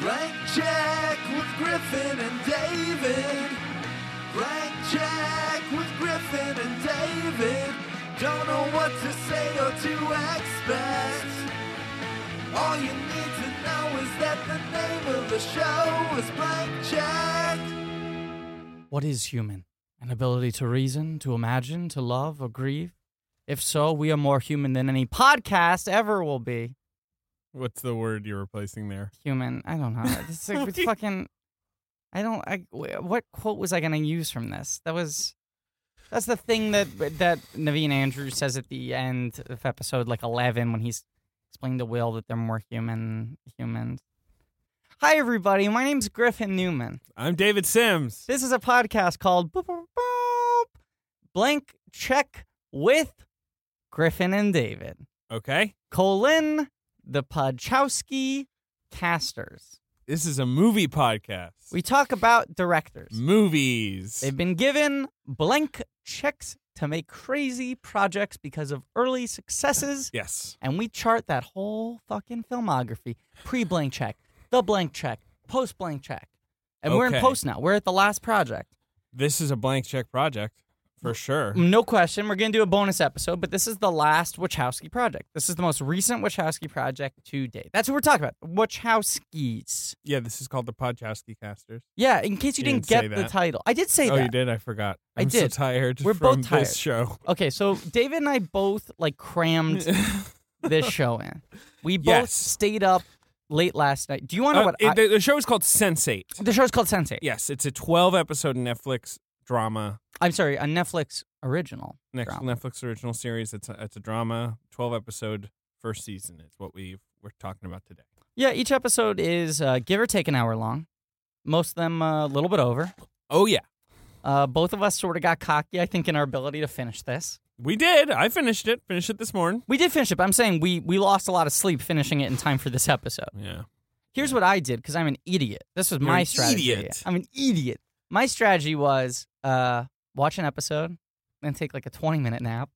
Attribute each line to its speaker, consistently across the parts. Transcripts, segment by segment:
Speaker 1: Blank check with Griffin and David. Blank check with Griffin and David. Don't know what to say or to expect. All you need to know is that the name of the show is Blank Check.
Speaker 2: What is human? An ability to reason, to imagine, to love, or grieve? If so, we are more human than any podcast ever will be.
Speaker 3: What's the word you're replacing there?
Speaker 2: Human. I don't know. This is like, it's fucking. I don't. I, wh- what quote was I going to use from this? That was. That's the thing that that Naveen Andrews says at the end of episode like eleven when he's explaining to Will that they're more human humans. Hi everybody, my name's Griffin Newman.
Speaker 3: I'm David Sims.
Speaker 2: This is a podcast called Boop, Boop, Boop, Blank Check with Griffin and David.
Speaker 3: Okay.
Speaker 2: Colin, the Podchowski casters.
Speaker 3: This is a movie podcast.
Speaker 2: We talk about directors.
Speaker 3: Movies.
Speaker 2: They've been given blank checks to make crazy projects because of early successes,
Speaker 3: yes.
Speaker 2: and we chart that whole fucking filmography. Pre blank check, the blank check, post blank check. And we're in
Speaker 3: Okay.
Speaker 2: post now. We're at the last project.
Speaker 3: This is a blank check project for sure.
Speaker 2: No question. We're going to do a bonus episode, but this is the last Wachowski project. This is the most recent Wachowski project to date. That's what we're talking about. Wachowskis.
Speaker 3: Yeah, this is called the Podchowski Casters.
Speaker 2: Yeah, in case you,
Speaker 3: You didn't
Speaker 2: didn't,
Speaker 3: say
Speaker 2: get the
Speaker 3: that.
Speaker 2: title. I did say
Speaker 3: oh,
Speaker 2: that.
Speaker 3: you did? I forgot.
Speaker 2: I
Speaker 3: I'm
Speaker 2: did.
Speaker 3: so tired
Speaker 2: We're
Speaker 3: from
Speaker 2: both tired.
Speaker 3: this show.
Speaker 2: Okay, so David and I both like crammed this show in. We both
Speaker 3: Yes.
Speaker 2: stayed up late last night. Do you want to know
Speaker 3: Uh,
Speaker 2: what
Speaker 3: it-
Speaker 2: I,
Speaker 3: the, the show is called Sensate.
Speaker 2: the show's called Sensei.
Speaker 3: Yes, it's a 12 episode Netflix drama.
Speaker 2: I'm sorry, a Netflix original.
Speaker 3: Next
Speaker 2: drama.
Speaker 3: Netflix original series. It's a, it's a drama. 12 episode first season is what we we're talking about today.
Speaker 2: Yeah, each episode is uh, give or take an hour long. Most of them uh, a little bit over.
Speaker 3: Oh yeah,
Speaker 2: Uh, both of us sort of got cocky, I think, in our ability to finish this.
Speaker 3: we did. I finished it. Finished it this morning.
Speaker 2: We did finish it, but I'm saying we we lost a lot of sleep finishing it in time for this episode.
Speaker 3: Yeah.
Speaker 2: Here's what I did because I'm an idiot. This was
Speaker 3: You're
Speaker 2: my
Speaker 3: an
Speaker 2: strategy.
Speaker 3: idiot.
Speaker 2: I'm an idiot. My strategy was uh, watch an episode, then take like a 20 minute nap,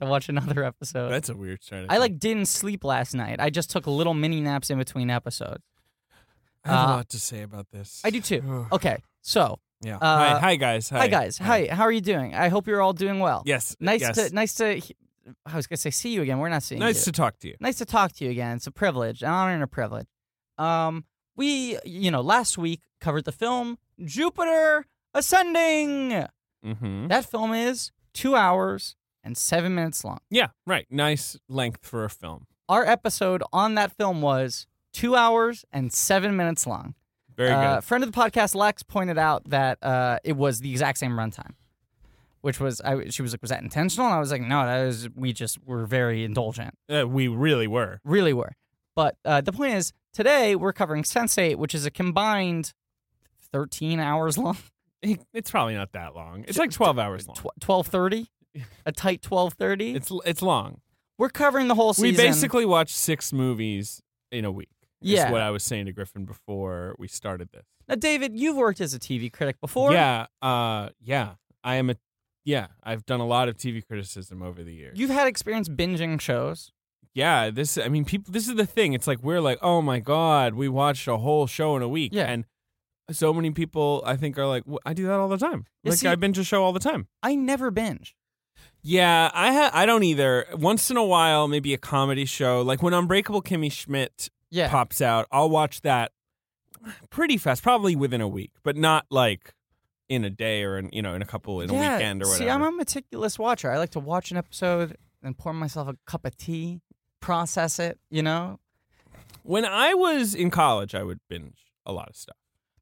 Speaker 2: then watch another episode.
Speaker 3: That's a weird strategy.
Speaker 2: Uh, I like didn't sleep last night. I just took little mini naps in between episodes.
Speaker 3: I have
Speaker 2: uh,
Speaker 3: a lot to say about this.
Speaker 2: I do too.
Speaker 3: Ugh.
Speaker 2: Okay, so
Speaker 3: Yeah.
Speaker 2: uh,
Speaker 3: hi, hi guys. Hi,
Speaker 2: hi, guys. Hi. how are you doing? I hope you're all doing well.
Speaker 3: Yes.
Speaker 2: Nice
Speaker 3: yes.
Speaker 2: to nice to. he- I was gonna say see you again. We're not seeing you.
Speaker 3: nice to talk to you.
Speaker 2: nice to talk to you again. It's a privilege, an honor, and a privilege. Um, we, you know, last week covered the film Jupiter Ascending.
Speaker 3: Mm-hmm.
Speaker 2: That film is two hours and seven minutes long.
Speaker 3: Yeah. Right. Nice length for a film.
Speaker 2: Our episode on that film was two hours and seven minutes long.
Speaker 3: Very
Speaker 2: Uh, friend of the podcast, Lex, pointed out that uh, it was the exact same runtime, which was I. She was like, "Was that intentional?" And I was like, "No, that is. We just were very indulgent."
Speaker 3: good. Uh, we really were.
Speaker 2: really were. But uh, the point is, today we're covering Sense8, which is a combined 13 hours long,
Speaker 3: It- It's probably not that long. It's like twelve hours long.
Speaker 2: tw- 12.30, a tight 12.30.
Speaker 3: It's it's long.
Speaker 2: We're covering the whole
Speaker 3: We
Speaker 2: season.
Speaker 3: basically watched six movies in a week. is
Speaker 2: Yeah.
Speaker 3: what I was saying to Griffin before we started this.
Speaker 2: Now, David, you've worked as a TV critic before.
Speaker 3: Yeah. Uh. Yeah. I am a. Yeah. I've done a lot of TV criticism over the years.
Speaker 2: You've had experience binging shows.
Speaker 3: yeah this i mean people this is the thing it's like we're like oh my god we watched a whole show in a week
Speaker 2: Yeah.
Speaker 3: and so many people i think are like "Wh- i do that all the time
Speaker 2: Yeah,
Speaker 3: like
Speaker 2: see-
Speaker 3: i binge a show all the time
Speaker 2: I never binge.
Speaker 3: yeah i ha- i don't either once in a while maybe a comedy show like when unbreakable kimmy schmidt
Speaker 2: Yeah.
Speaker 3: pops out i'll watch that pretty fast probably within a week but not like in a day or in you know in a couple in
Speaker 2: yeah.
Speaker 3: a weekend or whatever
Speaker 2: See, I'm a meticulous watcher. I like to watch an episode and pour myself a cup of tea, process it, you know?
Speaker 3: when i was in college i would binge a lot of stuff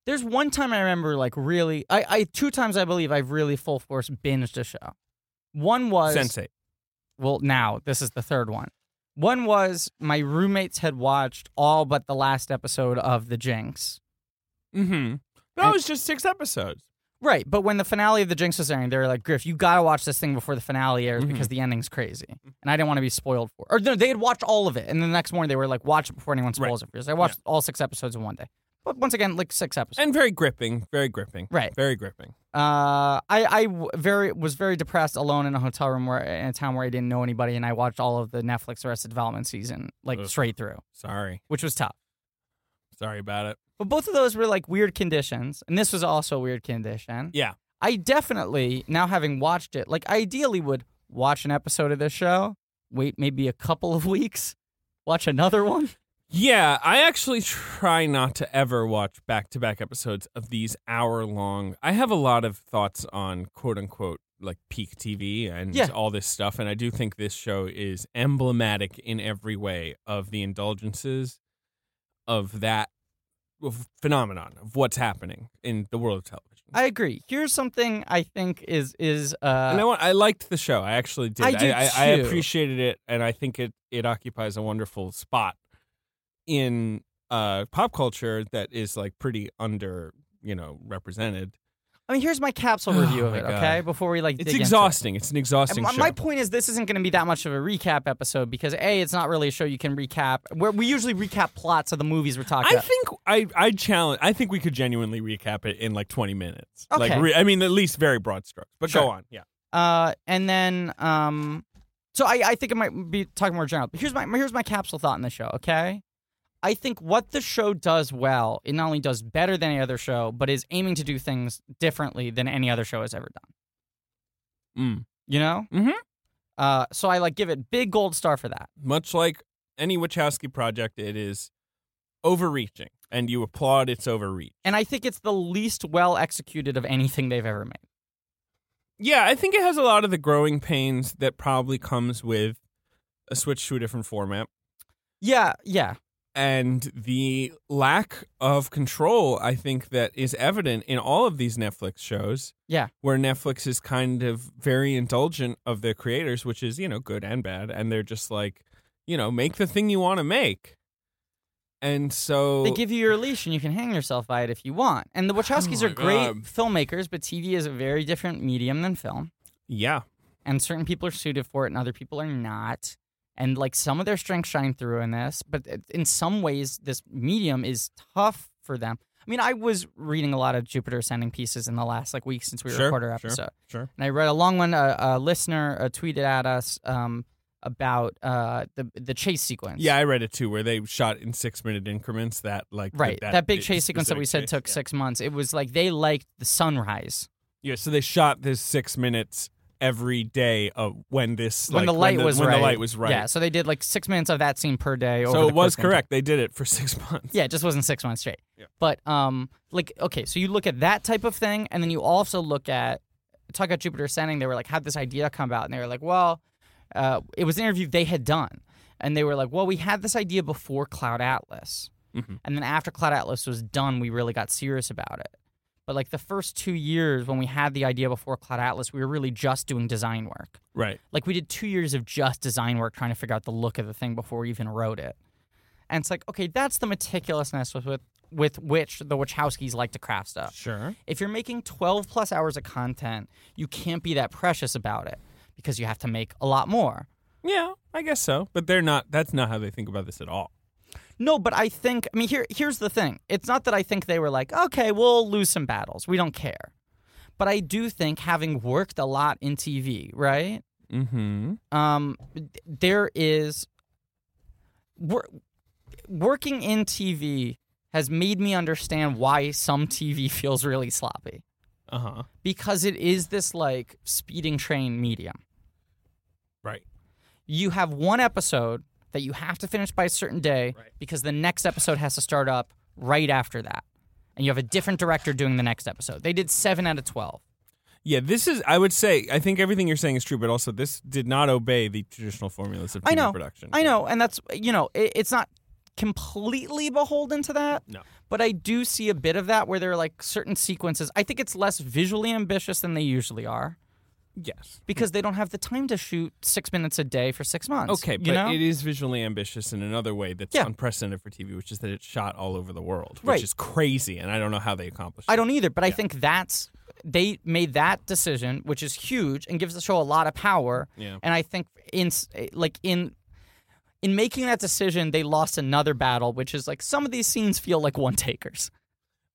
Speaker 2: There's one time I remember, like, really, I, I two times I believe I've really full force binged a show. One was
Speaker 3: sensei
Speaker 2: well, now this is the third one. One was my roommates had watched all but the last episode of The Jinx.
Speaker 3: Mm-hmm. That was just six episodes.
Speaker 2: Right, but when the finale of The Jinx was airing, they were like, "Griff, you gotta watch this thing before the finale airs
Speaker 3: Mhm.
Speaker 2: because the ending's crazy." And I didn't want to be spoiled for. Or no, they had watched all of it, and the next morning they were like, "Watch it before anyone
Speaker 3: Right.
Speaker 2: spoils it for you." So I watched all six episodes in one day. But once again, like six episodes.
Speaker 3: And very gripping, very gripping.
Speaker 2: Right.
Speaker 3: Very gripping.
Speaker 2: Uh, I I w- very was very depressed alone in a hotel room where in a town where I didn't know anybody, and I watched all of the Netflix Arrested Development season like
Speaker 3: Ugh.
Speaker 2: straight through,
Speaker 3: Sorry.
Speaker 2: which was tough.
Speaker 3: Sorry about it.
Speaker 2: But both of those were like weird conditions, and this was also a weird condition.
Speaker 3: Yeah.
Speaker 2: I definitely now having watched it, like I ideally would watch an episode of this show, wait maybe a couple of weeks, watch another one.
Speaker 3: Yeah, I actually try not to ever watch back to back episodes of these hour long. I have a lot of thoughts on quote unquote like peak TV and
Speaker 2: Yeah.
Speaker 3: all this stuff. And I do think this show is emblematic in every way of the indulgences of that of phenomenon of what's happening in the world of television.
Speaker 2: I agree. Here's something I think is is
Speaker 3: and I,
Speaker 2: uh
Speaker 3: want, I liked the show. I actually did.
Speaker 2: I did
Speaker 3: I, I
Speaker 2: too.
Speaker 3: appreciated it, and I think it it occupies a wonderful spot in uh, pop culture that is like pretty under you know represented.
Speaker 2: I mean here's my capsule
Speaker 3: Oh
Speaker 2: review of
Speaker 3: my
Speaker 2: it,
Speaker 3: God.
Speaker 2: okay? Before we like dig
Speaker 3: It's
Speaker 2: into it.
Speaker 3: exhausting. It's an
Speaker 2: And
Speaker 3: exhausting
Speaker 2: my-
Speaker 3: show.
Speaker 2: My point is, this isn't going to be that much of a recap episode because a, it's not really a show you can recap. Where we usually recap plots of the movies we're talking
Speaker 3: I
Speaker 2: about.
Speaker 3: think I I challenge. I think we could genuinely recap it in like twenty minutes.
Speaker 2: Okay.
Speaker 3: Like re- I mean, at least very broad strokes. But go
Speaker 2: Sure.
Speaker 3: on. Yeah.
Speaker 2: Uh, and then, um, so I, I think I might be talking more general. But here's my here's my capsule thought in the show. Okay, I think what the show does well, it not only does better than any other show, but is aiming to do things differently than any other show has ever done.
Speaker 3: Mm.
Speaker 2: You know.
Speaker 3: Mhm.
Speaker 2: Uh, so I like give it big gold star for that.
Speaker 3: Much like any Wachowski project, it is overreaching, and you applaud its overreach.
Speaker 2: And I think it's the least well executed of anything they've ever made.
Speaker 3: Yeah, I think it has a lot of the growing pains that probably comes with a switch to a different format
Speaker 2: Yeah, yeah.
Speaker 3: and the lack of control I think that is evident in all of these Netflix shows.
Speaker 2: Yeah.
Speaker 3: Where Netflix is kind of very indulgent of their creators, which is, you know, good and bad, and they're just like, you know, make the thing you want to make. And so
Speaker 2: They give you your leash and you can hang yourself by it if you want. And the Wachowskis
Speaker 3: Oh my
Speaker 2: are great
Speaker 3: God.
Speaker 2: filmmakers, but TV is a very different medium than film.
Speaker 3: yeah.
Speaker 2: And certain people are suited for it and other people are not. And like some of their strengths shine through in this, but it- in some ways, this medium is tough for them. I mean, I was reading a lot of Jupiter Ascending pieces in the last like week since we
Speaker 3: Sure,
Speaker 2: recorded our
Speaker 3: sure.
Speaker 2: episode.
Speaker 3: Sure.
Speaker 2: and I read a long one. A, a listener uh, tweeted at us um, about uh, the the chase sequence.
Speaker 3: Yeah, I read it too, where they shot in six minute increments that like
Speaker 2: right. That, big
Speaker 3: the
Speaker 2: chase sequence that we said
Speaker 3: specific
Speaker 2: took
Speaker 3: chase, yeah.
Speaker 2: six months. It was like they liked the sunrise
Speaker 3: Yeah, so they shot this six minutes every day of when this like,
Speaker 2: when the light was
Speaker 3: when
Speaker 2: right.
Speaker 3: the light was right.
Speaker 2: Yeah, so they did like six minutes of that scene per day. over
Speaker 3: so
Speaker 2: the
Speaker 3: it was
Speaker 2: course of the entire-
Speaker 3: correct. They did it for six months.
Speaker 2: Yeah, it just wasn't six months straight.
Speaker 3: Yeah.
Speaker 2: But um, like okay, so you look at that type of thing, and then you also look at talk about Jupiter Ascending. They were like, how'd this idea come about? And they were like, well, uh, it was an interview they had done, and they were like, well, we had this idea before Cloud Atlas,
Speaker 3: Mhm.
Speaker 2: and then after Cloud Atlas was done, we really got serious about it. But like the first two years when we had the idea before Cloud Atlas, we were really just doing design work.
Speaker 3: Right.
Speaker 2: Like we did two years of just design work trying to figure out the look of the thing before we even wrote it. And it's like, okay, that's the meticulousness with, with, with which the Wachowskis like to craft stuff.
Speaker 3: Sure.
Speaker 2: If you're making 12 plus hours of content, you can't be that precious about it because you have to make a lot more.
Speaker 3: Yeah, I guess so. But they're not. That's not how they think about this at all.
Speaker 2: No, but I think, I mean, here, here's the thing. It's not that I think they were like, okay, we'll lose some battles. We don't care. But I do think having worked a lot in TV, right?
Speaker 3: Mm-hmm.
Speaker 2: um, th- there is wor- working in TV has made me understand why some TV feels really sloppy
Speaker 3: Uh huh.
Speaker 2: Uh-huh. because it is this like speeding train medium.
Speaker 3: Right.
Speaker 2: You have one episode that you have to finish by a certain day
Speaker 3: Right.
Speaker 2: because the next episode has to start up right after that. And you have a different director doing the next episode. They did 7 out of 12.
Speaker 3: Yeah. This is. I would say. I think everything you're saying is true. But also, this did not obey the traditional formulas of TV
Speaker 2: I know.
Speaker 3: production.
Speaker 2: I know, and that's you know, it, it's not completely beholden to that.
Speaker 3: No.
Speaker 2: But I do see a bit of that where there are like certain sequences. I think it's less visually ambitious than they usually are
Speaker 3: Yes.
Speaker 2: because they don't have the time to shoot six minutes a day for six months.
Speaker 3: Okay, but
Speaker 2: you know?
Speaker 3: it is visually ambitious in another way that's
Speaker 2: Yeah.
Speaker 3: unprecedented for TV, which is that it's shot all over the world, which
Speaker 2: Right.
Speaker 3: is crazy, and I don't know how they accomplished.
Speaker 2: I
Speaker 3: it.
Speaker 2: don't either, but I
Speaker 3: Yeah.
Speaker 2: think that's they made that decision, which is huge and gives the show a lot of power.
Speaker 3: Yeah.
Speaker 2: And I think in s- eh, like in in making that decision, they lost another battle, which is like some of these scenes feel like one takers.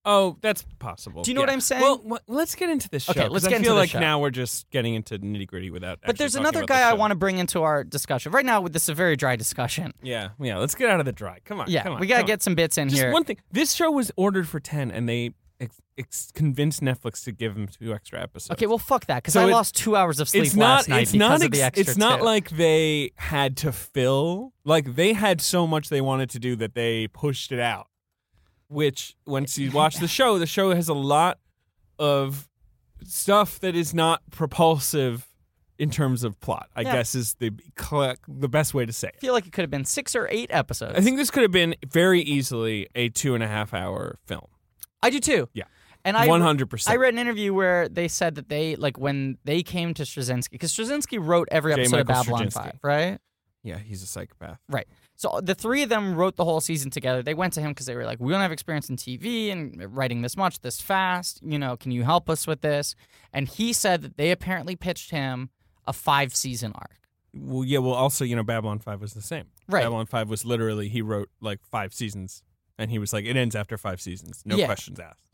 Speaker 3: Oh, that's possible.
Speaker 2: Do you know what
Speaker 3: Yeah.
Speaker 2: I'm saying?
Speaker 3: Well, wha- let's get into this show.
Speaker 2: Okay,
Speaker 3: 'cause
Speaker 2: let's
Speaker 3: I
Speaker 2: get into
Speaker 3: feel
Speaker 2: the
Speaker 3: like
Speaker 2: show.
Speaker 3: now we're just getting into nitty gritty without.
Speaker 2: but there's another guy I want to bring into our discussion right now. With this is a very dry discussion.
Speaker 3: Yeah, yeah. Let's get out of the dry. Come on.
Speaker 2: Yeah,
Speaker 3: come on,
Speaker 2: we gotta
Speaker 3: come on.
Speaker 2: get some bits in
Speaker 3: Just
Speaker 2: here.
Speaker 3: one thing. This show was ordered for ten, and they ex- ex- convinced Netflix to give them two extra episodes.
Speaker 2: okay, well, fuck that because
Speaker 3: So
Speaker 2: I
Speaker 3: it-
Speaker 2: lost two hours of sleep
Speaker 3: it's
Speaker 2: last
Speaker 3: not.
Speaker 2: night
Speaker 3: It's
Speaker 2: because
Speaker 3: not.
Speaker 2: of the
Speaker 3: ex-
Speaker 2: extra.
Speaker 3: it's not
Speaker 2: two.
Speaker 3: like they had to fill. Like they had so much they wanted to do that they pushed it out. Which, once you watch the show, the show has a lot of stuff that is not propulsive in terms of plot. I
Speaker 2: Yeah.
Speaker 3: guess is the cl- the best way to say
Speaker 2: I
Speaker 3: it.
Speaker 2: feel like it could have been six or eight episodes.
Speaker 3: I think this could have been very easily a two and a half hour film.
Speaker 2: I do too.
Speaker 3: Yeah.
Speaker 2: and I
Speaker 3: One hundred percent.
Speaker 2: I read an interview where they said that they like when they came to Straczynski because Straczynski wrote every
Speaker 3: J.
Speaker 2: episode of
Speaker 3: Michael
Speaker 2: Babylon
Speaker 3: Straczynski.
Speaker 2: Five, right?
Speaker 3: Yeah, he's a psychopath.
Speaker 2: Right. So the three of them wrote the whole season together. They went to him because they were like, "We don't have experience in TV and writing this much, this fast. You know, can you help us with this?" And he said that they apparently pitched him a five season arc.
Speaker 3: Well, yeah. Well, also, you know, Babylon Five was the same.
Speaker 2: Right.
Speaker 3: Babylon Five was literally he wrote like five seasons, and he was like, it ends after five seasons, no
Speaker 2: Yeah.
Speaker 3: questions asked.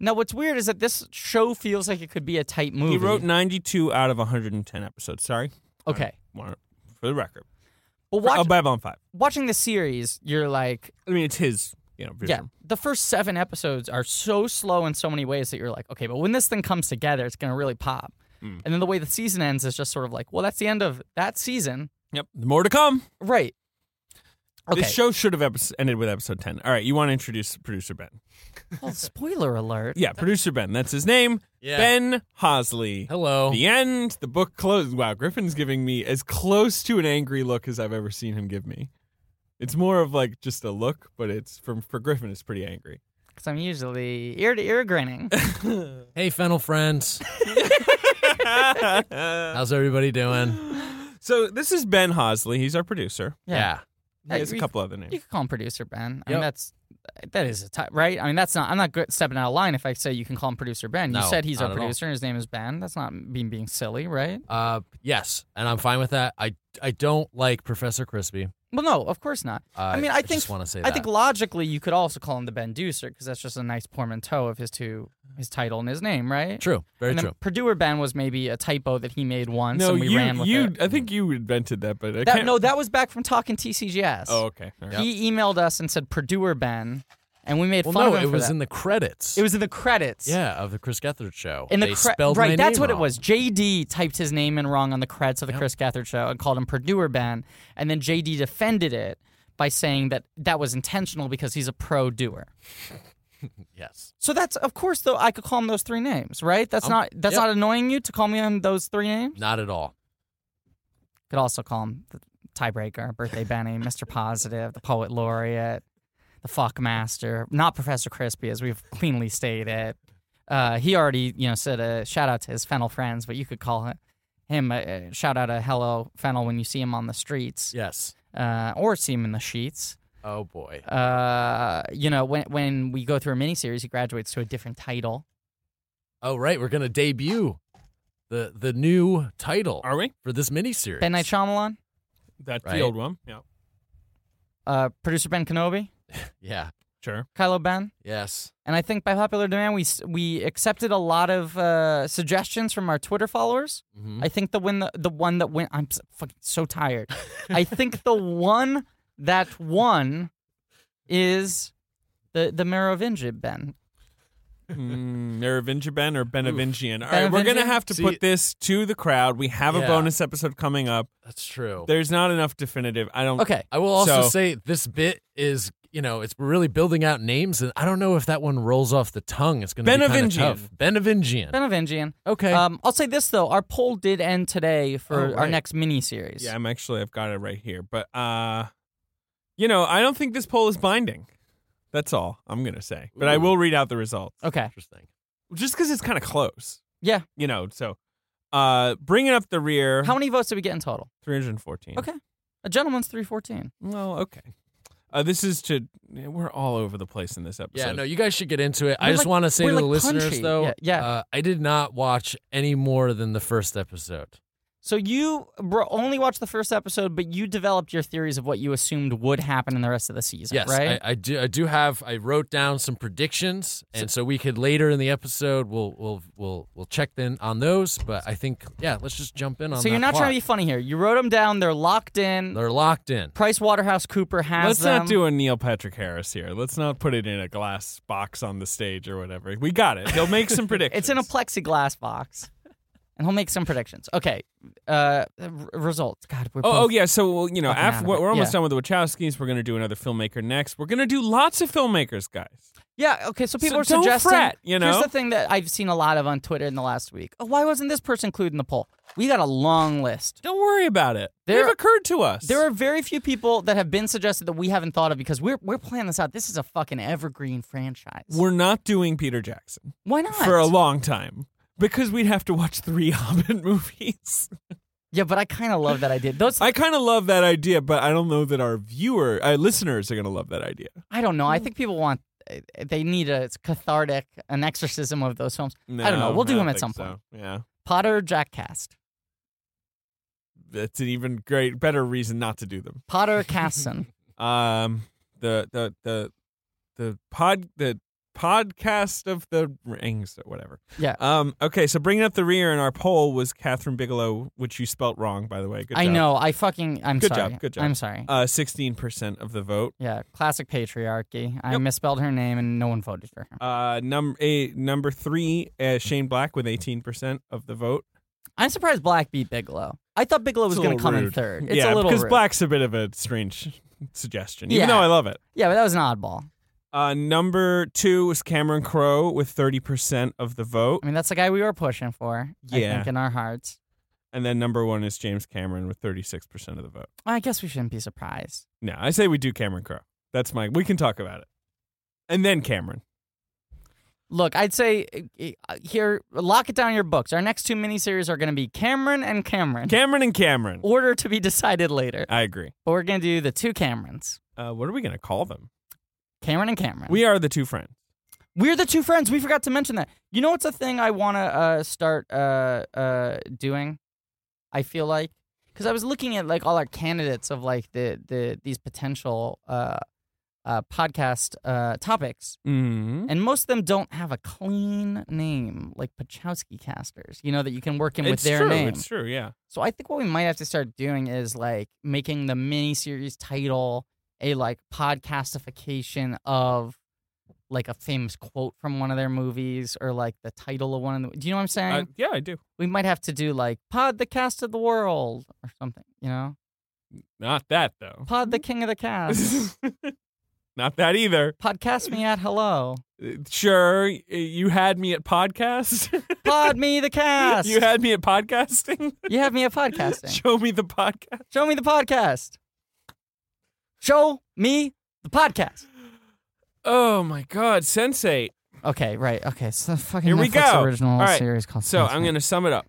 Speaker 2: Now, what's weird is that this show feels like it could be a tight movie.
Speaker 3: He wrote ninety two out of one hundred and ten episodes. Sorry,
Speaker 2: okay,
Speaker 3: Wanna- for the record,
Speaker 2: but
Speaker 3: for,
Speaker 2: watch,
Speaker 3: oh, Babylon Five.
Speaker 2: watching the series, you're like,
Speaker 3: I mean, it's his, you know,
Speaker 2: yeah,
Speaker 3: vision.
Speaker 2: the first seven episodes are so slow in so many ways that you're like, okay, but when this thing comes together, it's gonna really pop.
Speaker 3: Mm.
Speaker 2: And then the way the season ends is just sort of like, well, that's the end of that season,
Speaker 3: Yep. More to come.
Speaker 2: right? Okay.
Speaker 3: This show should have epi- ended with episode ten. All right, you want to introduce producer Ben?
Speaker 2: Well, spoiler alert.
Speaker 3: Yeah, producer Ben. That's his name.
Speaker 4: Yeah.
Speaker 3: Ben Hosley.
Speaker 4: Hello.
Speaker 3: The end. The book closed. Wow, Griffin's giving me as close to an angry look as I've ever seen him give me. It's more of like just a look, but it's for for Griffin, it's pretty angry.
Speaker 2: Because I'm usually ear to ear grinning.
Speaker 4: Hey, Fennel friends. How's everybody doing?
Speaker 3: so this is Ben Hosley. He's our producer.
Speaker 2: Yeah.
Speaker 3: He has a
Speaker 2: You-
Speaker 3: couple other
Speaker 2: You
Speaker 3: names.
Speaker 2: can call him producer Ben. I
Speaker 4: Yep.
Speaker 2: mean, that's that is a ti right. I mean, that's not. I'm not good stepping out of line if I say you can call him producer Ben. you
Speaker 4: No,
Speaker 2: said he's
Speaker 4: not
Speaker 2: our
Speaker 4: at all.
Speaker 2: producer and his name is Ben. That's not being being silly, right?
Speaker 4: Uh, yes, and I'm fine with that. I I don't like Professor Crispy. Uh,
Speaker 2: Well, no, of course not. I mean, I think-
Speaker 4: just want to say
Speaker 2: I
Speaker 4: that.
Speaker 2: think logically you could also call him the Ben Deucer because that's just a nice portmanteau of his two, his title and his name, right?
Speaker 4: true, very
Speaker 2: and then
Speaker 4: true.
Speaker 2: Purdue or Ben was maybe a typo that he made once
Speaker 3: No,
Speaker 2: and we
Speaker 3: you
Speaker 2: ran with
Speaker 3: you.
Speaker 2: it.
Speaker 3: I think you invented that, but I
Speaker 2: That,
Speaker 3: can't.
Speaker 2: no, that was back from talking TCGS.
Speaker 3: oh, okay. All right.
Speaker 2: He emailed us and said Purdue or Ben, and we made
Speaker 4: Well,
Speaker 2: fun
Speaker 4: no,
Speaker 2: of him
Speaker 4: it
Speaker 2: for
Speaker 4: was
Speaker 2: that.
Speaker 4: in the credits.
Speaker 2: It was in the credits.
Speaker 4: yeah of the Chris Gethard show.
Speaker 2: In the
Speaker 4: they
Speaker 2: cre-
Speaker 4: spelled
Speaker 2: right,
Speaker 4: my
Speaker 2: that's
Speaker 4: name
Speaker 2: what it
Speaker 4: wrong.
Speaker 2: was. JD typed his name in wrong on the credits of the
Speaker 4: Yep.
Speaker 2: Chris Gethard show and called him Purdue or Ben, and then JD defended it by saying that that was intentional because he's a pro doer.
Speaker 4: Yes,
Speaker 2: So that's of course though I could call him those three names, right? That's
Speaker 4: Um,
Speaker 2: not that's
Speaker 4: yep.
Speaker 2: not annoying you to call me on those three names.
Speaker 4: not at all.
Speaker 2: Could also call him the tiebreaker, birthday Benny, Mr. Positive, the poet laureate, the fuck master, not Professor Crispy as we've cleanly stated. Uh, he already you know said a shout out to his Fennel friends, but you could call him. Him a, a shout out a hello Fennel when you see him on the streets,
Speaker 4: Yes.
Speaker 2: uh, or see him in the sheets.
Speaker 4: Oh boy.
Speaker 2: Uh, you know when when we go through a miniseries, he graduates to a different title.
Speaker 4: Oh right, we're gonna debut the the new title
Speaker 3: Are we?
Speaker 4: for this miniseries.
Speaker 2: Ben Night Shyamalan.
Speaker 3: That's
Speaker 4: Right.
Speaker 3: the old one. Yeah.
Speaker 2: uh, producer Ben Kenobi,
Speaker 4: yeah.
Speaker 3: Sure.
Speaker 2: Kylo Ben,
Speaker 4: Yes.
Speaker 2: and I think by popular demand we s- we accepted a lot of uh, suggestions from our Twitter followers.
Speaker 4: Mhm.
Speaker 2: I think the one the, the one that went I'm s- fucking so tired. I think the one that won is the the Merovingian Ben.
Speaker 3: Mm, Merovingian Ben or Benavingian. All right, we're
Speaker 2: Benavingian?
Speaker 3: gonna have to
Speaker 4: See-
Speaker 3: put this to the crowd. We have a
Speaker 4: Yeah.
Speaker 3: bonus episode coming up.
Speaker 4: That's true.
Speaker 3: There's not enough definitive. I don't.
Speaker 2: Okay,
Speaker 4: I will also
Speaker 3: So-
Speaker 4: say this bit is, you know, it's really building out names, and I don't know if that one rolls off the tongue. It's going to be kind
Speaker 3: Benavingian.
Speaker 4: of tough. Benavingian.
Speaker 2: Benavingian.
Speaker 4: okay.
Speaker 2: Um, I'll say this though, our poll did end today for
Speaker 4: Oh,
Speaker 2: our
Speaker 4: right.
Speaker 2: next mini series.
Speaker 3: Yeah, I'm actually I've got it right here. But uh you know, I don't think this poll is binding. That's all I'm gonna say. But I
Speaker 4: Ooh.
Speaker 3: will read out the results.
Speaker 2: Okay.
Speaker 4: Interesting.
Speaker 3: Just because it's kind of close.
Speaker 2: Oh. Yeah.
Speaker 3: You know, so uh bringing up the rear
Speaker 2: How many votes did we get in total?
Speaker 3: 314.
Speaker 2: Okay. A gentleman's three fourteen.
Speaker 3: Well, okay. Uh, this is to we're all over the place in this episode.
Speaker 4: Yeah, no, you guys should get into it. I
Speaker 2: We're
Speaker 4: just
Speaker 2: like-
Speaker 4: want to say
Speaker 2: we're
Speaker 4: to the
Speaker 2: like
Speaker 4: listeners, uh,
Speaker 2: punchy.
Speaker 4: though,
Speaker 2: Yeah, yeah.
Speaker 4: Uh, I did not watch any more than the first episode.
Speaker 2: So you bro, only watched the first episode, but you developed your theories of what you assumed would happen in the rest of the season,
Speaker 4: Yes,
Speaker 2: right?
Speaker 4: I, I do. I do have. I wrote down some predictions, and so we could later in the episode we'll we'll we'll we'll check in on those. But I think yeah, let's just jump in on.
Speaker 2: so you're not trying to be funny here. You wrote them down. They're locked in.
Speaker 4: They're locked in.
Speaker 2: Price Waterhouse Cooper has
Speaker 3: Let's
Speaker 2: them.
Speaker 3: not do a Neil Patrick Harris here. Let's not put it in a glass box on the stage or whatever. We got it. He'll make some predictions.
Speaker 2: It's in a plexiglass box, and he'll make some predictions. Okay, uh, r- results. God, we're
Speaker 3: Oh,
Speaker 2: both-
Speaker 3: oh yeah. So well, you know,
Speaker 2: Fucking out
Speaker 3: after
Speaker 2: of
Speaker 3: we're
Speaker 2: it.
Speaker 3: we're almost
Speaker 2: Yeah.
Speaker 3: done with the Wachowskis, we're gonna do another filmmaker next. We're gonna do lots of filmmakers, guys.
Speaker 2: Yeah, okay, so people
Speaker 3: So
Speaker 2: are
Speaker 3: don't
Speaker 2: suggesting.
Speaker 3: fret, you know?
Speaker 2: Here's the thing that I've seen a lot of on Twitter in the last week. Oh, why wasn't this person included in the poll? We got a long list.
Speaker 3: Don't worry about it.
Speaker 2: There-
Speaker 3: They've occurred to us.
Speaker 2: There are very few people that have been suggested that we haven't thought of because we're we're playing this out. This is a fucking evergreen franchise.
Speaker 3: we're not doing Peter Jackson
Speaker 2: Why not?
Speaker 3: for a long time because we'd have to watch three Hobbit movies.
Speaker 2: yeah, but I kind of love that I did. Those
Speaker 3: I kind of love that idea, but I don't know that our viewer, our listeners, are gonna love that idea.
Speaker 2: I don't know. I
Speaker 3: Hmm.
Speaker 2: think people want eh, they need a it's cathartic an exorcism of those films. I don't know. We'll do them at some point.
Speaker 3: Yeah.
Speaker 2: Potter Jack Cast.
Speaker 3: That's an even great, better reason not to do them.
Speaker 2: Potter Casson.
Speaker 3: um the the the the pod the podcast of the rings or whatever
Speaker 2: Yeah.
Speaker 3: um okay so bringing up the rear in our poll was catherine bigelow which you spelt wrong by the way good
Speaker 2: I
Speaker 3: job.
Speaker 2: know. I fucking I'm
Speaker 3: Good
Speaker 2: sorry.
Speaker 3: job, good job.
Speaker 2: I'm sorry.
Speaker 3: uh 16% of the vote
Speaker 2: Yeah, classic patriarchy. I
Speaker 3: Yep.
Speaker 2: misspelled her name and no one voted for her.
Speaker 3: uh number a number three uh, shane black with 18% of the vote
Speaker 2: I'm surprised Black beat Bigelow. I thought Bigelow was
Speaker 3: It's a
Speaker 2: going to
Speaker 3: little
Speaker 2: come in
Speaker 3: rude.
Speaker 2: third. It's
Speaker 3: yeah
Speaker 2: a little
Speaker 3: because
Speaker 2: rude.
Speaker 3: black's a bit of a strange suggestion
Speaker 2: Yeah.
Speaker 3: even though i love it
Speaker 2: Yeah, but that was an oddball.
Speaker 3: uh number two was cameron crowe with 30% of the vote
Speaker 2: I mean, that's the guy we were pushing for. I
Speaker 3: Yeah.
Speaker 2: think in our hearts.
Speaker 3: and then number one is james cameron with 36% of the vote
Speaker 2: Well, I guess we shouldn't be surprised.
Speaker 3: No, I say we do Cameron Crowe. That's my. We can talk about it, and then Cameron.
Speaker 2: Look, I'd say uh, uh, here, lock it down in your books. Our next two miniseries are going to be Cameron and Cameron.
Speaker 3: Cameron and Cameron.
Speaker 2: Order to be decided later.
Speaker 3: I agree.
Speaker 2: But we're going to do the two Camerons.
Speaker 3: Uh, what are we gonna call them?
Speaker 2: Cameron and Cameron.
Speaker 3: We are the two friends.
Speaker 2: We're the two friends. We forgot to mention that. You know what's a thing I want to uh, start uh, uh, doing? I feel like because I was looking at like all our candidates of like the the these potential uh, uh, podcast uh, topics,
Speaker 3: Mm-hmm.
Speaker 2: and most of them don't have a clean name, like Pachowski casters. You know that you can work in with
Speaker 3: It's
Speaker 2: their
Speaker 3: true.
Speaker 2: name.
Speaker 3: It's true. Yeah.
Speaker 2: So I think what we might have to start doing is like making the miniseries title a like podcastification of like a famous quote from one of their movies or like the title of one of the. Do you know what I'm saying?
Speaker 3: Uh, yeah, I do.
Speaker 2: we might have to do like Pod the Cast of the World or something. You know,
Speaker 3: Not that though.
Speaker 2: Pod the King of the Cast.
Speaker 3: Not that either.
Speaker 2: Podcast me at hello.
Speaker 3: Uh, Sure, y- you had me at podcast.
Speaker 2: Pod me the cast.
Speaker 3: you had me at podcasting.
Speaker 2: You have me at podcasting.
Speaker 3: Show me the podcast.
Speaker 2: Show me the podcast. Show me the podcast.
Speaker 3: Oh my God, Sensei.
Speaker 2: Okay, right. Okay, so the fucking
Speaker 3: Here
Speaker 2: Netflix
Speaker 3: we go.
Speaker 2: original
Speaker 3: All right,
Speaker 2: series called.
Speaker 3: So I'm
Speaker 2: Sense8.
Speaker 3: gonna sum it up.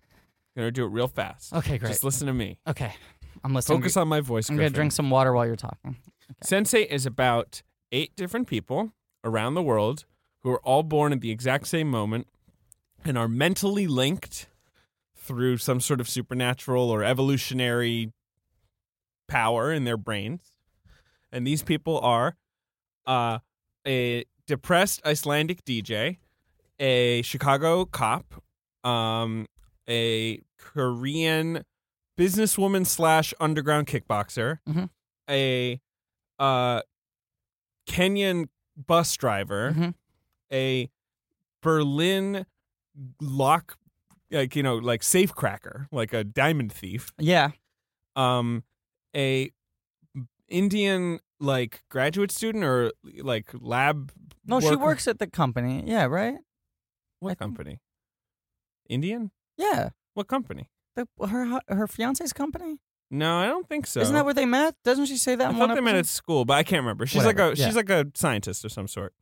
Speaker 3: I'm gonna do it real fast.
Speaker 2: Okay, great.
Speaker 3: Just listen to me.
Speaker 2: okay, I'm listening.
Speaker 3: Focus on my voice.
Speaker 2: I'm gonna
Speaker 3: Griffin.
Speaker 2: drink some water while you're talking.
Speaker 3: Sensei is about eight different people around the world who are all born at the exact same moment and are mentally linked through some sort of supernatural or evolutionary power in their brains. And these people are uh, a depressed Icelandic DJ, a Chicago cop, um, a Korean businesswoman slash underground kickboxer,
Speaker 2: Mhm.
Speaker 3: a uh, Kenyan bus driver,
Speaker 2: Mhm.
Speaker 3: a Berlin lock, like you know, like safecracker, like a diamond thief,
Speaker 2: Yeah.
Speaker 3: um, a Indian like graduate student or like lab.
Speaker 2: No, she
Speaker 3: worker-
Speaker 2: works at the company. Yeah, right. I
Speaker 3: What
Speaker 2: think-
Speaker 3: company? Indian?
Speaker 2: Yeah,
Speaker 3: What company?
Speaker 2: the, her hu- her fiance's company.
Speaker 3: No, I don't think so.
Speaker 2: Isn't that where they met? Doesn't she say that?
Speaker 3: I
Speaker 2: in
Speaker 3: thought
Speaker 2: one
Speaker 3: they met at
Speaker 2: episode?
Speaker 3: school, but I can't remember. She's
Speaker 2: Whatever,
Speaker 3: like a
Speaker 2: yeah.
Speaker 3: she's like a scientist of some sort,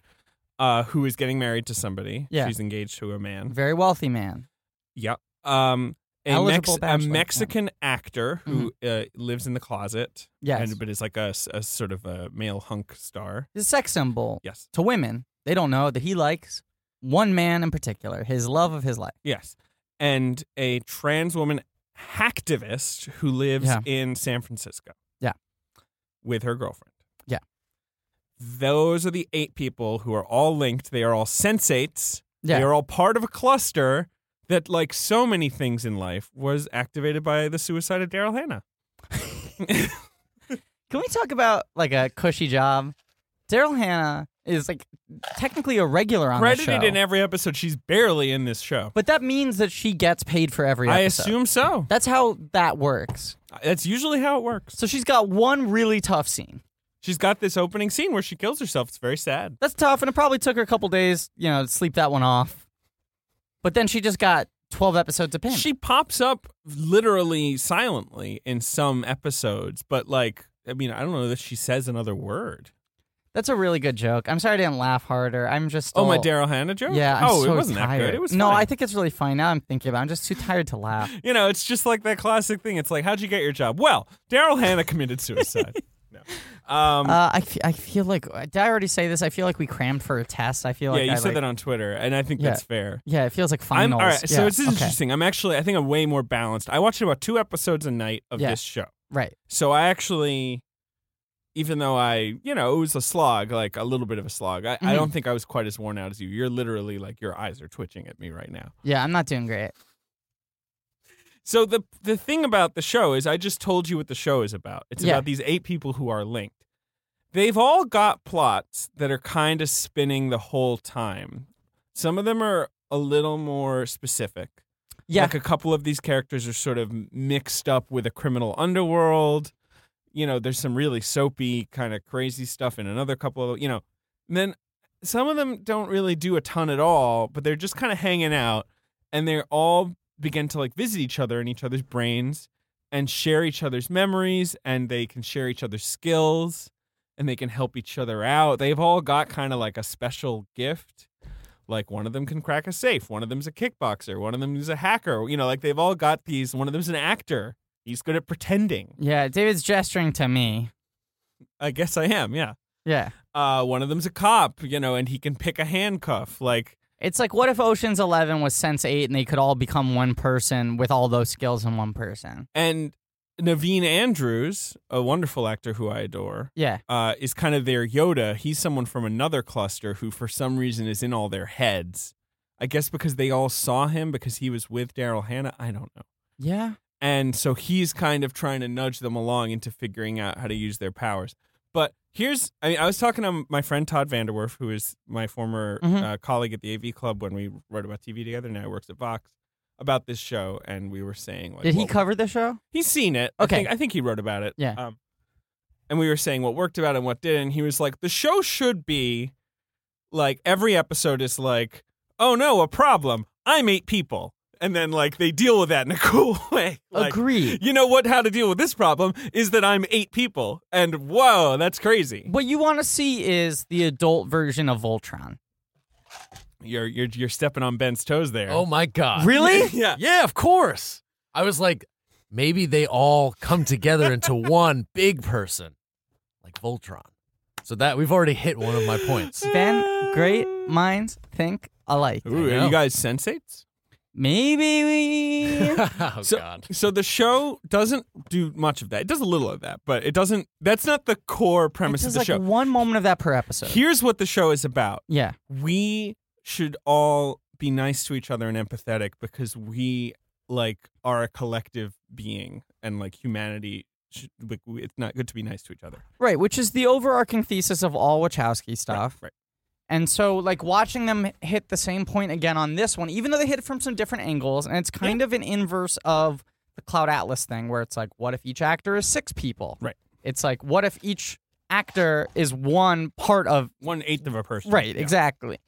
Speaker 3: uh, who is getting married to somebody.
Speaker 2: Yeah.
Speaker 3: she's engaged to a man.
Speaker 2: Very wealthy man.
Speaker 3: Yep. Um, a,
Speaker 2: Eligible
Speaker 3: Mex- a
Speaker 2: bachelor, yeah. Mm-hmm.
Speaker 3: Mexican actor who uh, lives in the closet,
Speaker 2: Yes,
Speaker 3: and, but is like a, s- a sort of a male hunk star.
Speaker 2: he's a sex symbol
Speaker 3: Yes.
Speaker 2: to women. They don't know that he likes one man in particular, his love of his life.
Speaker 3: Yes. And a trans woman hacktivist who lives
Speaker 2: Yeah.
Speaker 3: in San Francisco.
Speaker 2: Yeah.
Speaker 3: With her girlfriend.
Speaker 2: Yeah.
Speaker 3: Those are the eight people who are all linked. They are all sensates.
Speaker 2: Yeah.
Speaker 3: They are all part of a cluster that, like so many things in life, was activated by the suicide of Daryl Hannah.
Speaker 2: Can we talk about like a cushy job? Daryl Hannah is like technically a regular on the show,
Speaker 3: Credited in every episode. She's barely in this show.
Speaker 2: but that means that she gets paid for every
Speaker 3: I
Speaker 2: episode.
Speaker 3: assume so.
Speaker 2: that's how that works.
Speaker 3: That's usually how it works.
Speaker 2: So she's got one really tough scene.
Speaker 3: She's got this opening scene where she kills herself. It's very sad.
Speaker 2: That's tough, and it probably took her a couple days, you know, to sleep that one off. But then she just got twelve episodes of pin.
Speaker 3: She pops up literally silently in some episodes, but like, I mean, I don't know that she says another word.
Speaker 2: That's a really good joke. I'm sorry I didn't laugh harder. I'm just
Speaker 3: Oh, my
Speaker 2: still-
Speaker 3: Daryl Hannah joke?
Speaker 2: Yeah, I'm
Speaker 3: oh,
Speaker 2: so
Speaker 3: it wasn't
Speaker 2: tired.
Speaker 3: that good. It was
Speaker 2: no,
Speaker 3: fine.
Speaker 2: I think it's really fine. Now I'm thinking about. it. I'm just too tired to laugh.
Speaker 3: you know, it's just like that classic thing. It's like, how'd you get your job? Well, Daryl Hannah committed suicide. no. Um,
Speaker 2: Uh, I, fe- I feel like uh, did I already say this? I feel like we crammed for a test. I feel
Speaker 3: yeah,
Speaker 2: like
Speaker 3: you
Speaker 2: I,
Speaker 3: said
Speaker 2: like-
Speaker 3: that on Twitter, and I think
Speaker 2: Yeah.
Speaker 3: that's fair.
Speaker 2: Yeah, it feels like
Speaker 3: I'm
Speaker 2: finals.
Speaker 3: all right. So
Speaker 2: Yeah,
Speaker 3: it's
Speaker 2: okay.
Speaker 3: interesting. I'm actually, I think I'm way more balanced. I watched about two episodes a night of
Speaker 2: Yeah.
Speaker 3: this show.
Speaker 2: Right.
Speaker 3: So I actually, even though I, you know, it was a slog, like a little bit of a slog, I, I
Speaker 2: Mhm.
Speaker 3: don't think I was quite as worn out as you. You're literally like, your eyes are twitching at me right now.
Speaker 2: Yeah, I'm not doing great.
Speaker 3: So the the thing about the show is I just told you what the show is about. It's
Speaker 2: Yeah.
Speaker 3: about these eight people who are linked. They've all got plots that are kind of spinning the whole time. Some of them are a little more specific.
Speaker 2: Yeah.
Speaker 3: Like a couple of these characters are sort of mixed up with a criminal underworld. You know, there's some really soapy kind of crazy stuff in another couple of, you know. And then some of them don't really do a ton at all, but they're just kind of hanging out and they're all begin to like visit each other in each other's brains and share each other's memories and they can share each other's skills and they can help each other out. They've all got kind of like a special gift. Like one of them can crack a safe, one of them's a kickboxer, one of them is a hacker. You know, like they've all got these one of them's an actor. He's good at pretending.
Speaker 2: Yeah, David's gesturing to me.
Speaker 3: I guess I am, yeah.
Speaker 2: Yeah.
Speaker 3: Uh one of them's a cop, you know, and he can pick a handcuff. Like
Speaker 2: It's like what if Ocean's 11 was Sense 8 and they could all become one person with all those skills in one person.
Speaker 3: and Naveen Andrews, a wonderful actor who I adore,
Speaker 2: Yeah.
Speaker 3: uh, is kind of their Yoda. He's someone from another cluster who, for some reason, is in all their heads. I guess because they all saw him because he was with Daryl Hannah. I don't know.
Speaker 2: Yeah.
Speaker 3: And so he's kind of trying to nudge them along into figuring out how to use their powers. But here's, I mean, I was talking to my friend Todd Vanderwerf, who is my former
Speaker 2: Mhm.
Speaker 3: uh, colleague at the AV Club when we wrote about TV together. Now he works at Vox about this show. And we were saying, like,
Speaker 2: Did he
Speaker 3: what-
Speaker 2: cover the show?
Speaker 3: He's seen it.
Speaker 2: Okay.
Speaker 3: I think, I think he wrote about it.
Speaker 2: Yeah.
Speaker 3: Um, and we were saying what worked about it and what didn't. And he was like, the show should be like every episode is like, oh no, a problem. I'm eight people. And then like they deal with that in a cool way. Like,
Speaker 2: Agreed.
Speaker 3: you know what? How to deal with this problem is that I'm eight people. And whoa, that's crazy.
Speaker 2: What you want to see is the adult version of Voltron.
Speaker 3: You're you're you're stepping on Ben's toes there.
Speaker 4: Oh my god.
Speaker 2: Really?
Speaker 3: yeah.
Speaker 4: Yeah, of course. I was like, maybe they all come together into one big person, like Voltron. So that we've already hit one of my points.
Speaker 2: ben, great minds think alike.
Speaker 3: Ooh, are
Speaker 4: know.
Speaker 3: you guys sensates?
Speaker 2: Maybe we.
Speaker 4: oh
Speaker 3: so,
Speaker 4: god.
Speaker 3: So the show doesn't do much of that. It does a little of that, but it doesn't. That's not the core premise of
Speaker 2: It's
Speaker 3: the
Speaker 2: like
Speaker 3: show.
Speaker 2: one moment of that per episode.
Speaker 3: Here's what the show is about.
Speaker 2: yeah.
Speaker 3: We should all be nice to each other and empathetic because we like are a collective being and like humanity. Should, like, we- it's not good to be nice to each other.
Speaker 2: Right, which is the overarching thesis of all Wachowski stuff.
Speaker 3: Right.
Speaker 2: And so, like, watching them hit the same point again on this one, even though they hit it from some different angles, and it's kind of an inverse of the Cloud Atlas thing, where it's like, what if each actor is six people?
Speaker 3: Right.
Speaker 2: It's like, what if each actor is one part of.
Speaker 3: One eighth of a person.
Speaker 2: Right,
Speaker 3: Yeah.
Speaker 2: exactly.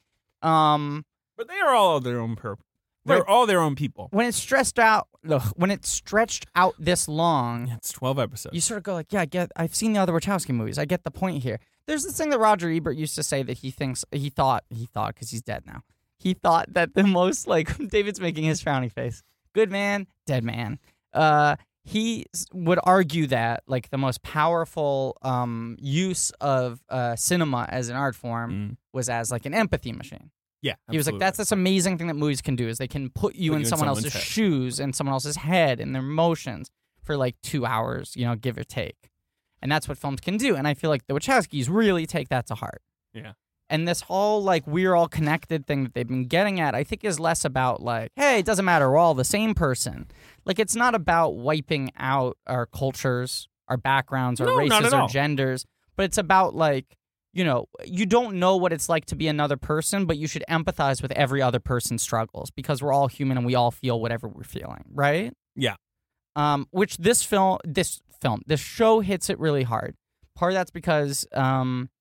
Speaker 2: Um,
Speaker 3: But they are all their own purpose. They're
Speaker 2: Right.
Speaker 3: all their own people.
Speaker 2: when it's stretched out, ugh, when it's stretched out this long,
Speaker 3: It's twelve episodes.
Speaker 2: you sort of go like, yeah, I get. I've seen the other Wachowski movies. I get the point here. There's this thing that Roger Ebert used to say that he thinks he thought he thought because he's dead now. He thought that the most like David's making his frowny face. Good man, dead man. Uh, he s- would argue that like the most powerful um use of uh cinema as an art form
Speaker 3: Mm.
Speaker 2: was as like an empathy machine.
Speaker 3: Yeah,
Speaker 2: He was like,
Speaker 3: absolutely.
Speaker 2: "That's this amazing thing that movies can do is they can put you
Speaker 3: Put
Speaker 2: in
Speaker 3: you in
Speaker 2: someone
Speaker 3: someone's
Speaker 2: else's
Speaker 3: head.
Speaker 2: shoes and someone else's head and their motions for like two hours, you know, give or take." And that's what films can do. And I feel like the Wachowskis really take that to heart.
Speaker 3: Yeah.
Speaker 2: And this whole like we're all connected thing that they've been getting at, I think, is less about like, "Hey, it doesn't matter. We're all the same person." Like, it's not about wiping out our cultures, our backgrounds, our
Speaker 3: No, not
Speaker 2: races,
Speaker 3: at
Speaker 2: our
Speaker 3: all.
Speaker 2: genders, but it's about like you know, you don't know what it's like to be another person, but you should empathize with every other person's struggles because we're all human and we all feel whatever we're feeling, right?
Speaker 3: Yeah.
Speaker 2: Um, which this film, this film, this show hits it really hard. Part of that's because um,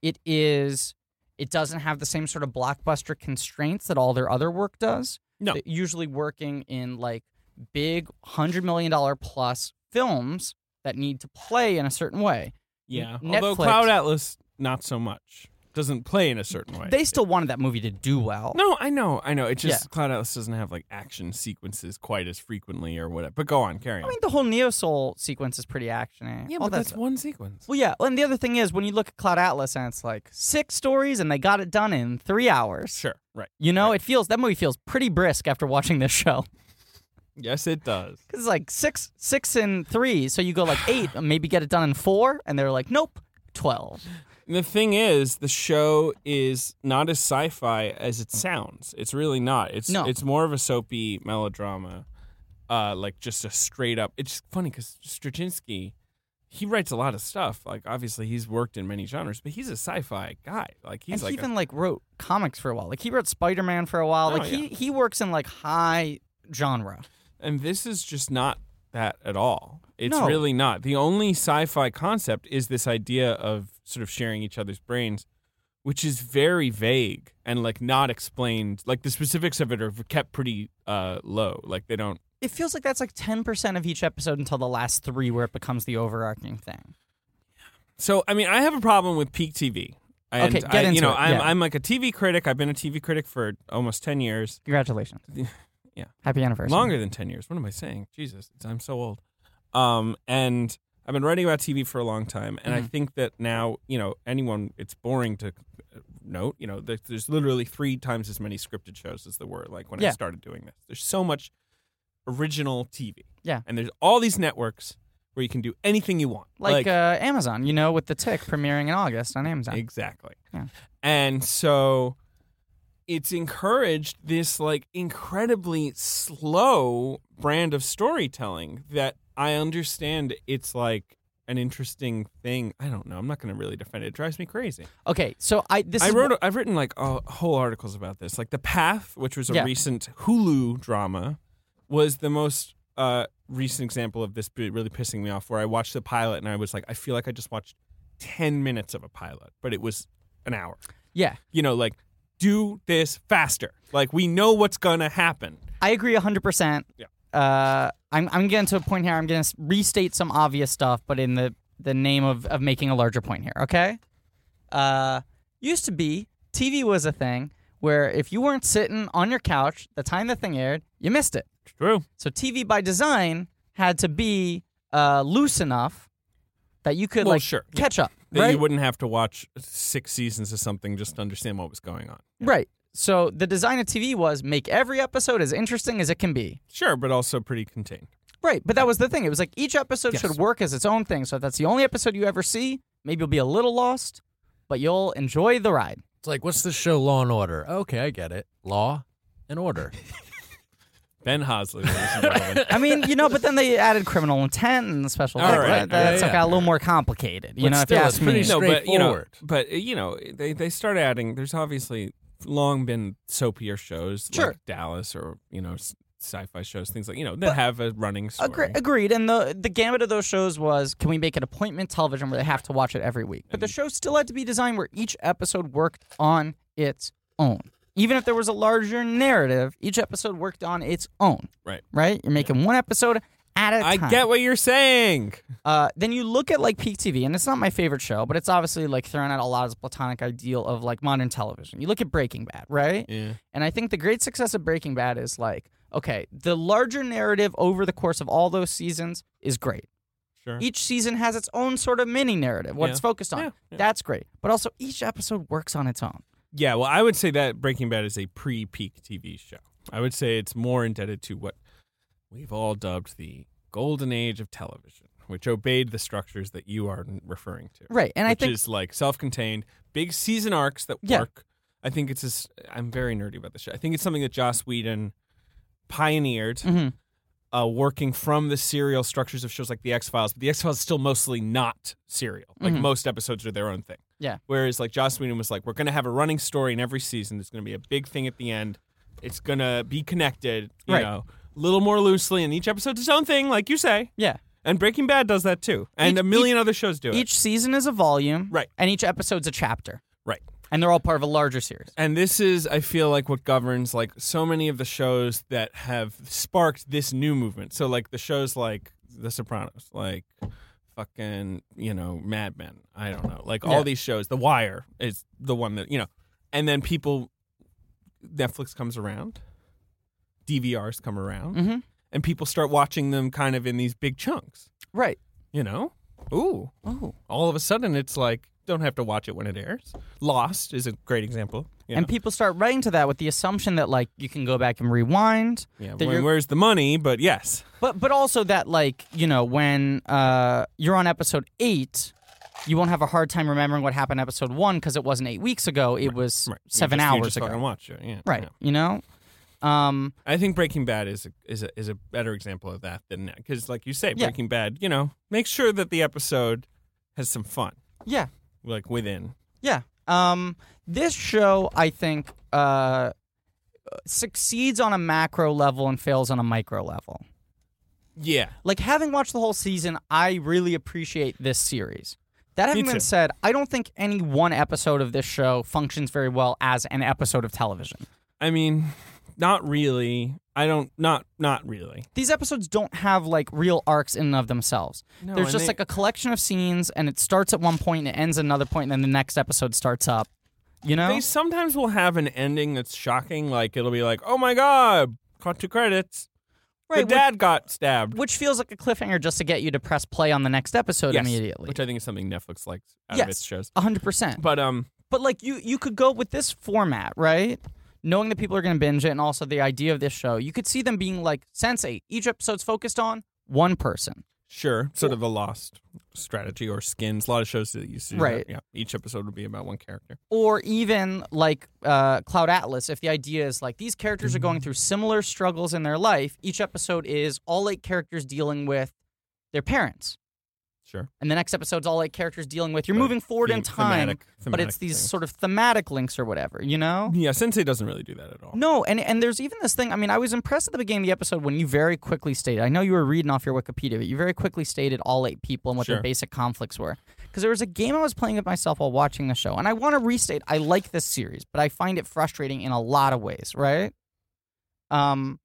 Speaker 2: it is, it doesn't have the same sort of blockbuster constraints that all their other work does.
Speaker 3: No.
Speaker 2: They're usually working in like big $100 million plus films that need to play in a certain way.
Speaker 3: Yeah.
Speaker 2: N-
Speaker 3: Although
Speaker 2: Netflix-
Speaker 3: Cloud Atlas, not so much. Doesn't play in a certain way.
Speaker 2: They still wanted that movie to do well.
Speaker 3: No, I know, I know. It just Cloud Atlas doesn't have like action sequences quite as frequently or whatever. But go on, carry on.
Speaker 2: I mean, the whole Neo Soul sequence is pretty actiony.
Speaker 3: yeah,
Speaker 2: All
Speaker 3: but
Speaker 2: that
Speaker 3: that's
Speaker 2: stuff.
Speaker 3: one sequence.
Speaker 2: Well, yeah. And the other thing is, when you look at Cloud Atlas, and it's like six stories, and they got it done in three hours.
Speaker 3: Sure, right.
Speaker 2: You know, it feels that movie feels pretty brisk after watching this show
Speaker 3: Yes, it does.
Speaker 2: because it's like six, six and three. So you go like eight, and maybe get it done in four, and they're like, nope, twelve.
Speaker 3: The thing is, the show is not as sci-fi as it sounds. It's really not. It's
Speaker 2: No.
Speaker 3: it's more of a soapy melodrama, uh, like just a straight up. It's funny because Straczynski, he writes a lot of stuff. Like obviously he's worked in many genres, but he's a sci-fi guy. Like he's
Speaker 2: and
Speaker 3: like
Speaker 2: he
Speaker 3: a-
Speaker 2: even like wrote comics for a while. Like he wrote Spider Man for a while.
Speaker 3: Oh,
Speaker 2: like he he works in like high genre.
Speaker 3: And this is just not that at all. It's
Speaker 2: No.
Speaker 3: really not. The only sci fi concept is this idea of sort of sharing each other's brains, which is very vague and like not explained. Like the specifics of it are kept pretty uh, low. Like they don't.
Speaker 2: It feels like that's like ten percent of each episode until the last three, where it becomes the overarching thing.
Speaker 3: So, I mean, I have a problem with peak TV. And
Speaker 2: Okay, get
Speaker 3: I,
Speaker 2: into
Speaker 3: you know,
Speaker 2: it,
Speaker 3: I'm,
Speaker 2: yeah.
Speaker 3: I'm like a TV critic. I've been a TV critic for almost 10 years.
Speaker 2: Congratulations.
Speaker 3: Yeah.
Speaker 2: Happy anniversary.
Speaker 3: Longer than 10 years. What am I saying? Jesus, it's- I'm so old. Um, and I've been writing about TV for a long time. And
Speaker 2: Mm-hmm.
Speaker 3: I think that now, you know, anyone, it's boring to uh, note, you know, there- there's literally three times as many scripted shows as there were like when
Speaker 2: Yeah.
Speaker 3: I started doing this. There's so much original TV.
Speaker 2: Yeah.
Speaker 3: And there's all these networks where you can do anything you want.
Speaker 2: Like, uh, Amazon, you know, with the tick premiering in August on Amazon.
Speaker 3: Exactly.
Speaker 2: Yeah.
Speaker 3: And so it's encouraged this like incredibly slow brand of storytelling that I understand it's like an interesting thing. I don't know. I'm not going to really defend it. It drives me crazy.
Speaker 2: okay, so I this
Speaker 3: I
Speaker 2: is
Speaker 3: wrote I've written like uh, whole articles about this. Like The Path, which was a
Speaker 2: Yeah.
Speaker 3: recent Hulu drama, was the most uh, recent example of this be- really pissing me off where I watched the pilot and I was like I feel like I just watched 10 minutes of a pilot, but it was an hour.
Speaker 2: yeah,
Speaker 3: You know, like do this faster. Like we know what's going to happen.
Speaker 2: I agree 100%.
Speaker 3: Yeah.
Speaker 2: Uh, I'm I'm getting to a point here. I'm going to restate some obvious stuff, but in the the name of of making a larger point here. Okay. Uh, used to be TV was a thing where if you weren't sitting on your couch the time the thing aired, you missed it.
Speaker 3: True.
Speaker 2: So TV by design had to be uh, loose enough that you could
Speaker 3: Well,
Speaker 2: like
Speaker 3: sure.
Speaker 2: catch up.
Speaker 3: That
Speaker 2: right?
Speaker 3: you wouldn't have to watch 6 seasons of something just to understand what was going on.
Speaker 2: Right. So the design of TV was make every episode as interesting as it can be.
Speaker 3: Sure, but also pretty contained.
Speaker 2: Right. But that was the thing. It was like each episode
Speaker 3: Yes.
Speaker 2: should work as its own thing. So if that's the only episode you ever see, maybe you'll be a little lost, but you'll enjoy the ride.
Speaker 4: It's like, what's the show Law and Order? Okay, I get it. Law and Order.
Speaker 3: Ben Hosley, ladies and gentlemen.
Speaker 2: I mean, you know, but then they added criminal intent and special.
Speaker 3: All
Speaker 2: That-
Speaker 3: right.
Speaker 2: that-
Speaker 4: Yeah,
Speaker 2: That's like
Speaker 4: yeah.
Speaker 2: got a little more complicated. You
Speaker 4: But
Speaker 2: know,
Speaker 4: still,
Speaker 2: if you
Speaker 4: it's
Speaker 2: ask me.
Speaker 4: pretty
Speaker 3: no, but you know,
Speaker 4: straightforward.
Speaker 3: but uh, you know, they they start adding. There's obviously long been soapier shows
Speaker 2: Sure.
Speaker 3: like Dallas or you know s- sci-fi shows, things like you know that have a running story.
Speaker 2: Agre- agreed. And the the gamut of those shows was can we make an appointment television where they have to watch it every week? But the
Speaker 3: Mm.
Speaker 2: show still had to be designed where each episode worked on its own. Even if there was a larger narrative, each episode worked on its own.
Speaker 3: Right.
Speaker 2: Right? You're making one episode at a
Speaker 3: I
Speaker 2: time.
Speaker 3: get what you're saying.
Speaker 2: Uh, then you look at like Peak TV, and it's not my favorite show, but it's obviously like thrown out a lot as platonic ideal of like modern television. You look at Breaking Bad, right?
Speaker 3: Yeah.
Speaker 2: And I think the great success of Breaking Bad is like, okay, the larger narrative over the course of all those seasons is great.
Speaker 3: Sure.
Speaker 2: Each season has its own sort of mini narrative, what it's
Speaker 3: Yeah.
Speaker 2: focused on.
Speaker 3: Yeah, yeah.
Speaker 2: That's great. But also, each episode works on its own.
Speaker 3: Yeah, well, I would say that Breaking Bad is a pre-peak TV show. I would say it's more indebted to what we've all dubbed the golden age of television, which obeyed the structures that you are referring to.
Speaker 2: Right, and I
Speaker 3: which
Speaker 2: think
Speaker 3: is like self-contained, big season arcs that
Speaker 2: Yeah.
Speaker 3: work. I think it's just, I'm very nerdy about this show. I think it's something that Joss Whedon pioneered,
Speaker 2: Mhm.
Speaker 3: uh, working from the serial structures of shows like The X Files. But The X Files is still mostly not serial. Like
Speaker 2: Mhm.
Speaker 3: most episodes are their own thing.
Speaker 2: Yeah.
Speaker 3: Whereas like Joss Whedon was like, we're going to have a running story in every season. There's going to be a big thing at the end. It's going to be connected, you
Speaker 2: Right.
Speaker 3: know, a little more loosely. And each episode's its own thing, like you say.
Speaker 2: yeah.
Speaker 3: And Breaking Bad does that too. And
Speaker 2: Each-
Speaker 3: a million other shows do it.
Speaker 2: Each season is a volume,
Speaker 3: Right.
Speaker 2: And each episode's a chapter,
Speaker 3: right.
Speaker 2: and they're all part of a larger series.
Speaker 3: and this is i feel like what governs like so many of the shows that have sparked this new movement so like the shows like the sopranos like fucking you know mad men i don't know like all
Speaker 2: Yeah.
Speaker 3: these shows the wire is the one that you know and then people netflix comes around dvrs come around
Speaker 2: Mhm.
Speaker 3: and people start watching them kind of in these big chunks
Speaker 2: Right.
Speaker 3: you know ooh
Speaker 2: Oh.
Speaker 3: all of a sudden it's like don't have to watch it when it airs lost is a great example you know?
Speaker 2: And people start writing to that with the assumption that like you can go back and rewind.
Speaker 3: Yeah,
Speaker 2: that
Speaker 3: when-
Speaker 2: you're-
Speaker 3: where's the money? But yes,
Speaker 2: But but also that like you know when uh, you're on episode eight, you won't have a hard time remembering what happened episode one because it wasn't eight weeks ago. It was
Speaker 3: Right. You
Speaker 2: seven
Speaker 3: just- you
Speaker 2: hours
Speaker 3: just
Speaker 2: ago.
Speaker 3: fucking watch it, yeah,
Speaker 2: Right.
Speaker 3: yeah.
Speaker 2: You know. Um.
Speaker 3: I think Breaking Bad is a, is a, is a better example of that than that because, like you say,
Speaker 2: Yeah.
Speaker 3: Breaking Bad, you know, make sure that the episode has some fun,
Speaker 2: Yeah.
Speaker 3: like within.
Speaker 2: Yeah. Um. This show, I think, uh, succeeds on a macro level and fails on a micro level.
Speaker 3: Yeah,
Speaker 2: like having watched the whole season, I really appreciate this series. That having
Speaker 3: too.
Speaker 2: been said, I don't think any one episode of this show functions very well as an episode of television.
Speaker 3: I mean, not really. I don't. Not not really.
Speaker 2: These episodes don't have like real arcs in and of themselves.
Speaker 3: No,
Speaker 2: There's
Speaker 3: and
Speaker 2: just
Speaker 3: they-
Speaker 2: like a collection of scenes, and it starts at one point and it ends at another point, and then the next episode starts up. You know?
Speaker 3: They sometimes will have an ending that's shocking. Like it'll be like, oh my god, cut to credits.
Speaker 2: Right,
Speaker 3: the dad got stabbed.
Speaker 2: Which feels like a cliffhanger just to get you to press play on the next episode
Speaker 3: Yes,
Speaker 2: immediately.
Speaker 3: which I think is something Netflix likes out
Speaker 2: yes,
Speaker 3: of its shows.
Speaker 2: 100%.
Speaker 3: But um,
Speaker 2: But like you you could go with this format, right? Knowing that people are going to binge it and also the idea of this show, you could see them being like sensei. Each episode's focused on one person.
Speaker 3: Sure, sort of the lost strategy or skins. A lot of shows that used to do that.
Speaker 2: Right.
Speaker 3: Yeah, each episode would be about one character.
Speaker 2: Or even like uh, Cloud Atlas, if the idea is like these characters are going
Speaker 3: Mm-hmm.
Speaker 2: through similar struggles in their life, each episode is all eight characters dealing with their parents.
Speaker 3: Sure,
Speaker 2: And the next episode's all eight characters dealing with you're
Speaker 3: Right.
Speaker 2: moving forward in
Speaker 3: Them-
Speaker 2: time,
Speaker 3: thematic-
Speaker 2: but it's
Speaker 3: thematic
Speaker 2: these
Speaker 3: things.
Speaker 2: sort of thematic links or whatever, you know?
Speaker 3: yeah. Sensei doesn't really do that at all.
Speaker 2: No, and and there's even this thing. I mean, I was impressed at the beginning of the episode when you very quickly stated. I know you were reading off your Wikipedia, but you very quickly stated all eight people and what
Speaker 3: Sure.
Speaker 2: their basic conflicts were. Because there was a game I was playing with myself while watching the show, and I want to restate. I like this series, but I find it frustrating in a lot of ways. Right? Um,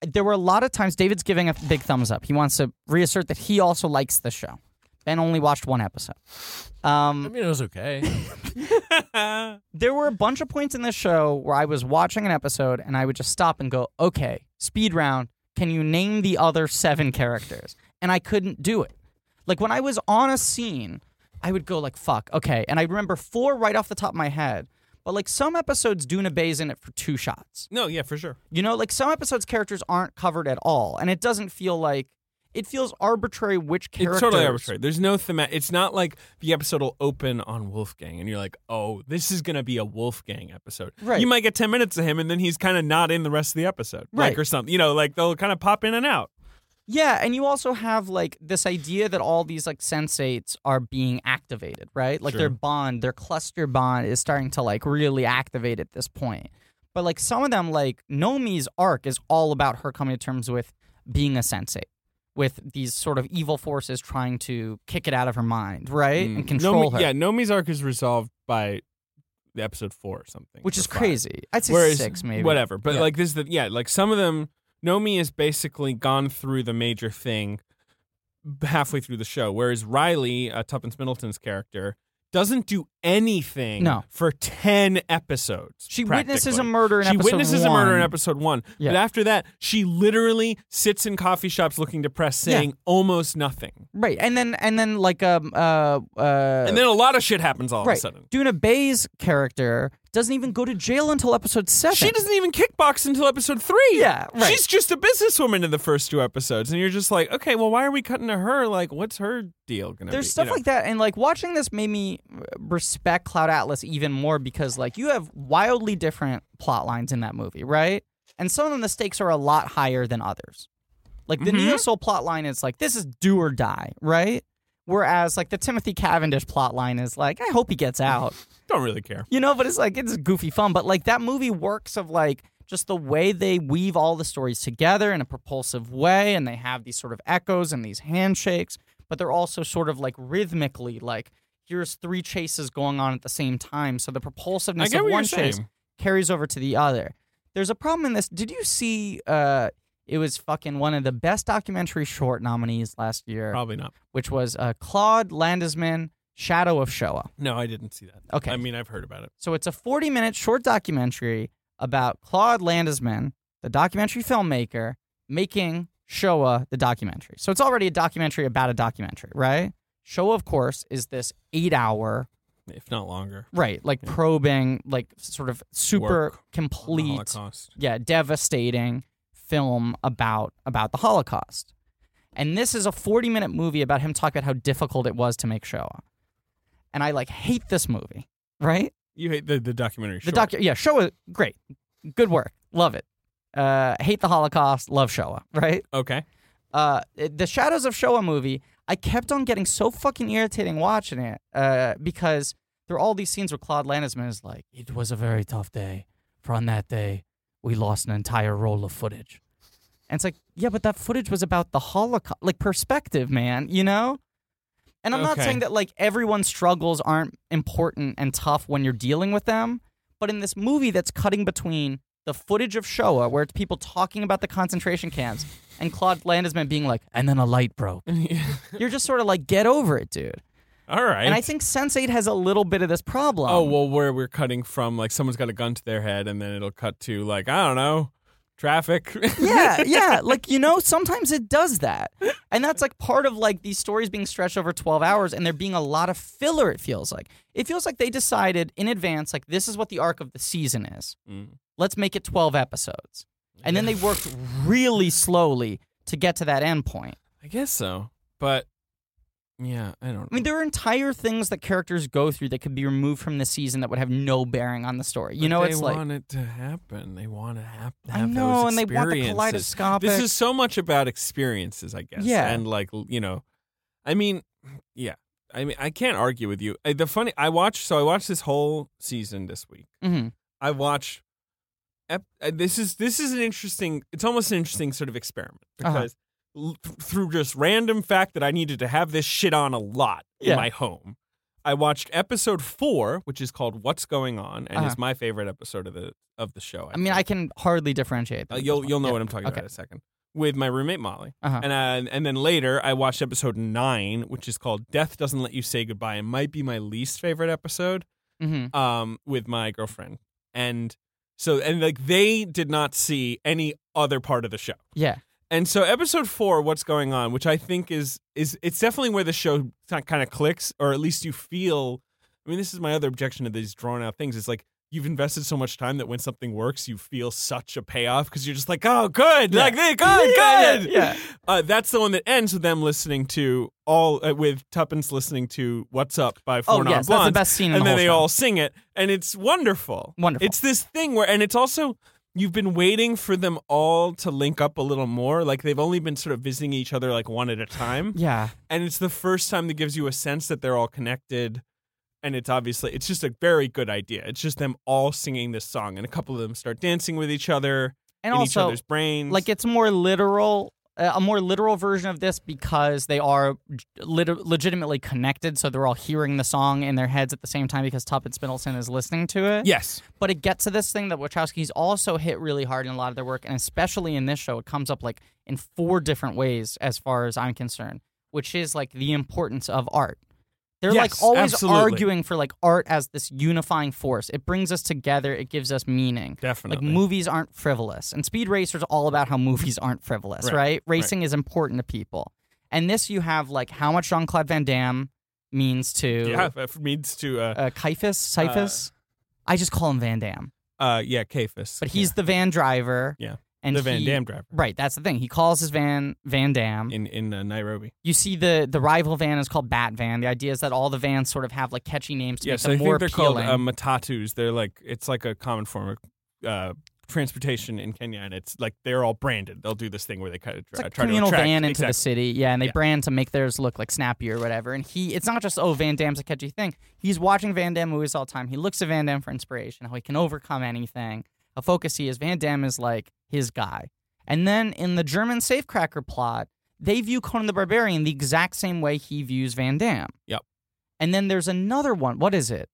Speaker 2: there were a lot of times David's giving a big thumbs up. He wants to reassert that he also likes the show. Ben only watched one episode. Um,
Speaker 4: I mean, it was okay.
Speaker 2: there were a bunch of points in the show where I was watching an episode and I would just stop and go, okay, speed round, can you name the other seven characters? And I couldn't do it. Like when I was on a scene, I would go like, fuck, okay. And I remember four right off the top of my head. But like some episodes, Duna Bay's in it for two shots.
Speaker 3: no, yeah, for sure.
Speaker 2: You know, like some episodes, characters aren't covered at all, and it doesn't feel like it feels arbitrary which characters.
Speaker 3: It's totally arbitrary. There's no thematic. It's not like the episode will open on Wolfgang and you're like, oh, this is gonna be a Wolfgang episode.
Speaker 2: Right.
Speaker 3: You might get ten minutes of him and then he's kind of not in the rest of the episode, like
Speaker 2: Right.
Speaker 3: or something. You know, like they'll kind of pop in and out.
Speaker 2: Yeah, and you also have like this idea that all these like sensates are being activated, right? Like
Speaker 3: Sure.
Speaker 2: their bond, their cluster bond is starting to like really activate at this point. But like some of them, like Nomi's arc is all about her coming to terms with being a sensate, with these sort of evil forces trying to kick it out of her mind, right? And control
Speaker 3: Mm. Nomi-
Speaker 2: her.
Speaker 3: Yeah, Nomi's arc is resolved by the episode four or something,
Speaker 2: Which
Speaker 3: or
Speaker 2: is
Speaker 3: five.
Speaker 2: crazy. I'd say
Speaker 3: Whereas,
Speaker 2: six, maybe.
Speaker 3: Whatever. But
Speaker 2: Yeah.
Speaker 3: like this is the yeah, like some of them Nomi has basically gone through the major thing halfway through the show. Whereas Riley, uh, Tuppence Middleton's character, doesn't do anything
Speaker 2: No.
Speaker 3: for 10 episodes.
Speaker 2: She witnesses a
Speaker 3: practically.
Speaker 2: murder in
Speaker 3: She
Speaker 2: episode
Speaker 3: witnesses a murder in
Speaker 2: one.
Speaker 3: episode one.
Speaker 2: Yeah.
Speaker 3: But after that, she literally sits in coffee shops looking depressed,
Speaker 2: Yeah.
Speaker 3: saying almost nothing.
Speaker 2: Right, and then and then like um uh uh
Speaker 3: And then a lot of shit happens all of
Speaker 2: right,
Speaker 3: a sudden.
Speaker 2: Duna Bay's character doesn't even go to jail until episode seven.
Speaker 3: She doesn't even kickbox until episode three.
Speaker 2: Yeah, right.
Speaker 3: She's just a businesswoman in the first two episodes, and you're just like, okay, well, why are we cutting to her? Like, what's her deal gonna
Speaker 2: There's
Speaker 3: be?
Speaker 2: stuff like that, and like watching this made me uh, respect Cloud Atlas even more because like you have wildly different plot lines in that movie, right? And some of them the stakes are a lot higher than others. Like the
Speaker 3: Mm-hmm.
Speaker 2: Neo Soul plot line is like this is do or die, right? Whereas like the Timothy Cavendish plot line is like I hope he gets out.
Speaker 3: that. Don't really care.
Speaker 2: you know but it's like it's goofy fun but like that movie works of like just the way they weave all the stories together in a propulsive way and they have these sort of echoes and these handshakes but they're also sort of like rhythmically like here's three chases going on at the same time so the propulsiveness
Speaker 3: I get
Speaker 2: of
Speaker 3: what
Speaker 2: one
Speaker 3: you're
Speaker 2: chase
Speaker 3: saying.
Speaker 2: carries over to the other there's a problem in this did you see uh it was fucking one of the best documentary short nominees last year
Speaker 3: Probably not.
Speaker 2: which was uh claude landesman shadow of shoah
Speaker 3: No, I didn't see that.
Speaker 2: Okay.
Speaker 3: I mean, I've heard about it.
Speaker 2: So it's a 40 minute short documentary about Claude Landesman, the documentary filmmaker, making Showa the documentary. So it's already a documentary about a documentary, right? Showa, of course, is this eight hour,
Speaker 3: if not longer.
Speaker 2: right? Like probing, like sort of super
Speaker 3: Work on on the
Speaker 2: complete
Speaker 3: Holocaust.
Speaker 2: yeah, devastating film about about the Holocaust. And this is a 40 minute movie about him talking about how difficult it was to make Showa. And I like hate this movie, right?
Speaker 3: You hate the, the documentary.
Speaker 2: The
Speaker 3: short.
Speaker 2: doc, yeah, Showa, great, good work, love it. Uh, hate the Holocaust, love Showa, right?
Speaker 3: Okay.
Speaker 2: Uh, it- the Shadows of Showa movie, I kept on getting so fucking irritating watching it uh, because there are all these scenes where Claude Landesman is like, "It was a very tough day. For on that day, we lost an entire roll of footage." And it's like, yeah, but that footage was about the Holocaust, like perspective, man. You know. And I'm not
Speaker 3: Okay.
Speaker 2: saying that like everyone's struggles aren't important and tough when you're dealing with them, but in this movie that's cutting between the footage of Shoah, where it's people talking about the concentration camps, and Claude Landesman being like, and then a light broke. You're just sort of like, get over it, dude.
Speaker 3: All right.
Speaker 2: And I Um, think Sense8 has a little bit of this problem.
Speaker 3: oh well, where we're cutting from, like someone's got a gun to their head, and then it'll cut to like I don't know, traffic.
Speaker 2: yeah, yeah. Like, you know, sometimes it does that. And that's like part of like these stories being stretched over 12 hours and there being a lot of filler, it feels like. It feels like they decided in advance, like, this is what the arc of the season is.
Speaker 3: Mm.
Speaker 2: Let's make it 12 episodes. And then they worked really slowly to get to that end point.
Speaker 3: I guess so, but yeah, I don't.
Speaker 2: I mean, there are entire things that characters go through that could be removed from the season that would have no bearing on the story. You know,
Speaker 3: they
Speaker 2: it's like.
Speaker 3: want it to happen. They want to hap- have.
Speaker 2: I
Speaker 3: those
Speaker 2: know, and they want the
Speaker 3: experiences.
Speaker 2: kaleidoscopic.
Speaker 3: This is so much about experiences, I guess.
Speaker 2: Yeah.
Speaker 3: and like l- you know, I mean, yeah. I mean, I can't argue with you. Uh, The funny, I watched. So I watched this whole season this week.
Speaker 2: Mhm.
Speaker 3: I watch. Ep- uh, this is this is an interesting. It's almost an interesting sort of experiment
Speaker 2: Uh-huh.
Speaker 3: because l- th- through just random fact that I needed to have this shit on a lot
Speaker 2: Yeah.
Speaker 3: in my home, I watched episode four, which is called "What's Going On" and
Speaker 2: Uh-huh.
Speaker 3: is my favorite episode of the of the show.
Speaker 2: I mean,
Speaker 3: think.
Speaker 2: I can hardly differentiate.
Speaker 3: Uh,
Speaker 2: them at
Speaker 3: you'll
Speaker 2: this
Speaker 3: you'll know
Speaker 2: point.
Speaker 3: what I'm talking
Speaker 2: Okay.
Speaker 3: about in a second with my roommate Molly.
Speaker 2: Uh-huh.
Speaker 3: And uh, and then later I watched episode 9 which is called Death Doesn't Let You Say Goodbye. It might be my least favorite episode
Speaker 2: Yeah. Mhm.
Speaker 3: um with my girlfriend. And so and like they did not see any other part of the show.
Speaker 2: Yeah.
Speaker 3: And so episode 4 what's going on which I think is is it's definitely where the show kind of clicks or at least you feel I mean this is my other objection to these drawn out things it's like You've invested so much time that when something works, you feel such a payoff because you're just like, oh, good,
Speaker 2: Yeah.
Speaker 3: like, good, good.
Speaker 2: Yeah, yeah, yeah.
Speaker 3: Uh, that's the one that ends with them listening to all uh, with Tuppence listening to "What's Up" by Four
Speaker 2: Oh,
Speaker 3: Non
Speaker 2: yes, that's the
Speaker 3: Blondes,
Speaker 2: best scene in
Speaker 3: and
Speaker 2: the
Speaker 3: then
Speaker 2: whole
Speaker 3: they
Speaker 2: show.
Speaker 3: all sing it, and it's wonderful.
Speaker 2: Wonderful.
Speaker 3: It's this thing where, and it's also you've been waiting for them all to link up a little more. Like they've only been sort of visiting each other like one at a time,
Speaker 2: Yeah.
Speaker 3: and it's the first time that gives you a sense that they're all connected. And it's obviously it's just a very good idea. It's just them all singing this song, and a couple of them start dancing with each other
Speaker 2: And
Speaker 3: in each
Speaker 2: also,
Speaker 3: other's brains.
Speaker 2: like it's more literal, uh, a more literal version of this because they are lit- legitimately connected. So they're all hearing the song in their heads at the same time because Tuppence Middleton is listening to it.
Speaker 3: yes,
Speaker 2: But it gets to this thing that Wachowski's also hit really hard in a lot of their work, and especially in this show, it comes up like in four different ways, as far as I'm concerned, which is like the importance of art. They're
Speaker 3: Yes,
Speaker 2: like always
Speaker 3: absolutely.
Speaker 2: arguing for like art as this unifying force. It brings us together. It gives us meaning.
Speaker 3: Definitely.
Speaker 2: Like movies aren't frivolous, and Speed Racer's all about how movies aren't frivolous,
Speaker 3: Right,
Speaker 2: right? Racing is important to people, and this you have like how much Jean Claude Van Damme means to
Speaker 3: yeah, that means to uh,
Speaker 2: uh, Kaifus, Cyphus. I just call him Van Damme,
Speaker 3: uh yeah, Cephas.
Speaker 2: but he's the van driver.
Speaker 3: Yeah.
Speaker 2: and
Speaker 3: the Van
Speaker 2: he-
Speaker 3: Dam driver
Speaker 2: Right, that's the thing. He calls his van Van Dam.
Speaker 3: in in uh, Nairobi.
Speaker 2: You see the the rival van is called Bat Van. The idea is that all the vans sort of have like catchy names to
Speaker 3: Yes,
Speaker 2: make
Speaker 3: I
Speaker 2: them more
Speaker 3: think they're
Speaker 2: appealing.
Speaker 3: called uh, matatus. They're like it's like a common form of uh, transportation in Kenya, and it's like they're all branded. They'll do this thing where they kind of
Speaker 2: it's
Speaker 3: try,
Speaker 2: like a
Speaker 3: try to
Speaker 2: communal
Speaker 3: attract-
Speaker 2: van into
Speaker 3: exactly.
Speaker 2: the city, yeah, and they
Speaker 3: Yeah.
Speaker 2: brand to make theirs look like snappy or whatever. And he, it's not just oh Van Damme's a catchy thing. He's watching Van Damme movies all the time. He looks to Van Damme for inspiration, how he can overcome anything. How focused he is. Van Damme is like his guy. And then in the German safecracker plot, they view Conan the Barbarian the exact same way he views Van Damme.
Speaker 3: Yep.
Speaker 2: And then there's another one. What is it?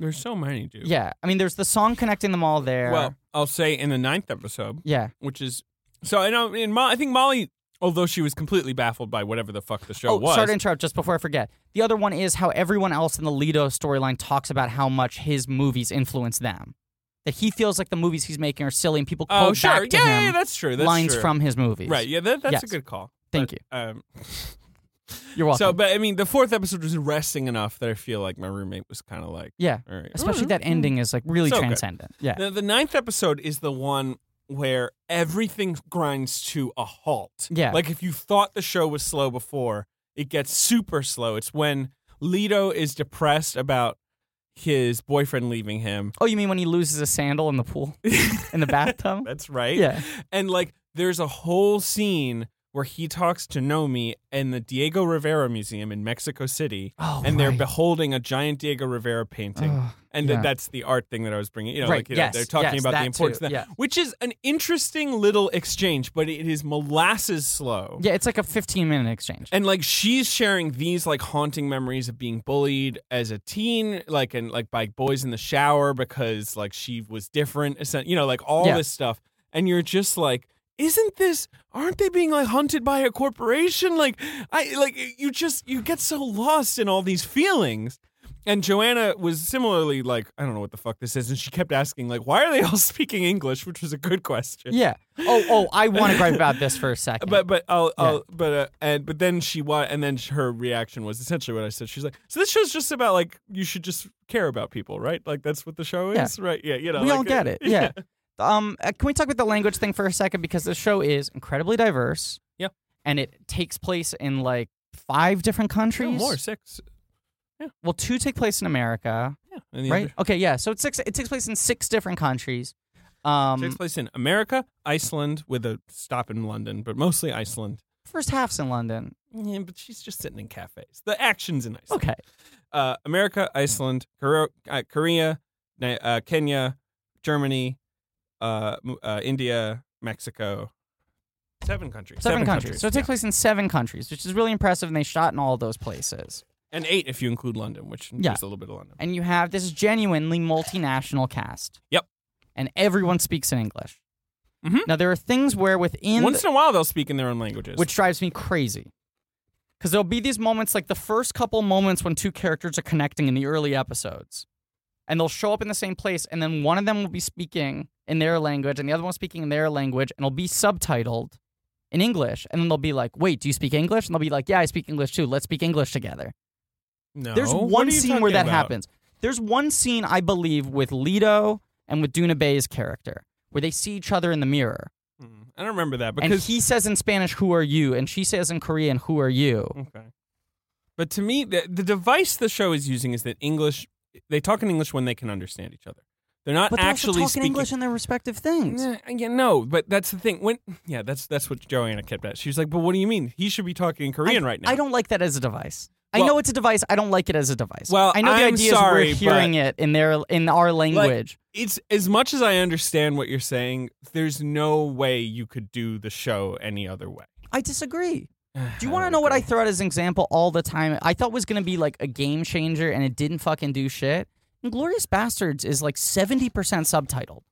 Speaker 3: There's so many, dude.
Speaker 2: Yeah, I mean, there's the song connecting them all there.
Speaker 3: Well, I'll say in the ninth episode,
Speaker 2: yeah,
Speaker 3: which is so I know. In Mo- I think Molly, although she was completely baffled by whatever the fuck the show
Speaker 2: oh,
Speaker 3: was,
Speaker 2: sorry to interrupt. Just before I forget, the other one is how everyone else in the Leto storyline talks about how much his movies influence them. That he feels like the movies he's making are silly, and people quote
Speaker 3: oh sure,
Speaker 2: back to
Speaker 3: yeah,
Speaker 2: him
Speaker 3: yeah, that's true. That's
Speaker 2: lines
Speaker 3: true.
Speaker 2: from his movies.
Speaker 3: right, yeah, that, that's a
Speaker 2: Yes.
Speaker 3: good call.
Speaker 2: Thank
Speaker 3: But, Um,
Speaker 2: you. You're welcome.
Speaker 3: so, but I mean, the fourth episode was resting enough that I feel like my roommate was kind of like,
Speaker 2: yeah,
Speaker 3: all right, Mm-hmm.
Speaker 2: especially that ending is like really
Speaker 3: So good.
Speaker 2: transcendent. Yeah,
Speaker 3: Now, the ninth episode is the one where everything grinds to a halt.
Speaker 2: Yeah.
Speaker 3: Like if you thought the show was slow before, it gets super slow. It's when Leto is depressed about his boyfriend leaving him.
Speaker 2: Oh, you mean when he loses a sandal in the pool, in the bathtub?
Speaker 3: That's right.
Speaker 2: Yeah.
Speaker 3: And like there's a whole scene where he talks to Nomi in the Diego Rivera Museum in Mexico City.
Speaker 2: Oh,
Speaker 3: and they're
Speaker 2: right.
Speaker 3: beholding a giant Diego Rivera painting.
Speaker 2: Ugh,
Speaker 3: and th-
Speaker 2: yeah.
Speaker 3: that's the art thing that I was bringing. You know,
Speaker 2: Right,
Speaker 3: like you
Speaker 2: yes,
Speaker 3: know, they're talking
Speaker 2: yes,
Speaker 3: about the
Speaker 2: that
Speaker 3: importance
Speaker 2: too,
Speaker 3: of that,
Speaker 2: yeah.
Speaker 3: which is an interesting little exchange, but it is molasses slow.
Speaker 2: yeah, it's like a 15 minute exchange.
Speaker 3: And like she's sharing these like haunting memories of being bullied as a teen, like and like by boys in the shower because like she was different, essen- you know, like all
Speaker 2: Yeah.
Speaker 3: this stuff. And you're just like, isn't this? Aren't they being like hunted by a corporation? Like I like you just you get so lost in all these feelings. And Joanna was similarly like, I don't know what the fuck this is, and she kept asking like, why are they all speaking English? Which was a good question.
Speaker 2: Yeah. Oh, oh, I want to gripe about this for a second.
Speaker 3: But but I'll,
Speaker 2: Yeah.
Speaker 3: I'll but uh, and but then she wa- and then sh- her reaction was essentially what I said. She's like, so this show's just about like you should just care about people, right? Like that's what the show
Speaker 2: Yeah.
Speaker 3: is, right? Yeah, you know,
Speaker 2: we
Speaker 3: like, uh,
Speaker 2: all get it. Yeah. Um, uh, can we talk about the language thing for a second because the show is incredibly diverse.
Speaker 3: Yeah.
Speaker 2: And it takes place in like five different
Speaker 3: No,
Speaker 2: countries.
Speaker 3: more six.
Speaker 2: Well, two take place in America,
Speaker 3: Yeah, and the
Speaker 2: right?
Speaker 3: other-
Speaker 2: Okay, yeah. So it six. It takes place in six different countries. Um,
Speaker 3: takes place in America, Iceland, with a stop in London, but mostly Iceland.
Speaker 2: first half's in London.
Speaker 3: Yeah, but she's just sitting in cafes. The action's in Iceland.
Speaker 2: Okay.
Speaker 3: uh, America, Iceland, Kore- uh, Korea, Ni- uh, Kenya, Germany, uh, m- uh, India, Mexico. Seven countries.
Speaker 2: Seven, countries. So it takes
Speaker 3: yeah.
Speaker 2: place in seven countries, which is really impressive. And they shot in all of those places.
Speaker 3: and eight if you include London, which includes a
Speaker 2: Yeah.
Speaker 3: little bit of London.
Speaker 2: And you have this genuinely multinational cast.
Speaker 3: Yep.
Speaker 2: And everyone speaks in English.
Speaker 3: Mhm.
Speaker 2: Now there are things where within
Speaker 3: Once in a while, they'll speak in their own languages.
Speaker 2: which drives me crazy. Because there'll be these moments, like the first couple moments when two characters are connecting in the early episodes, and they'll show up in the same place, and then one of them will be speaking in their language, and the other one speaking in their language, and it'll be subtitled in English, and then they'll be like, "Wait, do you speak English?" And they'll be like, "Yeah, I speak English too. Let's speak English together."
Speaker 3: no.
Speaker 2: There's
Speaker 3: Oh, What
Speaker 2: one
Speaker 3: are you
Speaker 2: scene where
Speaker 3: talking
Speaker 2: that
Speaker 3: about?
Speaker 2: happens. There's one scene I believe with Leto and with Duna Bay's character where they see each other in the mirror,
Speaker 3: Hmm, I don't remember that
Speaker 2: and
Speaker 3: because
Speaker 2: he says in Spanish, "Who are you?" and she says in Korean, "Who are you?"
Speaker 3: Okay. But to me, the, the device the show is using is that English. They talk in English when they can understand each other. They're not
Speaker 2: but they
Speaker 3: actually
Speaker 2: also talk
Speaker 3: speaking
Speaker 2: in English in their respective things.
Speaker 3: Yeah, yeah, no, but that's the thing. When yeah, that's that's what Joanna kept at. She was like, "But what do you mean? He should be talking in Korean
Speaker 2: I,
Speaker 3: right now."
Speaker 2: I don't like that as a device. I
Speaker 3: Well-
Speaker 2: know it's a device. I don't like it as a device.
Speaker 3: Well,
Speaker 2: I know the
Speaker 3: I'm
Speaker 2: idea
Speaker 3: sorry,
Speaker 2: is we're hearing it in their in our language.
Speaker 3: It's as much as I understand what you're saying. There's no way you could do the show any other way.
Speaker 2: I disagree. Do you want to know what I throw out as an example all the time? I thought was going to be like a game changer, and it didn't fucking do shit. Inglorious Bastards is like seventy percent subtitled.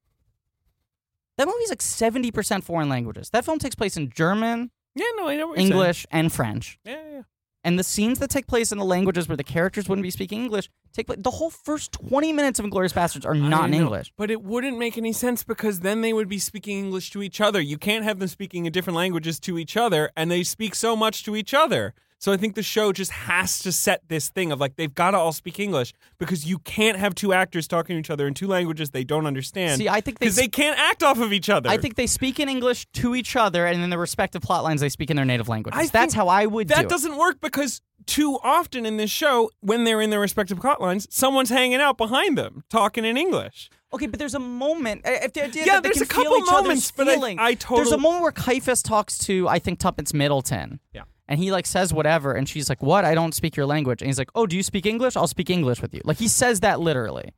Speaker 2: That movie's like seventy percent foreign languages. That film takes place in German,
Speaker 3: Yeah, no, I know what you're saying.
Speaker 2: English, and French.
Speaker 3: Yeah, yeah, yeah.
Speaker 2: And the scenes that take place in the languages where the characters wouldn't be speaking English take place. The whole first 20 minutes of Inglorious Bastards are not
Speaker 3: I
Speaker 2: in
Speaker 3: know,
Speaker 2: English.
Speaker 3: But it wouldn't make any sense because then they would be speaking English to each other. You can't have them speaking in different languages to each other, and they speak so much to each other. So I think the show just has to set this thing of like they've got to all speak English because you can't have two actors talking to each other in two languages they don't understand.
Speaker 2: See, I think they
Speaker 3: because they
Speaker 2: sp-
Speaker 3: can't act off of each other.
Speaker 2: I think they speak in English to each other, and in the respective plot lines, they speak in their native languages.
Speaker 3: I think
Speaker 2: That's how I would do
Speaker 3: that
Speaker 2: it.
Speaker 3: doesn't work because too often in this show, when they're in their respective plot lines, someone's hanging out behind them talking in English.
Speaker 2: Okay, but there's a moment. I- I- the idea
Speaker 3: Yeah,
Speaker 2: that they
Speaker 3: there's
Speaker 2: can
Speaker 3: a couple
Speaker 2: feel each other's
Speaker 3: moments, but I-
Speaker 2: feeling.
Speaker 3: I
Speaker 2: There's
Speaker 3: total-
Speaker 2: a moment where Caiaphas talks to I think Tuppence Middleton.
Speaker 3: Yeah.
Speaker 2: And he like says whatever, and she's like, "What? I don't speak your language." And he's like, "Oh, do you speak English? I'll speak English with you." Like he says that literally.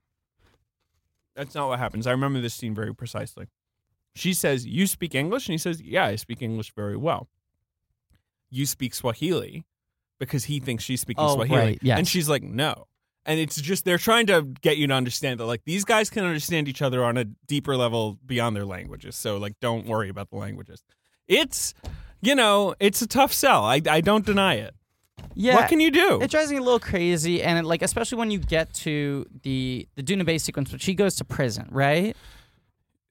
Speaker 3: That's not what happens. I remember this scene very precisely. She says, You speak English? And he says, Yeah, I speak English very well. You speak Swahili because he thinks she's speaking
Speaker 2: Oh,
Speaker 3: Swahili.
Speaker 2: right, yes.
Speaker 3: And she's like, No. And it's just, they're trying to get you to understand that, like, these guys can understand each other on a deeper level beyond their languages. So, like, don't worry about the languages. It's, you know, it's a tough sell. I, I don't deny it.
Speaker 2: Yeah.
Speaker 3: What can you do?
Speaker 2: It drives me a little crazy, and it, like especially when you get to the the Duna Bay sequence, when she goes to prison, right?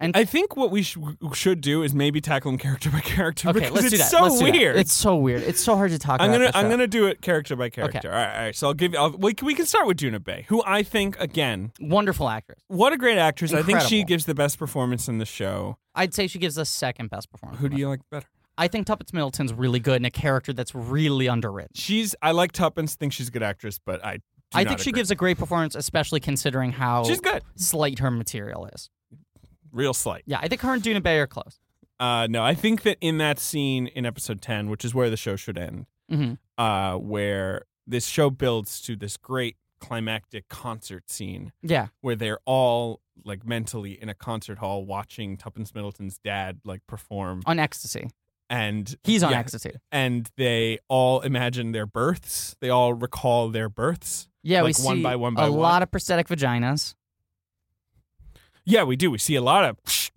Speaker 3: I think what we sh- should do is maybe tackle them character by character
Speaker 2: Okay,
Speaker 3: because
Speaker 2: let's
Speaker 3: it's
Speaker 2: do that.
Speaker 3: so
Speaker 2: let's do that.
Speaker 3: weird.
Speaker 2: It's so weird. It's so hard to talk
Speaker 3: I'm
Speaker 2: about.
Speaker 3: gonna
Speaker 2: this
Speaker 3: I'm
Speaker 2: show.
Speaker 3: gonna do it character by character. All, right, all right, so I'll give you. I'll, we, can, we can start with Juna Bay, who I think again,
Speaker 2: wonderful actress.
Speaker 3: what a great actress. I think she
Speaker 2: Incredible.
Speaker 3: gives the best performance in the show.
Speaker 2: I'd say she gives the second best performance.
Speaker 3: Who do you like better?
Speaker 2: I think Tuppence Middleton's really good in a character that's really underwritten.
Speaker 3: She's I like Tuppence. Think she's a good actress, but I. Do
Speaker 2: I
Speaker 3: not
Speaker 2: think she
Speaker 3: agree.
Speaker 2: gives a great performance, especially considering how
Speaker 3: She's good.
Speaker 2: slight her material is.
Speaker 3: Real slight.
Speaker 2: Yeah, I think her and Duna Bay are close.
Speaker 3: Uh, no, I think that in that scene in episode ten, which is where the show should end,
Speaker 2: hmm
Speaker 3: uh, where this show builds to this great climactic concert scene
Speaker 2: Yeah,
Speaker 3: where they're all like mentally in a concert hall watching Tuppence Middleton's dad like perform
Speaker 2: on ecstasy.
Speaker 3: and
Speaker 2: He's on
Speaker 3: Yeah.
Speaker 2: ecstasy.
Speaker 3: and they all imagine their births. They all recall their births.
Speaker 2: Yeah, we
Speaker 3: Like, one
Speaker 2: see
Speaker 3: by one by
Speaker 2: a
Speaker 3: one.
Speaker 2: lot of prosthetic vaginas.
Speaker 3: Yeah, we do. We see a lot of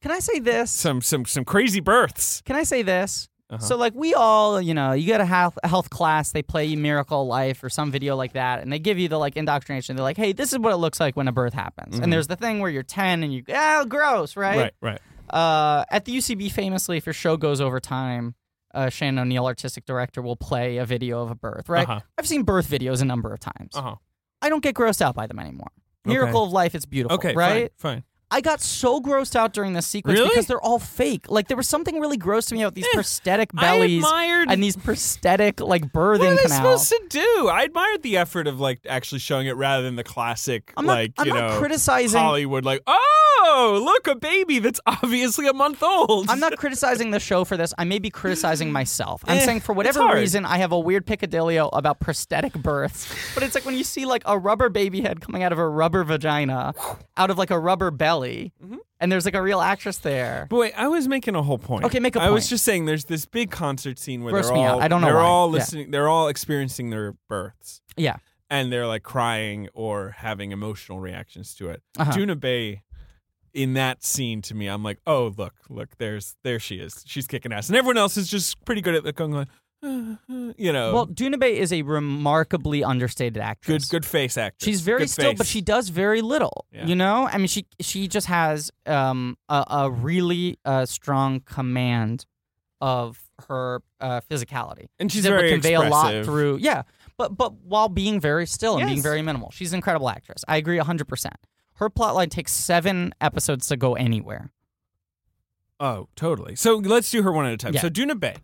Speaker 2: Can I say this?
Speaker 3: some some some crazy births.
Speaker 2: Can I say this?
Speaker 3: Uh-huh.
Speaker 2: So like we all, you know, you go to health, health class, they play you Miracle Life or some video like that, and they give you the like indoctrination. They're like, hey, this is what it looks like when a birth happens.
Speaker 3: Mhm.
Speaker 2: And there's the thing where you're 10 and you, oh, gross,
Speaker 3: right, right.
Speaker 2: uh, at the UCB, famously, if your show goes over time, uh, Shannon O'Neill, artistic director, will play a video of a birth. Right?
Speaker 3: Uh-huh.
Speaker 2: I've seen birth videos a number of times.
Speaker 3: Uh huh.
Speaker 2: I don't get grossed out by them anymore.
Speaker 3: Okay.
Speaker 2: Miracle of Life, it's beautiful,
Speaker 3: Okay,
Speaker 2: right?
Speaker 3: Fine. fine.
Speaker 2: I got so grossed out during this sequence
Speaker 3: Really?
Speaker 2: because they're all fake. Like there was something really gross to me about these
Speaker 3: Eh,
Speaker 2: prosthetic
Speaker 3: I
Speaker 2: bellies
Speaker 3: admired.
Speaker 2: and these prosthetic like
Speaker 3: what are
Speaker 2: birthing
Speaker 3: they
Speaker 2: canals.
Speaker 3: supposed to do? I admired the effort of like actually showing it rather than the classic
Speaker 2: I'm not,
Speaker 3: like
Speaker 2: I'm
Speaker 3: you
Speaker 2: not
Speaker 3: know
Speaker 2: criticizing.
Speaker 3: Hollywood like oh look a baby that's obviously a month old.
Speaker 2: I'm not criticizing the show for this. I may be criticizing myself. I'm
Speaker 3: Eh,
Speaker 2: saying for whatever
Speaker 3: it's hard.
Speaker 2: reason, I have a weird picadillo about prosthetic births. But it's like when you see like a rubber baby head coming out of a rubber vagina, out of like a rubber belly,
Speaker 3: Mm-hmm.
Speaker 2: and there's like a real actress there.
Speaker 3: But wait, I was making a whole point.
Speaker 2: Okay, make a
Speaker 3: I was
Speaker 2: point.
Speaker 3: just saying there's this big concert scene where
Speaker 2: Gross
Speaker 3: they're
Speaker 2: me out.
Speaker 3: all
Speaker 2: I don't know
Speaker 3: they're
Speaker 2: why.
Speaker 3: all
Speaker 2: Yeah.
Speaker 3: listening they're all experiencing their births
Speaker 2: Yeah.
Speaker 3: and they're like crying or having emotional reactions to it.
Speaker 2: Uh-huh.
Speaker 3: Juna Bay in that scene to me, I'm like, oh look, look, there's there she is. She's kicking ass. And everyone else is just pretty good at like going like "Uh, uh," you know
Speaker 2: Well, Dunabe is a remarkably understated actress.
Speaker 3: good good face actress.
Speaker 2: She's very
Speaker 3: Good
Speaker 2: still, but
Speaker 3: face.
Speaker 2: she does very little.
Speaker 3: Yeah.
Speaker 2: You know, I mean, she she just has um a, a really uh, strong command of her uh, physicality.
Speaker 3: and she's,
Speaker 2: able
Speaker 3: very
Speaker 2: to convey a lot
Speaker 3: expressive.
Speaker 2: through yeah but but while being very still and being
Speaker 3: Yes.
Speaker 2: very minimal she's an incredible actress i agree 100% her plotline takes seven episodes to go anywhere
Speaker 3: Oh, totally. So let's do her one at a time.
Speaker 2: Yeah.
Speaker 3: So Duna Bay.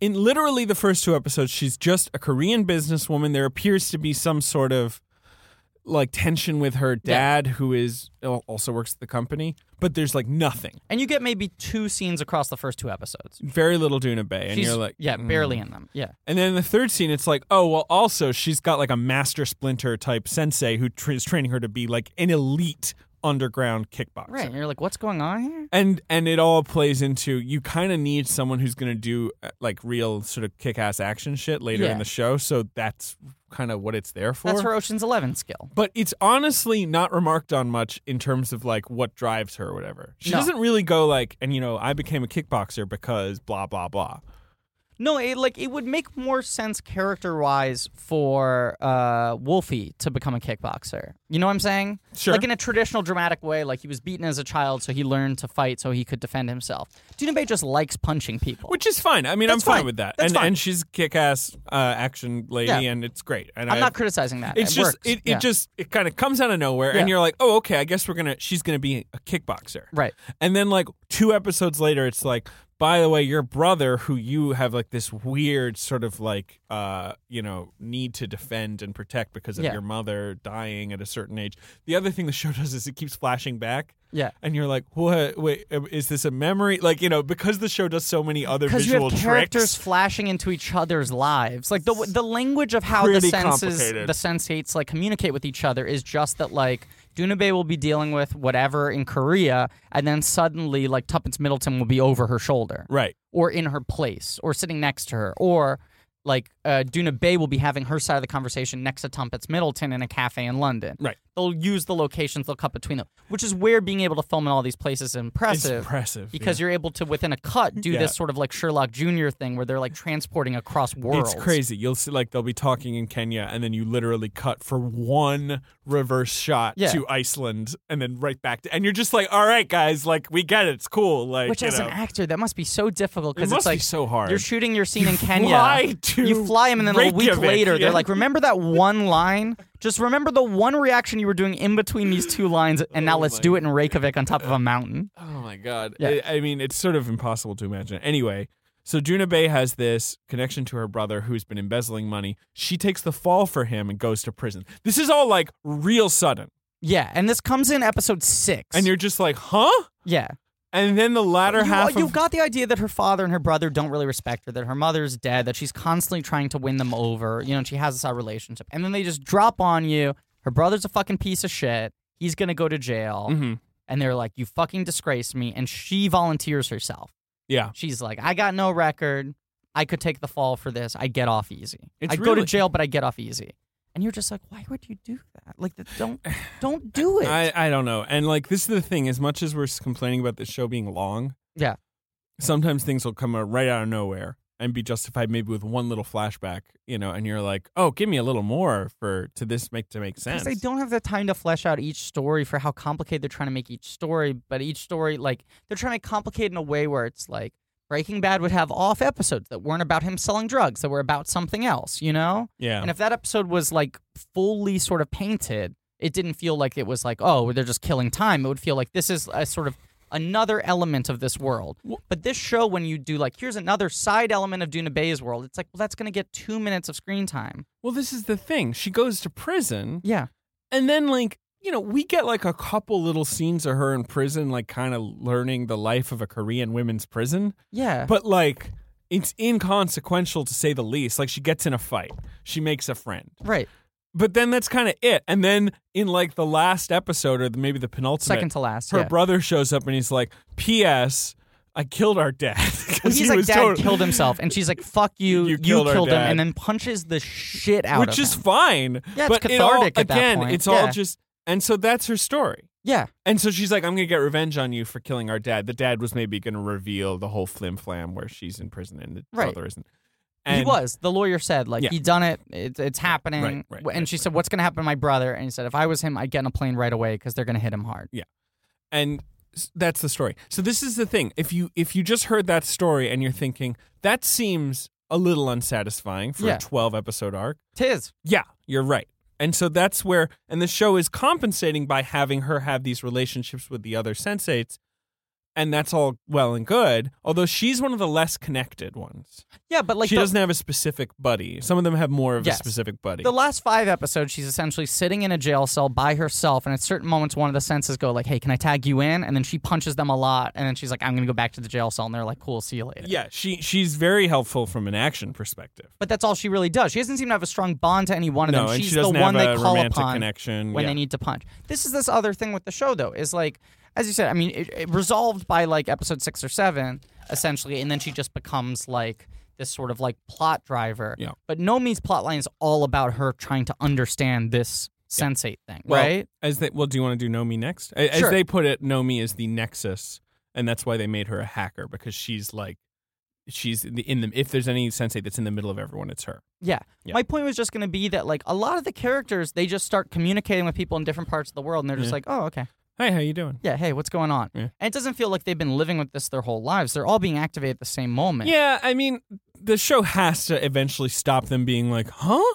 Speaker 3: In literally the first two episodes, she's just a Korean businesswoman. There appears to be some sort of like tension with her
Speaker 2: Yeah.
Speaker 3: dad, who is al- also works at the company. But there's like nothing,
Speaker 2: and you get maybe two scenes across the first two episodes
Speaker 3: very little Duna Bay, and
Speaker 2: She's-
Speaker 3: you're like,
Speaker 2: yeah
Speaker 3: mm.
Speaker 2: barely in them yeah
Speaker 3: And then in the third scene, it's like, oh well. Also, she's got like a master splinter type sensei who tr- is training her to be like an elite underground kickboxer.
Speaker 2: right and you're like what's going on here
Speaker 3: and and it all plays into you kind of need someone who's going to do uh, like real sort of kick-ass action shit later
Speaker 2: Yeah.
Speaker 3: in the show so that's kind of what it's there for
Speaker 2: that's her oceans 11 skill
Speaker 3: but it's honestly not remarked on much in terms of like what drives her or whatever she
Speaker 2: No.
Speaker 3: doesn't really go like and you know i became a kickboxer because blah blah blah
Speaker 2: No, it, like it would make more sense character-wise for uh, Wolfie to become a kickboxer. You know what I'm saying?
Speaker 3: Sure.
Speaker 2: Like in a traditional dramatic way, like he was beaten as a child, so he learned to fight, so he could defend himself. Jinbei just likes punching people.
Speaker 3: Which is fine. I mean, I'm
Speaker 2: That's
Speaker 3: fine,
Speaker 2: fine.
Speaker 3: with that.
Speaker 2: That's
Speaker 3: and
Speaker 2: fine.
Speaker 3: and she's kick ass uh, action lady,
Speaker 2: Yeah.
Speaker 3: and it's great. And
Speaker 2: I'm
Speaker 3: I-
Speaker 2: not criticizing that.
Speaker 3: It's
Speaker 2: it
Speaker 3: just
Speaker 2: works.
Speaker 3: it, it
Speaker 2: Yeah.
Speaker 3: just it kind of comes out of nowhere,
Speaker 2: Yeah.
Speaker 3: and you're like, oh, okay, I guess we're gonna she's gonna be a kickboxer,
Speaker 2: right.
Speaker 3: And then like two episodes later, it's like, by the way, your brother, who you have like this weird sort of like, uh, you know, need to defend and protect because of
Speaker 2: Yeah.
Speaker 3: your mother dying at a certain age. The other thing the show does is it keeps flashing back.
Speaker 2: Yeah.
Speaker 3: And you're like, what? Wait, um, is this a memory? Like, you know, because the show does so many other
Speaker 2: Because you
Speaker 3: visual
Speaker 2: have characters
Speaker 3: tricks.
Speaker 2: flashing into each other's lives, like the the language of how the
Speaker 3: Pretty
Speaker 2: senses,
Speaker 3: complicated.
Speaker 2: the sensates, like communicate with each other is just that. Like Dunabei will be dealing with whatever in Korea, and then suddenly, like Tuppence Middleton will be over her shoulder,
Speaker 3: Right.
Speaker 2: or in her place, or sitting next to her, or like uh, Duna Bay will be having her side of the conversation next to Tumpets Middleton in a cafe in London.
Speaker 3: Right.
Speaker 2: They'll use the locations they'll cut between them, which is where being able to film in all these places is
Speaker 3: It's
Speaker 2: impressive.
Speaker 3: impressive.
Speaker 2: Because you're able to, within a cut, do
Speaker 3: Yeah.
Speaker 2: this sort of like Sherlock Jr. thing where they're like transporting across worlds.
Speaker 3: It's crazy. You'll see, like, they'll be talking in Kenya, and then you literally cut for one reverse shot
Speaker 2: Yeah.
Speaker 3: to Iceland, and then right back to. And you're just like, all right, guys, like, we get it. It's cool. Like,
Speaker 2: Which,
Speaker 3: you
Speaker 2: as
Speaker 3: know,
Speaker 2: an actor, that must be so difficult
Speaker 3: it
Speaker 2: because
Speaker 3: must
Speaker 2: it's like
Speaker 3: be so hard.
Speaker 2: you're shooting your scene in Kenya.
Speaker 3: fly to
Speaker 2: you fly him, and then a week
Speaker 3: Reykjavik,
Speaker 2: later,
Speaker 3: yeah.
Speaker 2: they're like, "Remember that one line? Just remember the one reaction you were doing in between these two lines, and now let's do it in Reykjavik on top of a mountain."
Speaker 3: oh my god.
Speaker 2: Yeah.
Speaker 3: I, I mean, it's sort of impossible to imagine. Anyway. So Junebei has this connection to her brother who's been embezzling money. She takes the fall for him and goes to prison. This is all like real sudden.
Speaker 2: Yeah, and this comes in episode six.
Speaker 3: And you're just like, "Huh?"
Speaker 2: yeah,
Speaker 3: And then the latter
Speaker 2: you,
Speaker 3: half
Speaker 2: you've
Speaker 3: of
Speaker 2: got the idea that her father and her brother don't really respect her, that her mother's dead, that she's constantly trying to win them over. You know, and she has this odd relationship, and then they just drop on you. Her brother's a fucking piece of shit. He's gonna go to jail,
Speaker 3: Mhm.
Speaker 2: and they're like, "You fucking disgrace me," and she volunteers herself.
Speaker 3: Yeah.
Speaker 2: She's like, I got no record. I could take the fall for this. I get off easy.
Speaker 3: It's
Speaker 2: I go to
Speaker 3: really-
Speaker 2: jail, but I get off easy. And you're just like, why would you do that? Like, th- don't, don't do it.
Speaker 3: I, I don't know. And like this is the thing, as much as we're s- complaining about the show being long,
Speaker 2: Yeah.
Speaker 3: sometimes things will come out right out of nowhere and be justified maybe with one little flashback, you know, and you're like, Oh, give me a little more for to this make to make sense.
Speaker 2: Because they don't have the time to flesh out each story for how complicated they're trying to make each story. But each story, like, they're trying to complicate in a way where it's like Breaking Bad would have off episodes that weren't about him selling drugs, that were about something else, you know?
Speaker 3: Yeah.
Speaker 2: And if that episode was like fully sort of painted, it didn't feel like it was like, oh, they're just killing time. It would feel like this is a sort of another element of this world. But this show, when you do like, here's another side element of Duna Bay's world, it's like, well, that's going to get two minutes of screen time.
Speaker 3: well, this is the thing. She goes to prison
Speaker 2: Yeah.
Speaker 3: and then like you know, we get like a couple little scenes of her in prison, like kind of learning the life of a Korean women's prison.
Speaker 2: Yeah.
Speaker 3: But like it's inconsequential to say the least. Like she gets in a fight. She makes a friend.
Speaker 2: right.
Speaker 3: But then that's kind of it. And then in like the last episode or maybe the penultimate,
Speaker 2: Second to last.
Speaker 3: her
Speaker 2: yeah.
Speaker 3: brother shows up and he's like, "P.S. I killed our dad." 'Cause
Speaker 2: Well, he's
Speaker 3: he
Speaker 2: like,
Speaker 3: was
Speaker 2: dad
Speaker 3: total-
Speaker 2: killed himself. And she's like, fuck you.
Speaker 3: You
Speaker 2: You,
Speaker 3: killed
Speaker 2: killed,
Speaker 3: our
Speaker 2: him.
Speaker 3: dad.
Speaker 2: And then punches the shit out
Speaker 3: which
Speaker 2: of
Speaker 3: is
Speaker 2: him.
Speaker 3: fine.
Speaker 2: Yeah, it's
Speaker 3: but it all-
Speaker 2: cathartic at that
Speaker 3: again,
Speaker 2: point.
Speaker 3: it's all
Speaker 2: Yeah.
Speaker 3: just and so that's her story.
Speaker 2: yeah.
Speaker 3: And so she's like, "I'm gonna get revenge on you for killing our dad." The dad was maybe gonna reveal the whole flim flam where she's in prison and the
Speaker 2: Right.
Speaker 3: brother isn't. And
Speaker 2: he was. The lawyer said, like,
Speaker 3: Yeah.
Speaker 2: he done it. it it's happening.
Speaker 3: right, right,
Speaker 2: and
Speaker 3: right,
Speaker 2: she said, what's going to happen to my brother? And he said, if I was him, I'd get in a plane right away because they're going to hit him hard.
Speaker 3: and s- that's the story. So this is the thing. If you if you just heard that story and you're thinking that seems a little unsatisfying for
Speaker 2: Yeah.
Speaker 3: a 12 episode arc.
Speaker 2: Tis.
Speaker 3: Yeah, you're right. And so that's where and the show is compensating by having her have these relationships with the other sensates and that's all well and good, although she's one of the less connected ones.
Speaker 2: Yeah, but like
Speaker 3: she
Speaker 2: the,
Speaker 3: doesn't have a specific buddy. Some of them have more of
Speaker 2: Yes.
Speaker 3: a specific buddy.
Speaker 2: the last five episodes, she's essentially sitting in a jail cell by herself, and at certain moments, one of the senses go like, "Hey, can I tag you in?" And then she punches them a lot, and then she's like, "I'm gonna go back to the jail cell," and they're like, "Cool, see you later."
Speaker 3: yeah, she she's very helpful from an action perspective.
Speaker 2: But that's all she really does. She doesn't seem to have a strong bond to any one of
Speaker 3: No,
Speaker 2: them.
Speaker 3: and
Speaker 2: She's
Speaker 3: she doesn't
Speaker 2: the one
Speaker 3: have a
Speaker 2: they call
Speaker 3: romantic
Speaker 2: upon
Speaker 3: connection.
Speaker 2: when
Speaker 3: yeah.
Speaker 2: they need to punch. This is this other thing with the show though is like, as you said, I mean, it, it resolved by like episode six or seven essentially, and then she just becomes like this sort of like plot driver.
Speaker 3: Yeah.
Speaker 2: But Nomi's plot line is all about her trying to understand this sensate thing,
Speaker 3: Well,
Speaker 2: right?
Speaker 3: As they well, do you want to do Nomi next? A- As
Speaker 2: Sure.
Speaker 3: they put it, Nomi is the nexus, and that's why they made her a hacker because she's like she's in the, in the if there's any sensei that's in the middle of everyone, it's her.
Speaker 2: Yeah.
Speaker 3: Yeah.
Speaker 2: My point was just going to be that like a lot of the characters they just start communicating with people in different parts of the world and they're just
Speaker 3: Yeah.
Speaker 2: like, "Oh, okay.
Speaker 3: Hey, how you doing?
Speaker 2: Yeah, hey, what's going on?"
Speaker 3: Yeah.
Speaker 2: And it doesn't feel like they've been living with this their whole lives. They're all being activated at the same moment.
Speaker 3: Yeah, I mean, the show has to eventually stop them being like, "Huh?
Speaker 2: I-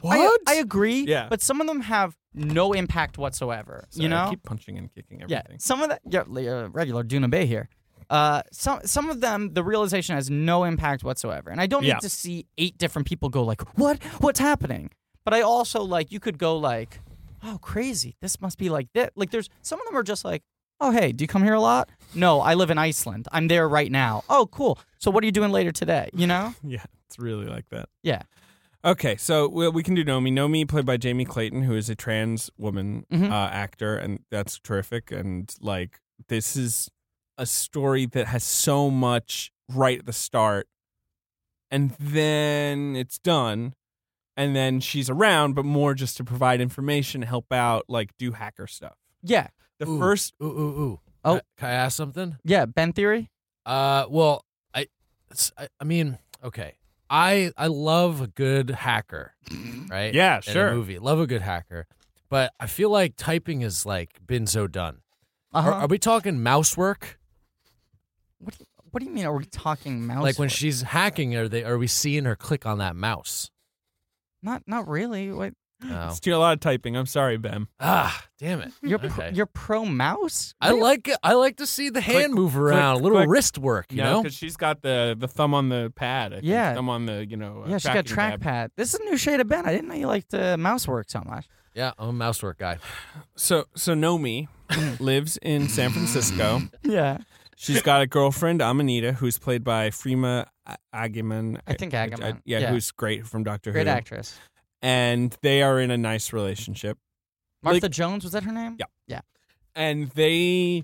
Speaker 3: What?"
Speaker 2: I, agree,
Speaker 3: Yeah.
Speaker 2: but some of them have no impact whatsoever,
Speaker 3: Sorry,
Speaker 2: you know?
Speaker 3: I keep punching and kicking
Speaker 2: yeah.
Speaker 3: everything.
Speaker 2: Some of the yeah, li- uh, regular Duna Bay here. Uh, some some of them the realization has no impact whatsoever, and I don't
Speaker 3: Yeah.
Speaker 2: need to see eight different people go like, "What? What's happening?" But I also like you could go like, "Oh, crazy! This must be like that." Like, there's some of them are just like, "Oh, hey, do you come here a lot?" No, I live in Iceland. I'm there right now. Oh, cool. So what are you doing later today? You know?
Speaker 3: Yeah. it's really like that.
Speaker 2: Yeah.
Speaker 3: Okay, so we, we can do Nomi. Nomi, played by Jamie Clayton, who is a trans woman
Speaker 2: Mhm.
Speaker 3: uh, actor, and that's terrific. And like, this is a story that has so much right at the start, and then it's done, and then she's around, but more just to provide information, help out, like do hacker stuff.
Speaker 2: Yeah.
Speaker 3: The
Speaker 4: Ooh.
Speaker 3: first,
Speaker 4: Ooh, ooh, ooh.
Speaker 2: Oh.
Speaker 4: Can I- can I ask something?
Speaker 2: Yeah. Ben Theory.
Speaker 4: Uh, well, I, it's- I, I mean, okay, I, I love a good hacker, right?
Speaker 3: Mm-hmm. yeah,
Speaker 4: In A
Speaker 3: sure.
Speaker 4: movie, love a good hacker, but I feel like typing has like been so done.
Speaker 2: Uh-huh.
Speaker 4: Are, are we talking mouse work?
Speaker 2: what, do you, what do you mean? Are we talking mouse?
Speaker 4: like when
Speaker 2: work?
Speaker 4: she's hacking, are they? Are we seeing her click on that mouse?
Speaker 2: Not not really. What
Speaker 4: Oh.
Speaker 3: It's doing a lot of typing. I'm sorry, Bem.
Speaker 4: Ah, damn it!
Speaker 2: you're pro,
Speaker 4: okay.
Speaker 2: you're pro mouse?
Speaker 4: I like it. I like to see the hand move around,
Speaker 3: click,
Speaker 4: a little
Speaker 3: click.
Speaker 4: wrist work. You know,
Speaker 3: because she's got the the thumb on the pad. I think.
Speaker 2: Yeah.
Speaker 3: thumb on the you know. uh,
Speaker 2: Yeah, she's got
Speaker 3: tracking tab.
Speaker 2: trackpad. This is a new shade of Ben. I didn't know you liked uh, mouse work so much.
Speaker 4: yeah, I'm a mouse work guy.
Speaker 3: So so Nomi lives in San Francisco.
Speaker 2: Yeah.
Speaker 3: She's got a girlfriend, Amanita, who's played by Freema A- Agyeman.
Speaker 2: I think Agyeman.
Speaker 3: yeah,
Speaker 2: Yeah.
Speaker 3: who's great from Doctor
Speaker 2: Great
Speaker 3: Who.
Speaker 2: actress.
Speaker 3: And they are in a nice relationship.
Speaker 2: Martha
Speaker 3: Like-
Speaker 2: Jones, was that her name?
Speaker 3: Yeah. And they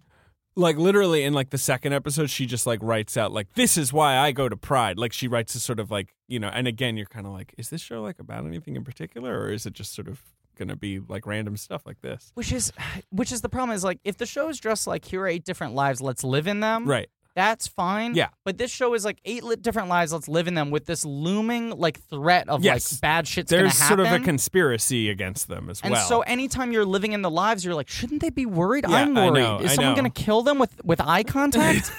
Speaker 3: like literally in like the second episode, she just like writes out like this is why I go to Pride. Like she writes a sort of like, you know, and again you're kinda like, is this show like about anything in particular or is it just sort of gonna be like random stuff like this?
Speaker 2: Which is which is the problem is like if the show is just like here are eight different lives, let's live in them.
Speaker 3: Right.
Speaker 2: That's fine.
Speaker 3: Yeah.
Speaker 2: But this show is like eight li- different lives, let's live in them with this looming like threat of
Speaker 3: Yes.
Speaker 2: like bad shit's
Speaker 3: There's
Speaker 2: gonna happen.
Speaker 3: sort of a conspiracy against them as
Speaker 2: and
Speaker 3: well.
Speaker 2: so anytime you're living in the lives, you're like, shouldn't they be worried?
Speaker 3: Yeah,
Speaker 2: I'm
Speaker 3: I
Speaker 2: worried.
Speaker 3: know,
Speaker 2: is
Speaker 3: I
Speaker 2: someone
Speaker 3: know.
Speaker 2: gonna kill them with, with eye contact?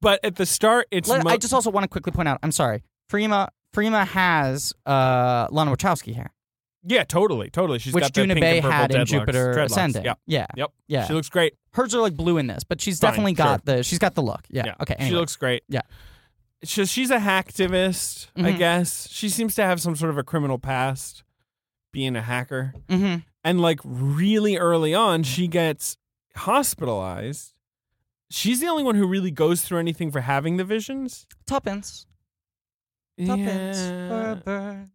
Speaker 3: but at the start, it's
Speaker 2: Let-
Speaker 3: mo-
Speaker 2: I just also want to quickly point out. I'm sorry, Freema. Freema has uh, Lana Wachowski hair,
Speaker 3: yeah, totally, totally. She's
Speaker 2: which
Speaker 3: got the
Speaker 2: Duna
Speaker 3: pink
Speaker 2: Bay
Speaker 3: and purple
Speaker 2: had in
Speaker 3: dreadlocks-
Speaker 2: Jupiter
Speaker 3: dreadlocks.
Speaker 2: Ascending.
Speaker 3: Yeah,
Speaker 2: yeah,
Speaker 3: yep,
Speaker 2: yeah.
Speaker 3: She looks great.
Speaker 2: Hers are like blue in this, but she's
Speaker 3: Fine,
Speaker 2: definitely got the she's got the look. Yeah.
Speaker 3: Yeah,
Speaker 2: Okay.
Speaker 3: She
Speaker 2: anyway.
Speaker 3: looks great.
Speaker 2: Yeah.
Speaker 3: So she's a hacktivist, I
Speaker 2: Mhm.
Speaker 3: guess. She seems to have some sort of a criminal past, being a hacker,
Speaker 2: Mhm.
Speaker 3: and like really early on, she gets hospitalized. She's the only one who really goes through anything for having the visions.
Speaker 2: Tuppence. Tuppence for a bird.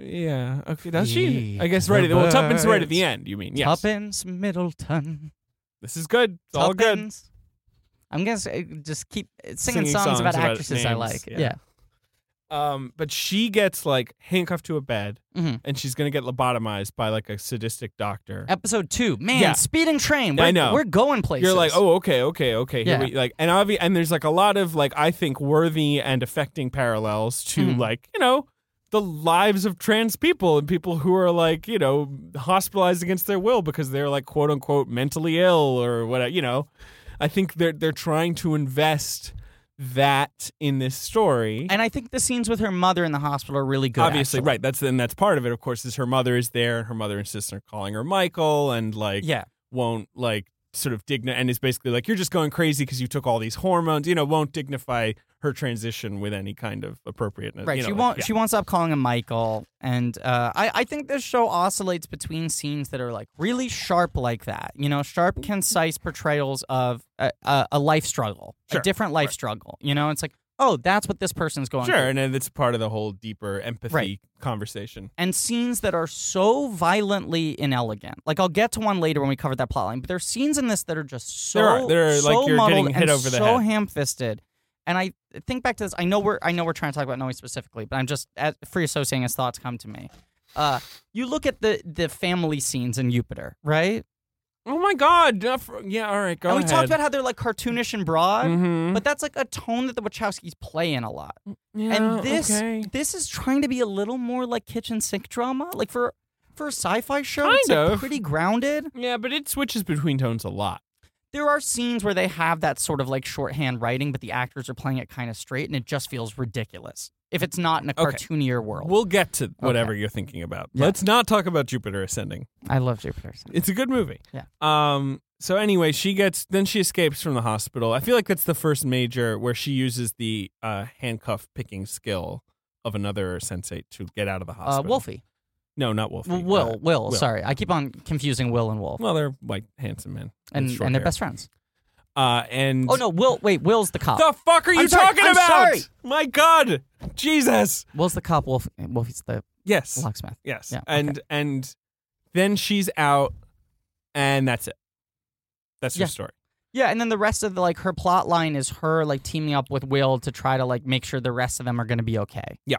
Speaker 3: Yeah. Okay. Does she?
Speaker 4: Eat
Speaker 3: I guess right at the well,
Speaker 2: the
Speaker 3: Tuppence right at
Speaker 2: birds.
Speaker 3: the end. You mean? Yes.
Speaker 2: Tuppence Middleton.
Speaker 3: This is good. It's all good.
Speaker 2: Tuppence. I'm gonna say, just keep singing,
Speaker 3: Singing
Speaker 2: songs,
Speaker 3: songs
Speaker 2: about,
Speaker 3: about
Speaker 2: actresses I
Speaker 3: names,
Speaker 2: like.
Speaker 3: yeah.
Speaker 2: Yeah.
Speaker 3: Um, but she gets like handcuffed to a bed,
Speaker 2: Mhm.
Speaker 3: and she's gonna get lobotomized by like a sadistic doctor.
Speaker 2: Episode two. Man,
Speaker 3: Yeah.
Speaker 2: speeding train.
Speaker 3: I
Speaker 2: We're-
Speaker 3: know.
Speaker 2: We're going places.
Speaker 3: You're like, oh, okay, okay, okay. Here
Speaker 2: Yeah.
Speaker 3: we, like, and obvi- and there's like a lot of like I think worthy and affecting parallels to
Speaker 2: Mhm.
Speaker 3: like you know the lives of trans people and people who are like you know hospitalized against their will because they're like quote unquote mentally ill or whatever. You know, I think they're they're trying to invest that in this story.
Speaker 2: And I think the scenes with her mother in the hospital are really good.
Speaker 3: obviously
Speaker 2: actually.
Speaker 3: right that's and that's part of it of course is her mother is there and her mother insists on calling her michael and like
Speaker 2: Yeah.
Speaker 3: won't like sort of digna and is basically like you're just going crazy because you took all these hormones you know won't dignify her transition with any kind of appropriateness
Speaker 2: Right.
Speaker 3: you know,
Speaker 2: she
Speaker 3: like,
Speaker 2: won't.
Speaker 3: yeah.
Speaker 2: She won't stop calling him Michael. And uh, I, I think this show oscillates between scenes that are like really sharp, like that. You know, sharp, concise portrayals of a, a, a life struggle,
Speaker 3: Sure.
Speaker 2: a different life struggle. You know, it's like, oh, that's what this person's going.
Speaker 3: sure
Speaker 2: through.
Speaker 3: and then it's part of the whole deeper empathy
Speaker 2: Right.
Speaker 3: conversation
Speaker 2: and scenes that are so violently inelegant. Like I'll get to one later when we cover that plotline, but there's scenes in this that are just so
Speaker 3: There are. There are,
Speaker 2: so
Speaker 3: like, you're
Speaker 2: muddled
Speaker 3: getting hit
Speaker 2: and
Speaker 3: over the
Speaker 2: so
Speaker 3: head.
Speaker 2: ham-fisted. And I think back to this. I know we're I know we're trying to talk about Noe specifically, but I'm just at, free associating as Uh, thoughts come to me. Uh, you look at the the family scenes in Jupiter, right?
Speaker 3: Oh my God! uh, fr- Yeah, all right, go
Speaker 2: and we
Speaker 3: ahead.
Speaker 2: talked about how they're like cartoonish and broad,
Speaker 3: Mhm.
Speaker 2: but that's like a tone that the Wachowskis play in a lot.
Speaker 3: Yeah,
Speaker 2: and this
Speaker 3: okay.
Speaker 2: this is trying to be a little more like kitchen sink drama, like for for a sci-fi show. it's
Speaker 3: Kind
Speaker 2: like,
Speaker 3: of.
Speaker 2: pretty grounded.
Speaker 3: yeah, but it switches between tones a lot.
Speaker 2: There are scenes where they have that sort of like shorthand writing, but the actors are playing it kind of straight, and it just feels ridiculous if it's not in a
Speaker 3: Okay.
Speaker 2: cartoonier world.
Speaker 3: We'll get to whatever you're thinking about. Let's not talk about Jupiter Ascending.
Speaker 2: I love Jupiter. Ascending.
Speaker 3: It's a good movie.
Speaker 2: Yeah.
Speaker 3: Um. So anyway, she gets then she escapes from the hospital. I feel like that's the first major where she uses the uh, handcuff picking skill of another sensate to get out of the
Speaker 2: Uh,
Speaker 3: hospital.
Speaker 2: Wolfie,
Speaker 3: No, not Wolfie.
Speaker 2: Well, Will,
Speaker 3: Uh,
Speaker 2: Will,
Speaker 3: Will.
Speaker 2: Sorry, I keep on confusing Will and Wolf,
Speaker 3: well, they're white, handsome men.
Speaker 2: and
Speaker 3: with
Speaker 2: and
Speaker 3: short
Speaker 2: they're
Speaker 3: hair.
Speaker 2: best friends.
Speaker 3: Uh, and
Speaker 2: Oh no, Will. Wait, Will's the cop.
Speaker 3: the fuck are you
Speaker 2: I'm sorry,
Speaker 3: talking
Speaker 2: I'm
Speaker 3: about?
Speaker 2: sorry.
Speaker 3: My God, Jesus.
Speaker 2: Will's the cop. Wolf. Wolfie's the
Speaker 3: Yes.
Speaker 2: locksmith.
Speaker 3: Yes.
Speaker 2: Yeah,
Speaker 3: and and then she's out, and that's it. That's her
Speaker 2: Yeah.
Speaker 3: story.
Speaker 2: Yeah, and then the rest of the like her plot line is her like teaming up with Will to try to like make sure the rest of them are going to be okay.
Speaker 3: Yeah.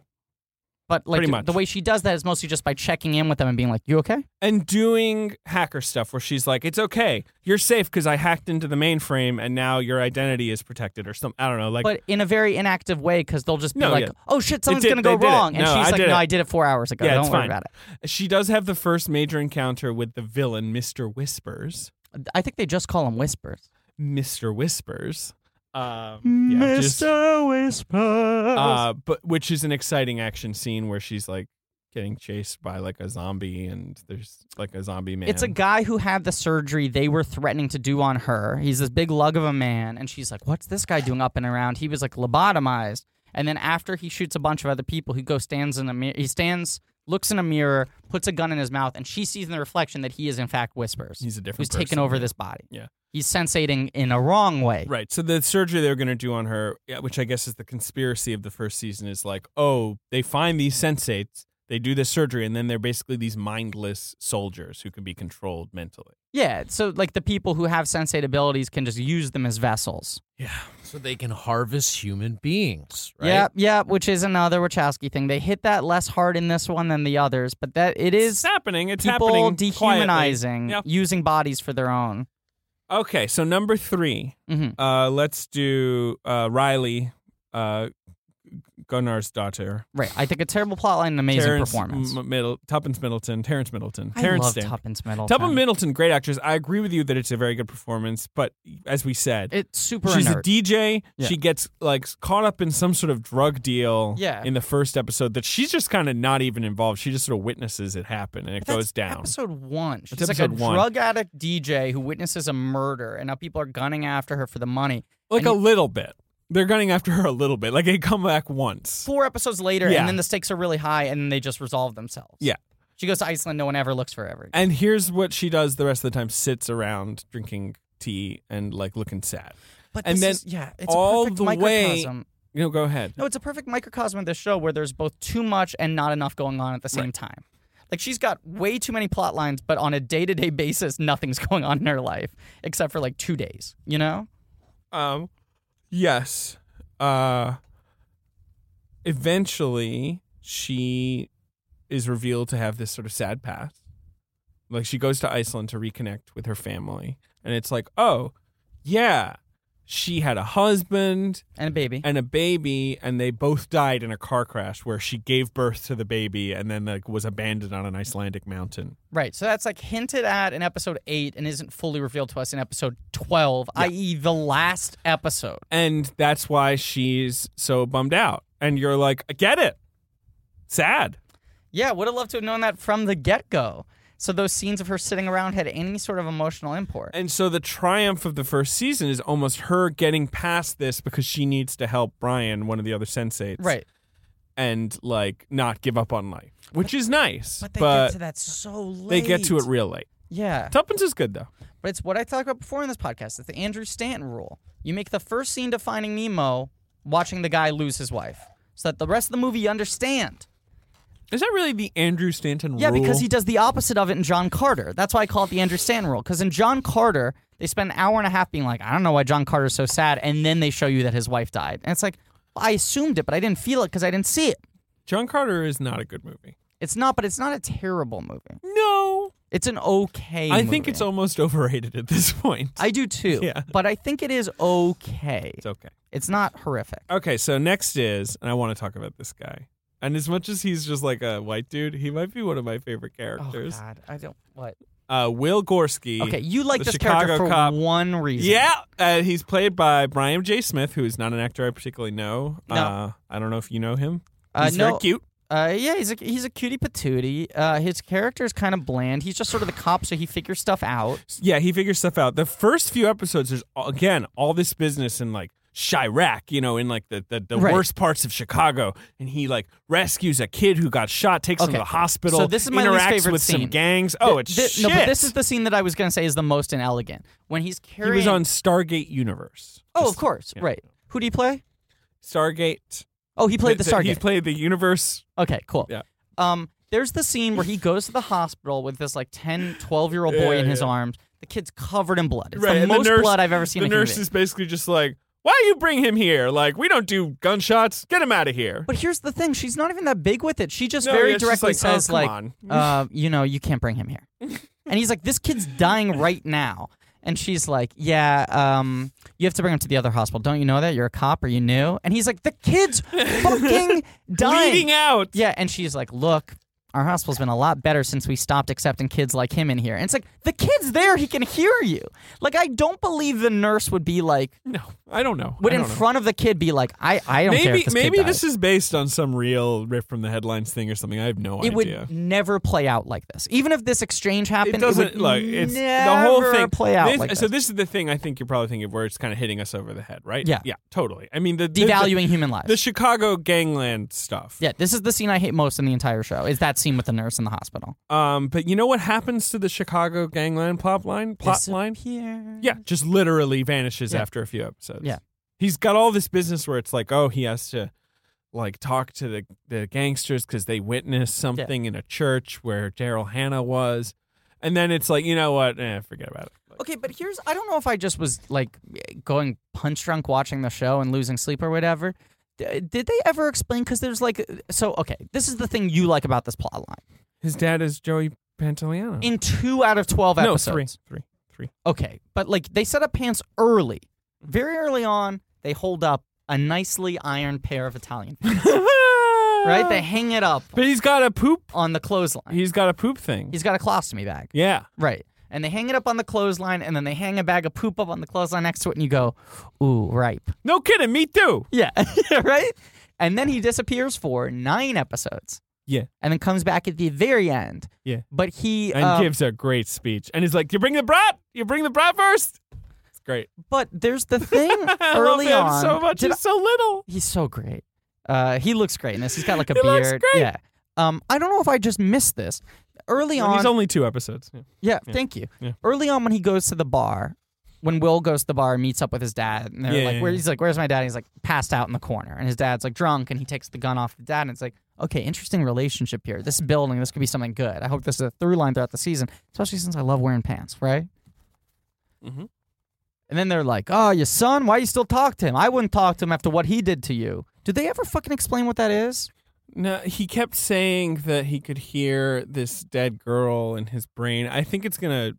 Speaker 2: But like
Speaker 3: Pretty much.
Speaker 2: the way she does that is mostly just by checking in with them and being like, "You okay?"
Speaker 3: And doing hacker stuff where she's like, "It's okay, you're safe because I hacked into the mainframe, and now your identity is protected," or something. I don't know. Like,
Speaker 2: But in a very inactive way cuz they'll just be
Speaker 3: No,
Speaker 2: like,
Speaker 3: yeah.
Speaker 2: "Oh shit, something's
Speaker 3: did-
Speaker 2: going to go
Speaker 3: they did it.
Speaker 2: wrong." And
Speaker 3: No,
Speaker 2: she's
Speaker 3: I
Speaker 2: like,
Speaker 3: did
Speaker 2: "No,
Speaker 3: it.
Speaker 2: I did it 4 hours ago.
Speaker 3: Yeah,
Speaker 2: Don't
Speaker 3: it's
Speaker 2: worry
Speaker 3: fine.
Speaker 2: about it."
Speaker 3: she does have the first major encounter with the villain, Mister Whispers.
Speaker 2: I think they just call him whispers.
Speaker 3: Mister Whispers. Um, yeah, just-
Speaker 2: Whispers.
Speaker 3: uh, but which is an exciting action scene where she's like getting chased by like a zombie, and there's like a zombie man.
Speaker 2: It's a guy who had the surgery they were threatening to do on her. He's this big lug of a man, and she's like, "What's this guy doing up and around?" He was like lobotomized, and then after he shoots a bunch of other people, he goes stands in a mirror. He stands, looks in a mirror, puts a gun in his mouth, and she sees in the reflection that he is in fact whispers.
Speaker 3: He's a different.
Speaker 2: who's
Speaker 3: person,
Speaker 2: taken over
Speaker 3: yeah.
Speaker 2: this body.
Speaker 3: Yeah.
Speaker 2: he's sensating in a wrong way.
Speaker 3: Right. So the surgery they're going to do on her, yeah, which I guess is the conspiracy of the first season, is like, oh, they find these sensates, they do this surgery, and then they're basically these mindless soldiers who can be controlled mentally.
Speaker 2: Yeah, so like the people who have sensate abilities can just use them as vessels.
Speaker 3: Yeah.
Speaker 4: So they can harvest human beings, right?
Speaker 2: Yep, yep, which is another Wachowski thing. They hit that less hard in this one than the others, but that it
Speaker 3: It's
Speaker 2: is
Speaker 3: happening. It's
Speaker 2: people
Speaker 3: happening.
Speaker 2: dehumanizing,
Speaker 3: Yep.
Speaker 2: using bodies for their
Speaker 3: quietly.
Speaker 2: own.
Speaker 3: Okay. So number three,
Speaker 2: Mhm.
Speaker 3: uh, let's do uh, Riley, uh, Gunnar's daughter.
Speaker 2: Right. I think a terrible plotline and amazing
Speaker 3: Terrence
Speaker 2: performance.
Speaker 3: M- Middle- Tuppence Middleton. Terrence Middleton.
Speaker 2: I
Speaker 3: Terrence
Speaker 2: love
Speaker 3: Stamp.
Speaker 2: Tuppence Middleton.
Speaker 3: Tuppence Middleton, great actress. I agree with you that it's a very good performance, but as we said,
Speaker 2: It's super
Speaker 3: she's a
Speaker 2: inert.
Speaker 3: DJ.
Speaker 2: Yeah.
Speaker 3: She gets like caught up in some sort of drug deal
Speaker 2: Yeah.
Speaker 3: in the first episode that she's just kind of not even involved. She just sort of witnesses it happen and it
Speaker 2: That's
Speaker 3: goes down.
Speaker 2: Episode one. She's like a
Speaker 3: episode one.
Speaker 2: drug addict DJ who witnesses a murder, and now people are gunning after her for the money.
Speaker 3: Like
Speaker 2: and
Speaker 3: a
Speaker 2: you-
Speaker 3: little bit. They're gunning after her a little bit. Like they come back once.
Speaker 2: Four episodes later,
Speaker 3: Yeah.
Speaker 2: and then the stakes are really high, and then they just resolve themselves.
Speaker 3: Yeah.
Speaker 2: She goes to Iceland. No one ever looks for her. ever.
Speaker 3: And here's what she does the rest of the time sits around drinking tea and like looking sad.
Speaker 2: But
Speaker 3: and
Speaker 2: this
Speaker 3: then
Speaker 2: is- yeah, it's
Speaker 3: all
Speaker 2: a perfect
Speaker 3: the way-
Speaker 2: microcosm.
Speaker 3: You know, go ahead.
Speaker 2: No, it's a perfect microcosm of this show where there's both too much and not enough going on at the same time. Like she's got way too many plot lines, but on a day to day basis, nothing's going on in her life except for like two days. You know?
Speaker 3: Um, yes. Uh, eventually, she is revealed to have this sort of sad past. Like she goes to Iceland to reconnect with her family, and it's like, oh, yeah, she had a husband
Speaker 2: And a baby.
Speaker 3: and a baby, and they both died in a car crash where she gave birth to the baby and then like was abandoned on an Icelandic mountain.
Speaker 2: right. So that's like hinted at in episode eight and isn't fully revealed to us in episode 12, i.e., the last episode.
Speaker 3: and that's why she's so bummed out. And you're like, I get it. Sad.
Speaker 2: Yeah, would have loved to have known that from the get go. So those scenes of her sitting around had any sort of emotional import.
Speaker 3: And so the triumph of the first season is almost her getting past this because she needs to help Brian, one of the other sensates,
Speaker 2: right.
Speaker 3: and like not give up on life, which is nice. But,
Speaker 2: that so
Speaker 3: they
Speaker 2: late.
Speaker 3: get to it real late.
Speaker 2: Yeah.
Speaker 3: Tuppence is good though.
Speaker 2: But it's what I talked about before in this podcast. It's the Andrew Stanton rule. You make the first scene to Finding Nemo watching the guy lose his wife, so that the rest of the movie you understand.
Speaker 3: Is that really the Andrew Stanton
Speaker 2: Yeah,
Speaker 3: rule?
Speaker 2: because he does the opposite of it in John Carter. That's why I call it the Andrew Stanton rule. Because in John Carter, they spend an hour and a half being like, I don't know why John Carter's so sad, and then they show you that his wife died, and it's like, I assumed it, but I didn't feel it because I didn't see it.
Speaker 3: John Carter is not a good movie.
Speaker 2: It's not, but it's not a terrible movie.
Speaker 3: No,
Speaker 2: It's an okay.
Speaker 3: I think it's
Speaker 2: movie.
Speaker 3: almost overrated at this point.
Speaker 2: I do too.
Speaker 3: Yeah.
Speaker 2: But I think it is okay.
Speaker 3: it's okay.
Speaker 2: It's not horrific.
Speaker 3: Okay, so next is, and I want to talk about this guy. And as much as he's just like a white dude, he might be one of my favorite
Speaker 2: Oh
Speaker 3: characters.
Speaker 2: God, I don't. What?
Speaker 3: uh, Will Gorski.
Speaker 2: Okay, you like
Speaker 3: the
Speaker 2: this character
Speaker 3: Chicago
Speaker 2: for
Speaker 3: cop.
Speaker 2: one reason.
Speaker 3: Yeah, uh, he's played by Brian J. Smith, who is not an actor I particularly know.
Speaker 2: No.
Speaker 3: Uh, I don't know if you know him.
Speaker 2: Uh,
Speaker 3: He's
Speaker 2: no-
Speaker 3: very cute.
Speaker 2: Uh, yeah, he's a he's a cutie patootie. Uh, his character is kind of bland. He's just sort of the cop, so he figures stuff out.
Speaker 3: Yeah, he figures stuff out. The first few episodes, there's all- again all this business in like Chirac, you know, in like the the, the
Speaker 2: Right.
Speaker 3: worst parts of Chicago, and he like rescues a kid who got shot, takes him
Speaker 2: Okay.
Speaker 3: to the hospital.
Speaker 2: So this is my least
Speaker 3: interacts
Speaker 2: favorite
Speaker 3: with
Speaker 2: scene.
Speaker 3: some gangs. Oh,
Speaker 2: Th-
Speaker 3: it's
Speaker 2: th-
Speaker 3: shit.
Speaker 2: No, but this is the scene that I was gonna say is the most inelegant when he's
Speaker 3: he
Speaker 2: carrying.
Speaker 3: was on Stargate Universe.
Speaker 2: Oh,
Speaker 3: Just-
Speaker 2: of course,
Speaker 3: yeah.
Speaker 2: right. Who do you play?
Speaker 3: Stargate.
Speaker 2: Oh, he played the, Stargate.
Speaker 3: He played the universe.
Speaker 2: okay, cool.
Speaker 3: Yeah.
Speaker 2: Um, there's the scene where he goes to the hospital with this like 10, 12 year old boy
Speaker 3: Yeah,
Speaker 2: in his
Speaker 3: yeah.
Speaker 2: arms. The kid's covered in blood. It's
Speaker 3: Right,
Speaker 2: the
Speaker 3: and the
Speaker 2: most
Speaker 3: nurse-
Speaker 2: blood I've ever seen.
Speaker 3: the
Speaker 2: in a human
Speaker 3: nurse
Speaker 2: being.
Speaker 3: is basically just like, "Why you bring him here? Like, we don't do gunshots. Get him out of here."
Speaker 2: But here's the thing: she's not even that big with it. She just
Speaker 3: No,
Speaker 2: very
Speaker 3: yeah, she's
Speaker 2: directly
Speaker 3: like, "Oh,
Speaker 2: says,
Speaker 3: come
Speaker 2: like,
Speaker 3: on."
Speaker 2: uh, you know, you can't bring him here. and he's like, this kid's dying right now. And she's like, yeah, um, you have to bring him to the other hospital. Don't you know that you're a cop? Are you new? And he's like, the kid's fucking dying.
Speaker 3: Bleeding out.
Speaker 2: Yeah, and she's like, look. Our hospital's been a lot better since we stopped accepting kids like him in here. And it's like, the kid's there. He can hear you. Like, I don't believe the nurse would be like,
Speaker 3: No, I don't know.
Speaker 2: would
Speaker 3: I
Speaker 2: in
Speaker 3: don't know.
Speaker 2: front of the kid be like, I, I don't care
Speaker 3: maybe
Speaker 2: if this
Speaker 3: maybe
Speaker 2: kid dies.
Speaker 3: this is based on some real riff from the headlines thing or something. I have no
Speaker 2: it
Speaker 3: idea.
Speaker 2: would never play out like this. Even if this exchange happened,
Speaker 3: it doesn't
Speaker 2: would
Speaker 3: like it's
Speaker 2: never
Speaker 3: the whole thing
Speaker 2: play out
Speaker 3: This-
Speaker 2: like
Speaker 3: so
Speaker 2: this.
Speaker 3: this is the thing I think you're probably thinking of where it's kind of hitting us over the head, right?
Speaker 2: Yeah.
Speaker 3: yeah, totally. I mean the the-
Speaker 2: Devaluing human
Speaker 3: the,
Speaker 2: lives.
Speaker 3: the Chicago gangland stuff.
Speaker 2: yeah, this is the scene I hate most in the entire show. Is that scene with the nurse in the hospital?
Speaker 3: Um, but you know what happens to the Chicago gangland plot line? Plot line?
Speaker 2: here.
Speaker 3: Yeah, just literally vanishes
Speaker 2: Yeah.
Speaker 3: after a few episodes.
Speaker 2: Yeah.
Speaker 3: He's got all this business where it's like, oh, he has to like talk to the, the gangsters because they witnessed something in a church where Daryl Hannah was. And then it's like, you know what? Eh, forget about it. Like,
Speaker 2: Okay, but here's I don't know if I just was like going punch drunk watching the show and losing sleep or whatever. D- Did they ever explain? Because there's like so. Okay, this is the thing you like about this plot line.
Speaker 3: His dad is Joey Pantoliano.
Speaker 2: In two out of twelve
Speaker 3: no,
Speaker 2: episodes,
Speaker 3: three. Three. Three.
Speaker 2: Okay, but like they set up pants early, very early on. They hold up a nicely ironed pair of Italian, pants, right? They hang it up
Speaker 3: But he's got a poop.
Speaker 2: on the clothesline.
Speaker 3: He's got a poop thing.
Speaker 2: He's got a colostomy bag,
Speaker 3: yeah.
Speaker 2: right? And they hang it up on the clothesline, and then they hang a bag of poop up on the clothesline next to it, and you go, "Ooh, ripe."
Speaker 3: No kidding. Me too.
Speaker 2: Yeah, right. And then he disappears for nine episodes.
Speaker 3: Yeah.
Speaker 2: and then comes back at the very end.
Speaker 3: Yeah.
Speaker 2: but he
Speaker 3: And
Speaker 2: um,
Speaker 3: gives a great speech. And he's like, you bring the brat? You bring the brat first? It's great.
Speaker 2: But there's the thing
Speaker 3: I
Speaker 2: early
Speaker 3: love him
Speaker 2: on.
Speaker 3: so much.
Speaker 2: Did
Speaker 3: He's so little.
Speaker 2: He's so great. Uh, he looks great in this. He's got like a
Speaker 3: He
Speaker 2: beard.
Speaker 3: looks great.
Speaker 2: Yeah. Um, I don't know if I just missed this. Early on,
Speaker 3: He's only two episodes.
Speaker 2: yeah, Thank you.
Speaker 3: Yeah.
Speaker 2: Early on, when he goes to the bar, when Will goes to the bar, and meets up with his dad, and they're
Speaker 3: Yeah,
Speaker 2: like,
Speaker 3: yeah,
Speaker 2: "Where?"
Speaker 3: yeah.
Speaker 2: He's like, "Where's my dad?" And he's like, passed out in the corner, and his dad's like drunk, and he takes the gun off the dad, and it's like, okay, interesting relationship here. This is building. This could be something good. I hope this is a through line throughout the season, especially since I love wearing pants, right?
Speaker 3: Mhm.
Speaker 2: And then they're like, "Oh, your son? Why you still talk to him? I wouldn't talk to him after what he did to you." Did they ever fucking explain what that is?
Speaker 3: No, he kept saying that he could hear this dead girl in his brain. I think it's gonna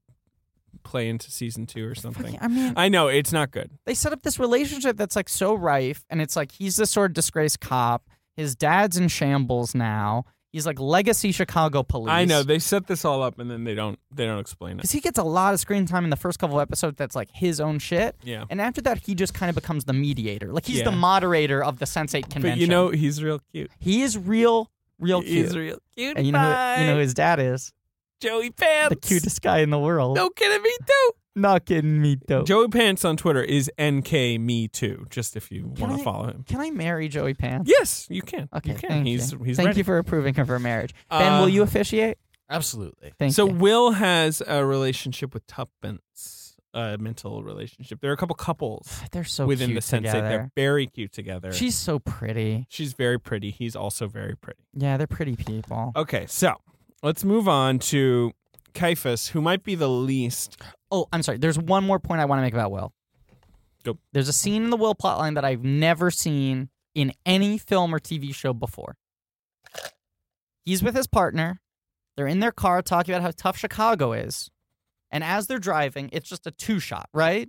Speaker 3: play into season two or
Speaker 2: Fucking,
Speaker 3: something.
Speaker 2: I mean,
Speaker 3: I know it's not good.
Speaker 2: they set up this relationship that's like so rife and it's like he's this sort of disgraced cop his dad's in shambles now he's like legacy chicago police
Speaker 3: I know they set this all up and then they don't. They don't explain it.
Speaker 2: because he gets a lot of screen time in the first couple of episodes that's like his own shit
Speaker 3: Yeah,
Speaker 2: and after that he just kind of becomes the mediator like he's the
Speaker 3: Yeah.
Speaker 2: moderator of the sensate convention
Speaker 3: but you know he's real cute.
Speaker 2: he is real real cute
Speaker 3: He's real cute.
Speaker 2: and you know who, you know who his dad is
Speaker 3: Joey Pants.
Speaker 2: the cutest guy in the world
Speaker 3: No kidding me too.
Speaker 2: not kidding me though
Speaker 3: Joey Pants on Twitter is nk me too. Just if you
Speaker 2: Can
Speaker 3: want
Speaker 2: I-
Speaker 3: to follow him.
Speaker 2: can i marry joey pants
Speaker 3: Yes, you can.
Speaker 2: okay
Speaker 3: you can.
Speaker 2: thank
Speaker 3: he's
Speaker 2: you
Speaker 3: he's
Speaker 2: thank
Speaker 3: ready.
Speaker 2: you for approving her for marriage ben
Speaker 3: Uh,
Speaker 2: will you officiate
Speaker 4: Absolutely.
Speaker 2: thank
Speaker 3: so
Speaker 2: you
Speaker 3: Will has a relationship with Tuppence, a mental relationship. There are a couple couples
Speaker 2: They're so
Speaker 3: within
Speaker 2: cute
Speaker 3: the sensate.
Speaker 2: together.
Speaker 3: They're very cute together.
Speaker 2: She's so pretty.
Speaker 3: She's very pretty. He's also very pretty.
Speaker 2: Yeah, they're pretty people.
Speaker 3: Okay, so let's move on to Caiaphas, who might be the least.
Speaker 2: Oh, I'm sorry. There's one more point I want to make about Will.
Speaker 3: Go.
Speaker 2: There's a scene in the Will plotline that I've never seen in any film or TV show before. He's with his partner. They're in their car talking about how tough Chicago is. And as they're driving, it's just a two shot, right?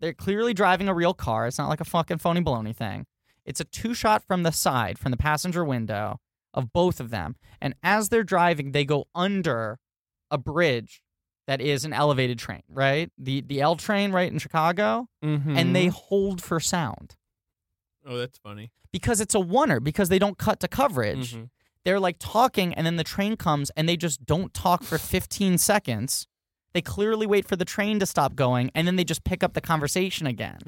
Speaker 2: They're clearly driving a real car. It's not like a fucking phony baloney thing. It's a two shot from the side, from the passenger window of both of them. And as they're driving, they go under a bridge that is an elevated train, right? The the L train right in Chicago. And they hold for sound
Speaker 3: Mm-hmm. Oh, that's funny.
Speaker 2: because it's a oneer, because they don't cut to coverage.
Speaker 3: Mhm.
Speaker 2: They're like talking, and then the train comes, and they just don't talk for 15 seconds. They clearly wait for the train to stop going, and then they just pick up the conversation again.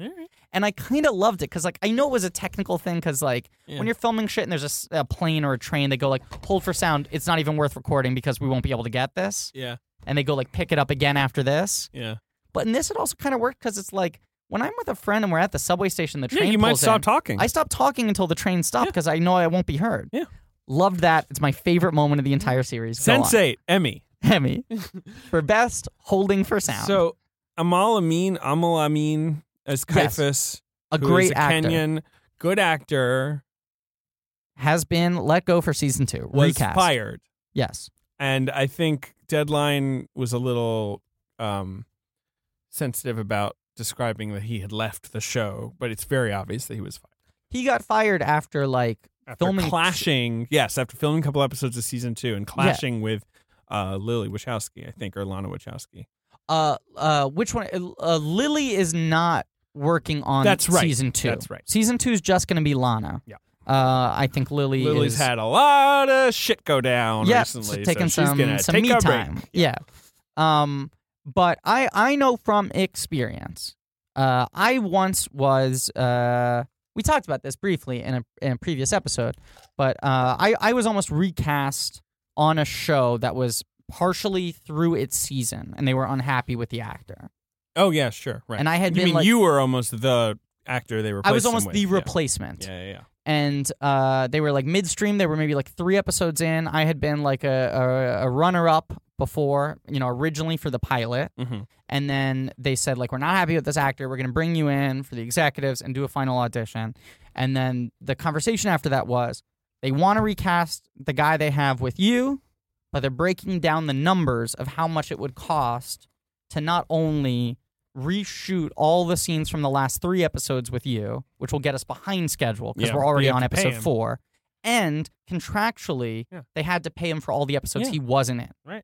Speaker 2: And I kind of loved it because, like, I know it was a technical thing because, like,
Speaker 3: Yeah.
Speaker 2: when you're filming shit and there's a s- a, plane or a train, they go like, "Hold for sound. It's not even worth recording because we won't be able to get this."
Speaker 3: Yeah.
Speaker 2: And they go like, "Pick it up again after this."
Speaker 3: Yeah.
Speaker 2: But in this, it also kind of worked because it's like when I'm with a friend and we're at the subway station, the train
Speaker 3: yeah, you might
Speaker 2: pulls
Speaker 3: stop
Speaker 2: in,
Speaker 3: talking.
Speaker 2: I stopped talking until the train stopped because I know I won't be heard.
Speaker 3: Yeah.
Speaker 2: Loved that. It's my favorite moment of the entire series. Go on.
Speaker 3: Sensate, Emmy.
Speaker 2: Emmy. For best holding for sound.
Speaker 3: So Amal Amin, Amal Amin as
Speaker 2: Yes.
Speaker 3: Kaifas,
Speaker 2: a
Speaker 3: who is
Speaker 2: great
Speaker 3: a
Speaker 2: actor.
Speaker 3: Kenyan, good actor,
Speaker 2: Has been let go for season two.
Speaker 3: was
Speaker 2: Recast.
Speaker 3: fired.
Speaker 2: Yes.
Speaker 3: and I think Deadline was a little um, sensitive about describing that he had left the show, but it's very obvious that he was fired.
Speaker 2: He got fired after like
Speaker 3: After
Speaker 2: filming
Speaker 3: clashing, yes, after filming a couple episodes of season two and clashing with uh, Lily Wachowski, I think, or Lana Wachowski.
Speaker 2: uh uh which one uh, Lily is not working on
Speaker 3: That's right.
Speaker 2: season two.
Speaker 3: That's right.
Speaker 2: Season two is just gonna be Lana.
Speaker 3: Yeah.
Speaker 2: Uh I think Lily
Speaker 3: Lily's
Speaker 2: is
Speaker 3: had a lot of shit go down
Speaker 2: yeah, so
Speaker 3: recently,
Speaker 2: taking
Speaker 3: so she's
Speaker 2: some
Speaker 3: gonna
Speaker 2: some
Speaker 3: take
Speaker 2: me
Speaker 3: a break.
Speaker 2: time. Yeah. Um, but I I know from experience. Uh, I once was uh, we talked about this briefly in a, in a previous episode, but uh, I I was almost recast on a show that was partially through its season, and they were unhappy with the actor.
Speaker 3: Oh yeah, sure, right.
Speaker 2: And I had
Speaker 3: you
Speaker 2: been
Speaker 3: mean
Speaker 2: like-
Speaker 3: you were almost the actor they replaced.
Speaker 2: I was
Speaker 3: him
Speaker 2: almost
Speaker 3: with.
Speaker 2: the
Speaker 3: Yeah.
Speaker 2: replacement.
Speaker 3: Yeah, yeah, yeah.
Speaker 2: and uh, they were like midstream. They were maybe like three episodes in. I had been like a, a, a runner up before, you know, originally for the pilot.
Speaker 3: Mhm.
Speaker 2: And then they said, like, we're not happy with this actor. We're going to bring you in for the executives and do a final audition. And then the conversation after that was they want to recast the guy they have with you, but they're breaking down the numbers of how much it would cost to not only reshoot all the scenes from the last three episodes with you, which will get us behind schedule because
Speaker 3: Yeah,
Speaker 2: we're already
Speaker 3: we have
Speaker 2: on
Speaker 3: to pay
Speaker 2: episode
Speaker 3: him.
Speaker 2: four. And contractually,
Speaker 3: Yeah.
Speaker 2: they had to pay him for all the episodes
Speaker 3: Yeah.
Speaker 2: he wasn't in.
Speaker 3: Right.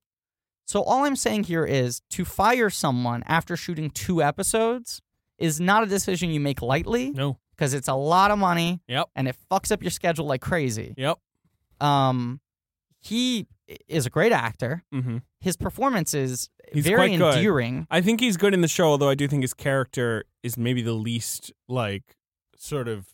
Speaker 2: So all I'm saying here is to fire someone after shooting two episodes is not a decision you make lightly
Speaker 3: No.
Speaker 2: because it's a lot of money
Speaker 3: Yep.
Speaker 2: and it fucks up your schedule like crazy.
Speaker 3: Yep.
Speaker 2: Um, he is a great actor.
Speaker 3: Mm-hmm.
Speaker 2: His performance is
Speaker 3: He's
Speaker 2: very
Speaker 3: quite good.
Speaker 2: endearing.
Speaker 3: I think he's good in the show, although I do think his character is maybe the least like sort of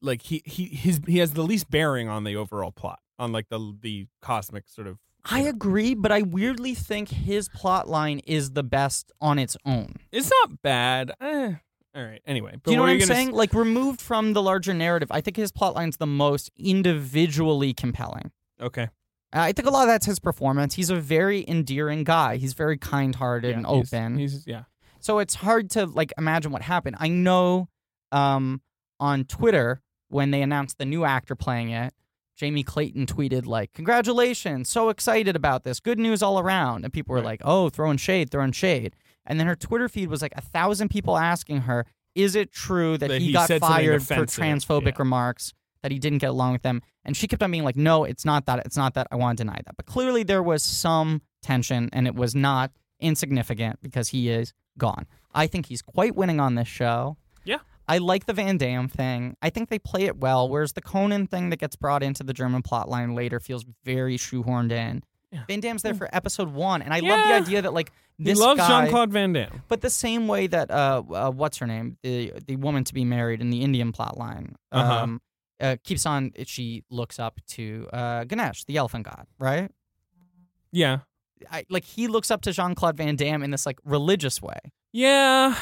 Speaker 3: like he he his he has the least bearing on the overall plot, on like the the cosmic sort of.
Speaker 2: I agree, but I weirdly think his plot line is the best on its own.
Speaker 3: It's not bad. Eh. All right. Anyway, but
Speaker 2: Do you know
Speaker 3: what
Speaker 2: what
Speaker 3: are
Speaker 2: I'm
Speaker 3: gonna s-
Speaker 2: saying? Like removed from the larger narrative, I think his plot line's the most individually compelling.
Speaker 3: okay.
Speaker 2: Uh, I think a lot of that's his performance. He's a very endearing guy. He's very kind-hearted and
Speaker 3: Yeah, he's-
Speaker 2: open.
Speaker 3: He's, yeah.
Speaker 2: so it's hard to like imagine what happened. I know um, on Twitter when they announced the new actor playing it, Jamie Clayton tweeted like, "Congratulations! So excited about this. Good news all around." And people were
Speaker 3: Right.
Speaker 2: like, "Oh, throwing shade, throwing shade." And then her Twitter feed was like a thousand people asking her, "Is it true that,
Speaker 3: That
Speaker 2: he,
Speaker 3: he
Speaker 2: got
Speaker 3: said something
Speaker 2: fired for
Speaker 3: offensive,
Speaker 2: transphobic
Speaker 3: yeah.
Speaker 2: remarks?" That he didn't get along with them, and she kept on being like, "No, it's not that. It's not that. I want to deny that." But clearly, there was some tension, and it was not insignificant because he is gone. I think he's quite winning on this show.
Speaker 3: Yeah.
Speaker 2: I like the Van Damme thing. I think they play it well, whereas the Conan thing that gets brought into the German plotline later feels very shoehorned in. Van Damme's there for episode one, and I love the
Speaker 3: Yeah.
Speaker 2: idea that like this
Speaker 3: he loves
Speaker 2: guy,
Speaker 3: Jean Claude Van Damme.
Speaker 2: but the same way that uh, uh what's her name, the the woman to be married in the Indian plotline,
Speaker 3: Uh-huh.
Speaker 2: um, uh, keeps on. She looks up to uh, Ganesh, the elephant god, right?
Speaker 3: Yeah.
Speaker 2: I, like he looks up to Jean Claude Van Damme in this like religious way.
Speaker 3: Yeah.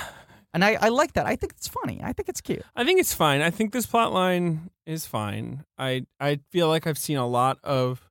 Speaker 2: And I, I like that. I think it's funny. I think it's cute.
Speaker 3: I think it's fine. I think this plot line is fine. I I feel like I've seen a lot of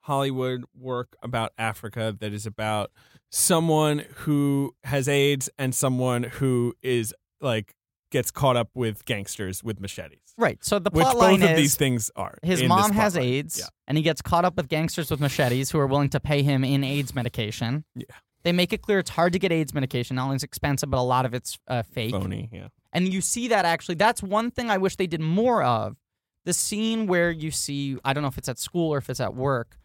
Speaker 3: Hollywood work about Africa that is about someone who has AIDS and someone who is like gets caught up with gangsters with machetes,
Speaker 2: Right. So the
Speaker 3: which
Speaker 2: plot
Speaker 3: both
Speaker 2: line
Speaker 3: of
Speaker 2: is
Speaker 3: these things are.
Speaker 2: his
Speaker 3: in
Speaker 2: mom
Speaker 3: this
Speaker 2: has
Speaker 3: plot line.
Speaker 2: AIDS,
Speaker 3: Yeah.
Speaker 2: and he gets caught up with gangsters with machetes who are willing to pay him in AIDS medication.
Speaker 3: Yeah.
Speaker 2: They make it clear it's hard to get AIDS medication. Not only it's expensive, but a lot of it's uh, fake.
Speaker 3: Phony, yeah.
Speaker 2: And you see that actually. That's one thing I wish they did more of. The scene where you see, I don't know if it's at school or if it's at work,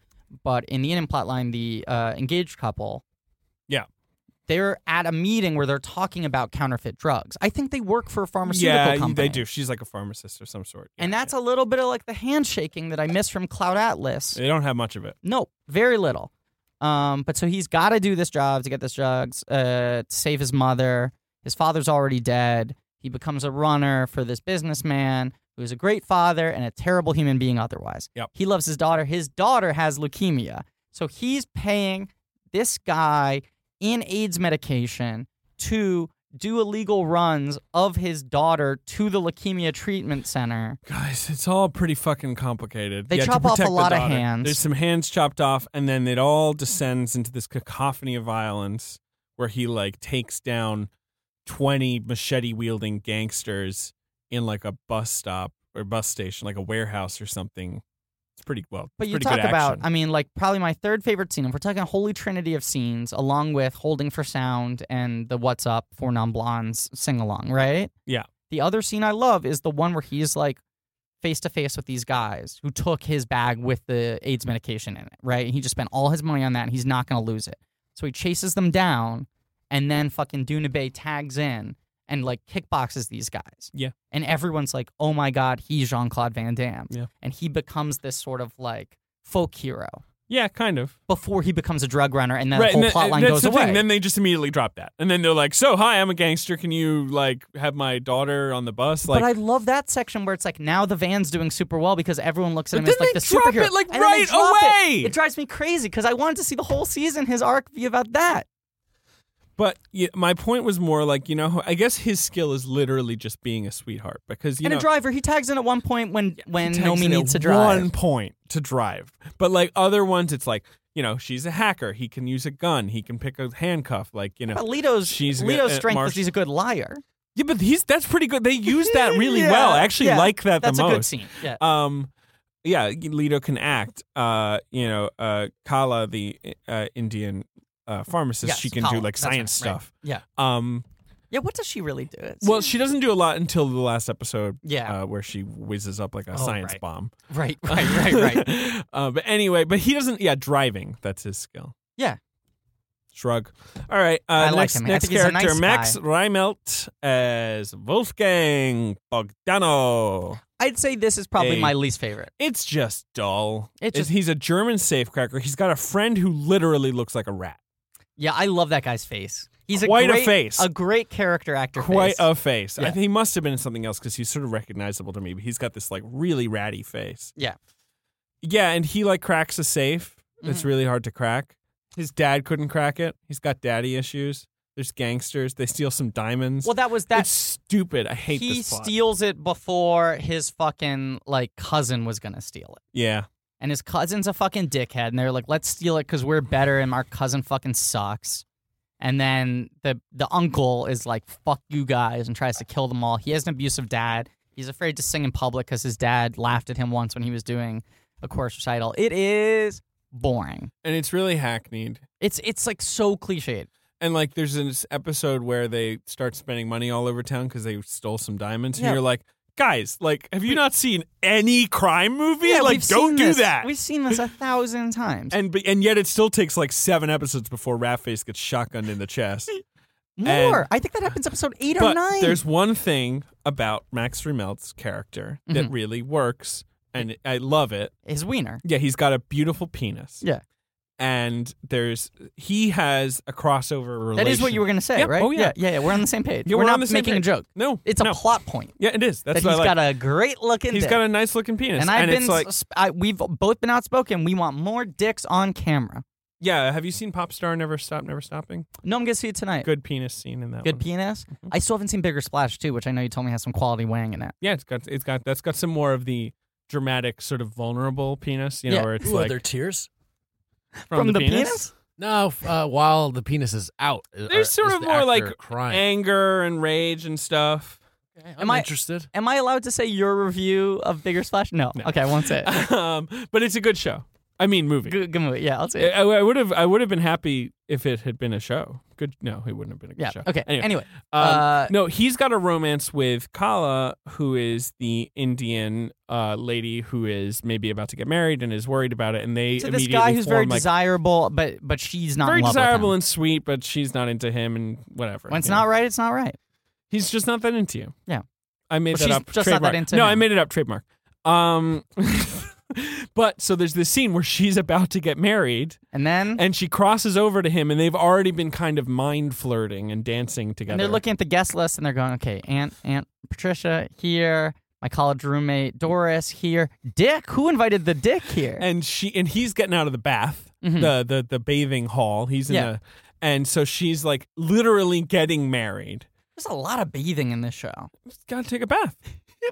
Speaker 2: but in the Indian plotline, the uh, engaged couple.
Speaker 3: Yeah.
Speaker 2: They're at a meeting where they're talking about counterfeit drugs. I think they work for a pharmaceutical
Speaker 3: yeah,
Speaker 2: company.
Speaker 3: they do. She's like a pharmacist of some sort.
Speaker 2: And
Speaker 3: Yeah,
Speaker 2: that's
Speaker 3: yeah.
Speaker 2: a little bit of like the handshaking that I miss from Cloud Atlas.
Speaker 3: they don't have much of it.
Speaker 2: Nope, very little. Um, but so he's got to do this job to get this drugs uh, to save his mother. His father's already dead. He becomes a runner for this businessman who's a great father and a terrible human being otherwise.
Speaker 3: Yep.
Speaker 2: He loves his daughter. His daughter has leukemia. So he's paying this guy in AIDS medication to do illegal runs of his daughter to the leukemia treatment center.
Speaker 3: Guys, it's all pretty fucking complicated.
Speaker 2: They
Speaker 3: You have to
Speaker 2: chop off a
Speaker 3: protect the
Speaker 2: lot of
Speaker 3: daughter.
Speaker 2: hands.
Speaker 3: There's some hands chopped off, and then it all descends into this cacophony of violence where he like takes down twenty machete wielding gangsters in like a bus stop or bus station, like a warehouse or something. It's pretty well.
Speaker 2: But
Speaker 3: it's
Speaker 2: you
Speaker 3: pretty
Speaker 2: talk
Speaker 3: good
Speaker 2: about,
Speaker 3: action.
Speaker 2: I mean, like probably my third favorite scene. If we're talking holy trinity of scenes, along with holding for sound and the "What's Up" for non blondes sing along, right?
Speaker 3: Yeah.
Speaker 2: The other scene I love is the one where he's like face to face with these guys who took his bag with the AIDS medication in it, right? And he just spent all his money on that, and he's not going to lose it. So he chases them down, and then fucking Bay tags in and like kickboxes these guys.
Speaker 3: Yeah.
Speaker 2: And everyone's like, "Oh my god, he's Jean Claude Van Damme."
Speaker 3: Yeah.
Speaker 2: And he becomes this sort of like folk hero
Speaker 3: yeah, kind of.
Speaker 2: before he becomes a drug runner, and then
Speaker 3: right,
Speaker 2: the whole
Speaker 3: and
Speaker 2: plot
Speaker 3: that-
Speaker 2: line
Speaker 3: that's
Speaker 2: goes
Speaker 3: the
Speaker 2: away.
Speaker 3: Thing. Then they just immediately drop that, and then they're like, "So, hi, I'm a gangster. Can you like have my daughter on the bus?" Like,
Speaker 2: but I love that section where it's like now the van's doing super well because everyone looks at him
Speaker 3: But
Speaker 2: as
Speaker 3: then
Speaker 2: like
Speaker 3: they
Speaker 2: the
Speaker 3: drop
Speaker 2: superhero.
Speaker 3: it, like,
Speaker 2: And then they
Speaker 3: right
Speaker 2: drop it.
Speaker 3: away!
Speaker 2: It. drives me crazy because I wanted to see the whole season his arc be about that.
Speaker 3: But yeah, my point was more like you know, I guess his skill is literally just being a sweetheart because you
Speaker 2: and
Speaker 3: know
Speaker 2: a driver, he tags in at one point when when
Speaker 3: he takes
Speaker 2: Nomi
Speaker 3: it at
Speaker 2: needs to drive.
Speaker 3: one point to drive. But like other ones, it's like you know she's a hacker. He can use a gun. He can pick a handcuff. Like you know,
Speaker 2: But Leto's
Speaker 3: She's a-
Speaker 2: Leto's
Speaker 3: uh,
Speaker 2: strength
Speaker 3: Marsh-
Speaker 2: is he's a good liar.
Speaker 3: yeah, but he's that's pretty good. They use that really
Speaker 2: Yeah,
Speaker 3: well. I actually
Speaker 2: yeah.
Speaker 3: like that
Speaker 2: That's
Speaker 3: the
Speaker 2: a
Speaker 3: most.
Speaker 2: good scene. Yeah.
Speaker 3: um yeah Leto can act uh you know uh Kala the uh Indian uh pharmacist
Speaker 2: Yes,
Speaker 3: she can
Speaker 2: Kala.
Speaker 3: do like
Speaker 2: That's right,
Speaker 3: science
Speaker 2: right.
Speaker 3: stuff
Speaker 2: Yeah.
Speaker 3: um
Speaker 2: Yeah. What does she really do? It's-
Speaker 3: well she doesn't do a lot until the last episode
Speaker 2: Yeah.
Speaker 3: uh, where she whizzes up like a
Speaker 2: Oh,
Speaker 3: science
Speaker 2: right.
Speaker 3: bomb
Speaker 2: right. Right. Right. Right.
Speaker 3: uh, but anyway but he doesn't yeah driving that's his skill
Speaker 2: Yeah.
Speaker 3: Shrug. All right. Uh,
Speaker 2: I like
Speaker 3: next
Speaker 2: him. I
Speaker 3: next
Speaker 2: think he's a
Speaker 3: character,
Speaker 2: nice
Speaker 3: Max
Speaker 2: guy.
Speaker 3: Reimelt as Wolfgang Bogdano.
Speaker 2: I'd say this is probably
Speaker 3: Hey.
Speaker 2: my least favorite.
Speaker 3: It's just dull.
Speaker 2: It's
Speaker 3: It's
Speaker 2: just-
Speaker 3: he's a German safecracker. He's got a friend who literally looks like a rat.
Speaker 2: Yeah, I love that guy's face. He's a
Speaker 3: Quite a
Speaker 2: great,
Speaker 3: face.
Speaker 2: a great character actor.
Speaker 3: Quite
Speaker 2: face.
Speaker 3: a face. I
Speaker 2: Yeah.
Speaker 3: think he must have been in something else because he's sort of recognizable to me. But he's got this like really ratty face.
Speaker 2: Yeah.
Speaker 3: Yeah, and he like cracks a safe. It's
Speaker 2: Mhm.
Speaker 3: really hard to crack. His dad couldn't crack it. He's got daddy issues. There's gangsters. They steal some diamonds.
Speaker 2: well, that was that.
Speaker 3: it's stupid. I hate
Speaker 2: he
Speaker 3: this plot.
Speaker 2: steals it before his fucking like cousin was gonna steal it,
Speaker 3: yeah.
Speaker 2: and his cousin's a fucking dickhead, and they're like, "Let's steal it because we're better," and our cousin fucking sucks. And then the the uncle is like, "Fuck you guys," and tries to kill them all. He has an abusive dad. He's afraid to sing in public because his dad laughed at him once when he was doing a chorus recital. It is boring.
Speaker 3: And it's really hackneyed.
Speaker 2: It's it's like so cliched.
Speaker 3: And like, there's this episode where they start spending money all over town because they stole some diamonds,
Speaker 2: Yeah.
Speaker 3: and you're like, guys, like, have you not seen any crime movie?
Speaker 2: Yeah,
Speaker 3: like,
Speaker 2: we've
Speaker 3: don't
Speaker 2: seen
Speaker 3: do
Speaker 2: this.
Speaker 3: that.
Speaker 2: We've seen this a thousand times.
Speaker 3: and but, and yet, it still takes like seven episodes before Ratface gets shotgunned in the chest.
Speaker 2: More.
Speaker 3: and-
Speaker 2: I think that happens episode eight or
Speaker 3: but
Speaker 2: nine.
Speaker 3: there's one thing about Max Remelt's character that
Speaker 2: Mhm.
Speaker 3: really works, and I love it.
Speaker 2: his wiener.
Speaker 3: Yeah, he's got a beautiful penis.
Speaker 2: Yeah.
Speaker 3: and there's he has a crossover. Relation.
Speaker 2: That is what you were gonna say,
Speaker 3: Yep.
Speaker 2: right?
Speaker 3: Oh, yeah.
Speaker 2: yeah, yeah. yeah. We're on the same page.
Speaker 3: Yeah,
Speaker 2: we're,
Speaker 3: we're
Speaker 2: not
Speaker 3: on the same
Speaker 2: making
Speaker 3: page.
Speaker 2: a joke.
Speaker 3: No,
Speaker 2: It's a
Speaker 3: no.
Speaker 2: plot point
Speaker 3: Yeah, it is. That's
Speaker 2: that
Speaker 3: what
Speaker 2: he's
Speaker 3: I like.
Speaker 2: got a great looking.
Speaker 3: He's
Speaker 2: dick.
Speaker 3: got a nice looking penis,
Speaker 2: and I've been.
Speaker 3: it's like,
Speaker 2: s- I, we've both been outspoken. We want more dicks on camera.
Speaker 3: yeah. Have you seen Pop Star Never Stop Never Stopping?
Speaker 2: No, I'm gonna see it tonight.
Speaker 3: Good penis scene in that.
Speaker 2: Good
Speaker 3: one. Mm-hmm.
Speaker 2: penis. I still haven't seen Bigger Splash too, which I know you told me has some quality wang in it.
Speaker 3: Yeah, it's got it's got that's got some more of the dramatic sort of vulnerable penis. You know,
Speaker 2: Yeah.
Speaker 3: where it's
Speaker 4: Ooh, are
Speaker 3: like
Speaker 4: there tears?
Speaker 3: from,
Speaker 2: the penis?
Speaker 4: No, f- uh, while the penis is out,
Speaker 3: There's sort of more like
Speaker 4: crying.
Speaker 3: anger and rage and stuff.
Speaker 4: Okay, I'm
Speaker 2: Am I-
Speaker 4: interested.
Speaker 2: Am I allowed to say your review of Bigger Splash? No. Okay, I won't say it.
Speaker 3: um, but it's a good show. I mean, movie.
Speaker 2: good, good movie. Yeah, I'll say
Speaker 3: I,
Speaker 2: it.
Speaker 3: I would have I would have been happy if it had been a show. Good. No, it wouldn't have been a good
Speaker 2: Yeah.
Speaker 3: show.
Speaker 2: Okay. Anyway.
Speaker 3: Anyway, um,
Speaker 2: uh,
Speaker 3: no, he's got a romance with Kala, who is the Indian uh, lady who is maybe about to get married and is worried about it. And they
Speaker 2: to this
Speaker 3: immediately
Speaker 2: guy who's
Speaker 3: form
Speaker 2: very
Speaker 3: like
Speaker 2: desirable, but but she's not
Speaker 3: very
Speaker 2: in love
Speaker 3: desirable
Speaker 2: With him.
Speaker 3: and sweet, but she's not into him and whatever.
Speaker 2: when it's
Speaker 3: you
Speaker 2: not
Speaker 3: know.
Speaker 2: right, it's not right.
Speaker 3: he's just not that into you.
Speaker 2: Yeah.
Speaker 3: I made that
Speaker 2: Well, she's
Speaker 3: up.
Speaker 2: just not that
Speaker 3: trademark.
Speaker 2: into
Speaker 3: No,
Speaker 2: him.
Speaker 3: I made it up. Trademark. Um, but so there's this scene where she's about to get married,
Speaker 2: And then and,
Speaker 3: and she crosses over to him, and they've already been kind of mind flirting and dancing together.
Speaker 2: they're looking at the guest list and they're going, okay, Aunt Aunt Patricia here, my college roommate Doris here, Dick. Who invited the Dick here?
Speaker 3: and she and he's getting out of the bath,
Speaker 2: Mhm.
Speaker 3: the the the bathing hall. He's in
Speaker 2: Yeah.
Speaker 3: a, and so she's like literally getting married.
Speaker 2: There's a lot of bathing in this show,
Speaker 3: Just gotta take a bath.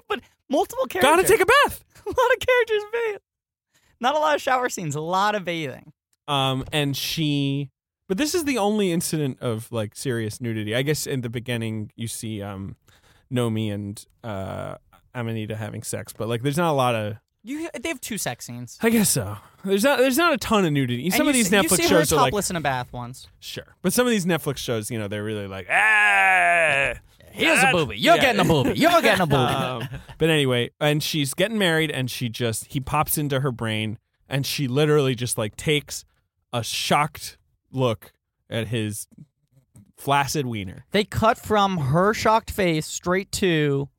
Speaker 2: but multiple characters.
Speaker 3: Gotta take a bath.
Speaker 2: a lot of characters bathe. Not a lot of shower scenes. A lot of bathing.
Speaker 3: um and she but this is the only incident of like serious nudity i guess in the beginning you see um nomi and uh amanita having sex but like there's not a lot of
Speaker 2: You they have two sex scenes.
Speaker 3: i guess so there's not there's not a ton of nudity some
Speaker 2: And
Speaker 3: of
Speaker 2: you
Speaker 3: these
Speaker 2: see-
Speaker 3: netflix
Speaker 2: you see
Speaker 3: shows
Speaker 2: her
Speaker 3: are like
Speaker 2: topless in a bath once.
Speaker 3: sure but some of these netflix shows you know they're really like ah
Speaker 4: Here's a
Speaker 3: That-
Speaker 4: booby. You're
Speaker 3: yeah.
Speaker 4: getting a booby. You're getting a booby.
Speaker 3: um, but anyway and she's getting married and she just he pops into her brain and she literally just like takes a shocked look at his flaccid wiener
Speaker 2: They cut from her shocked face straight to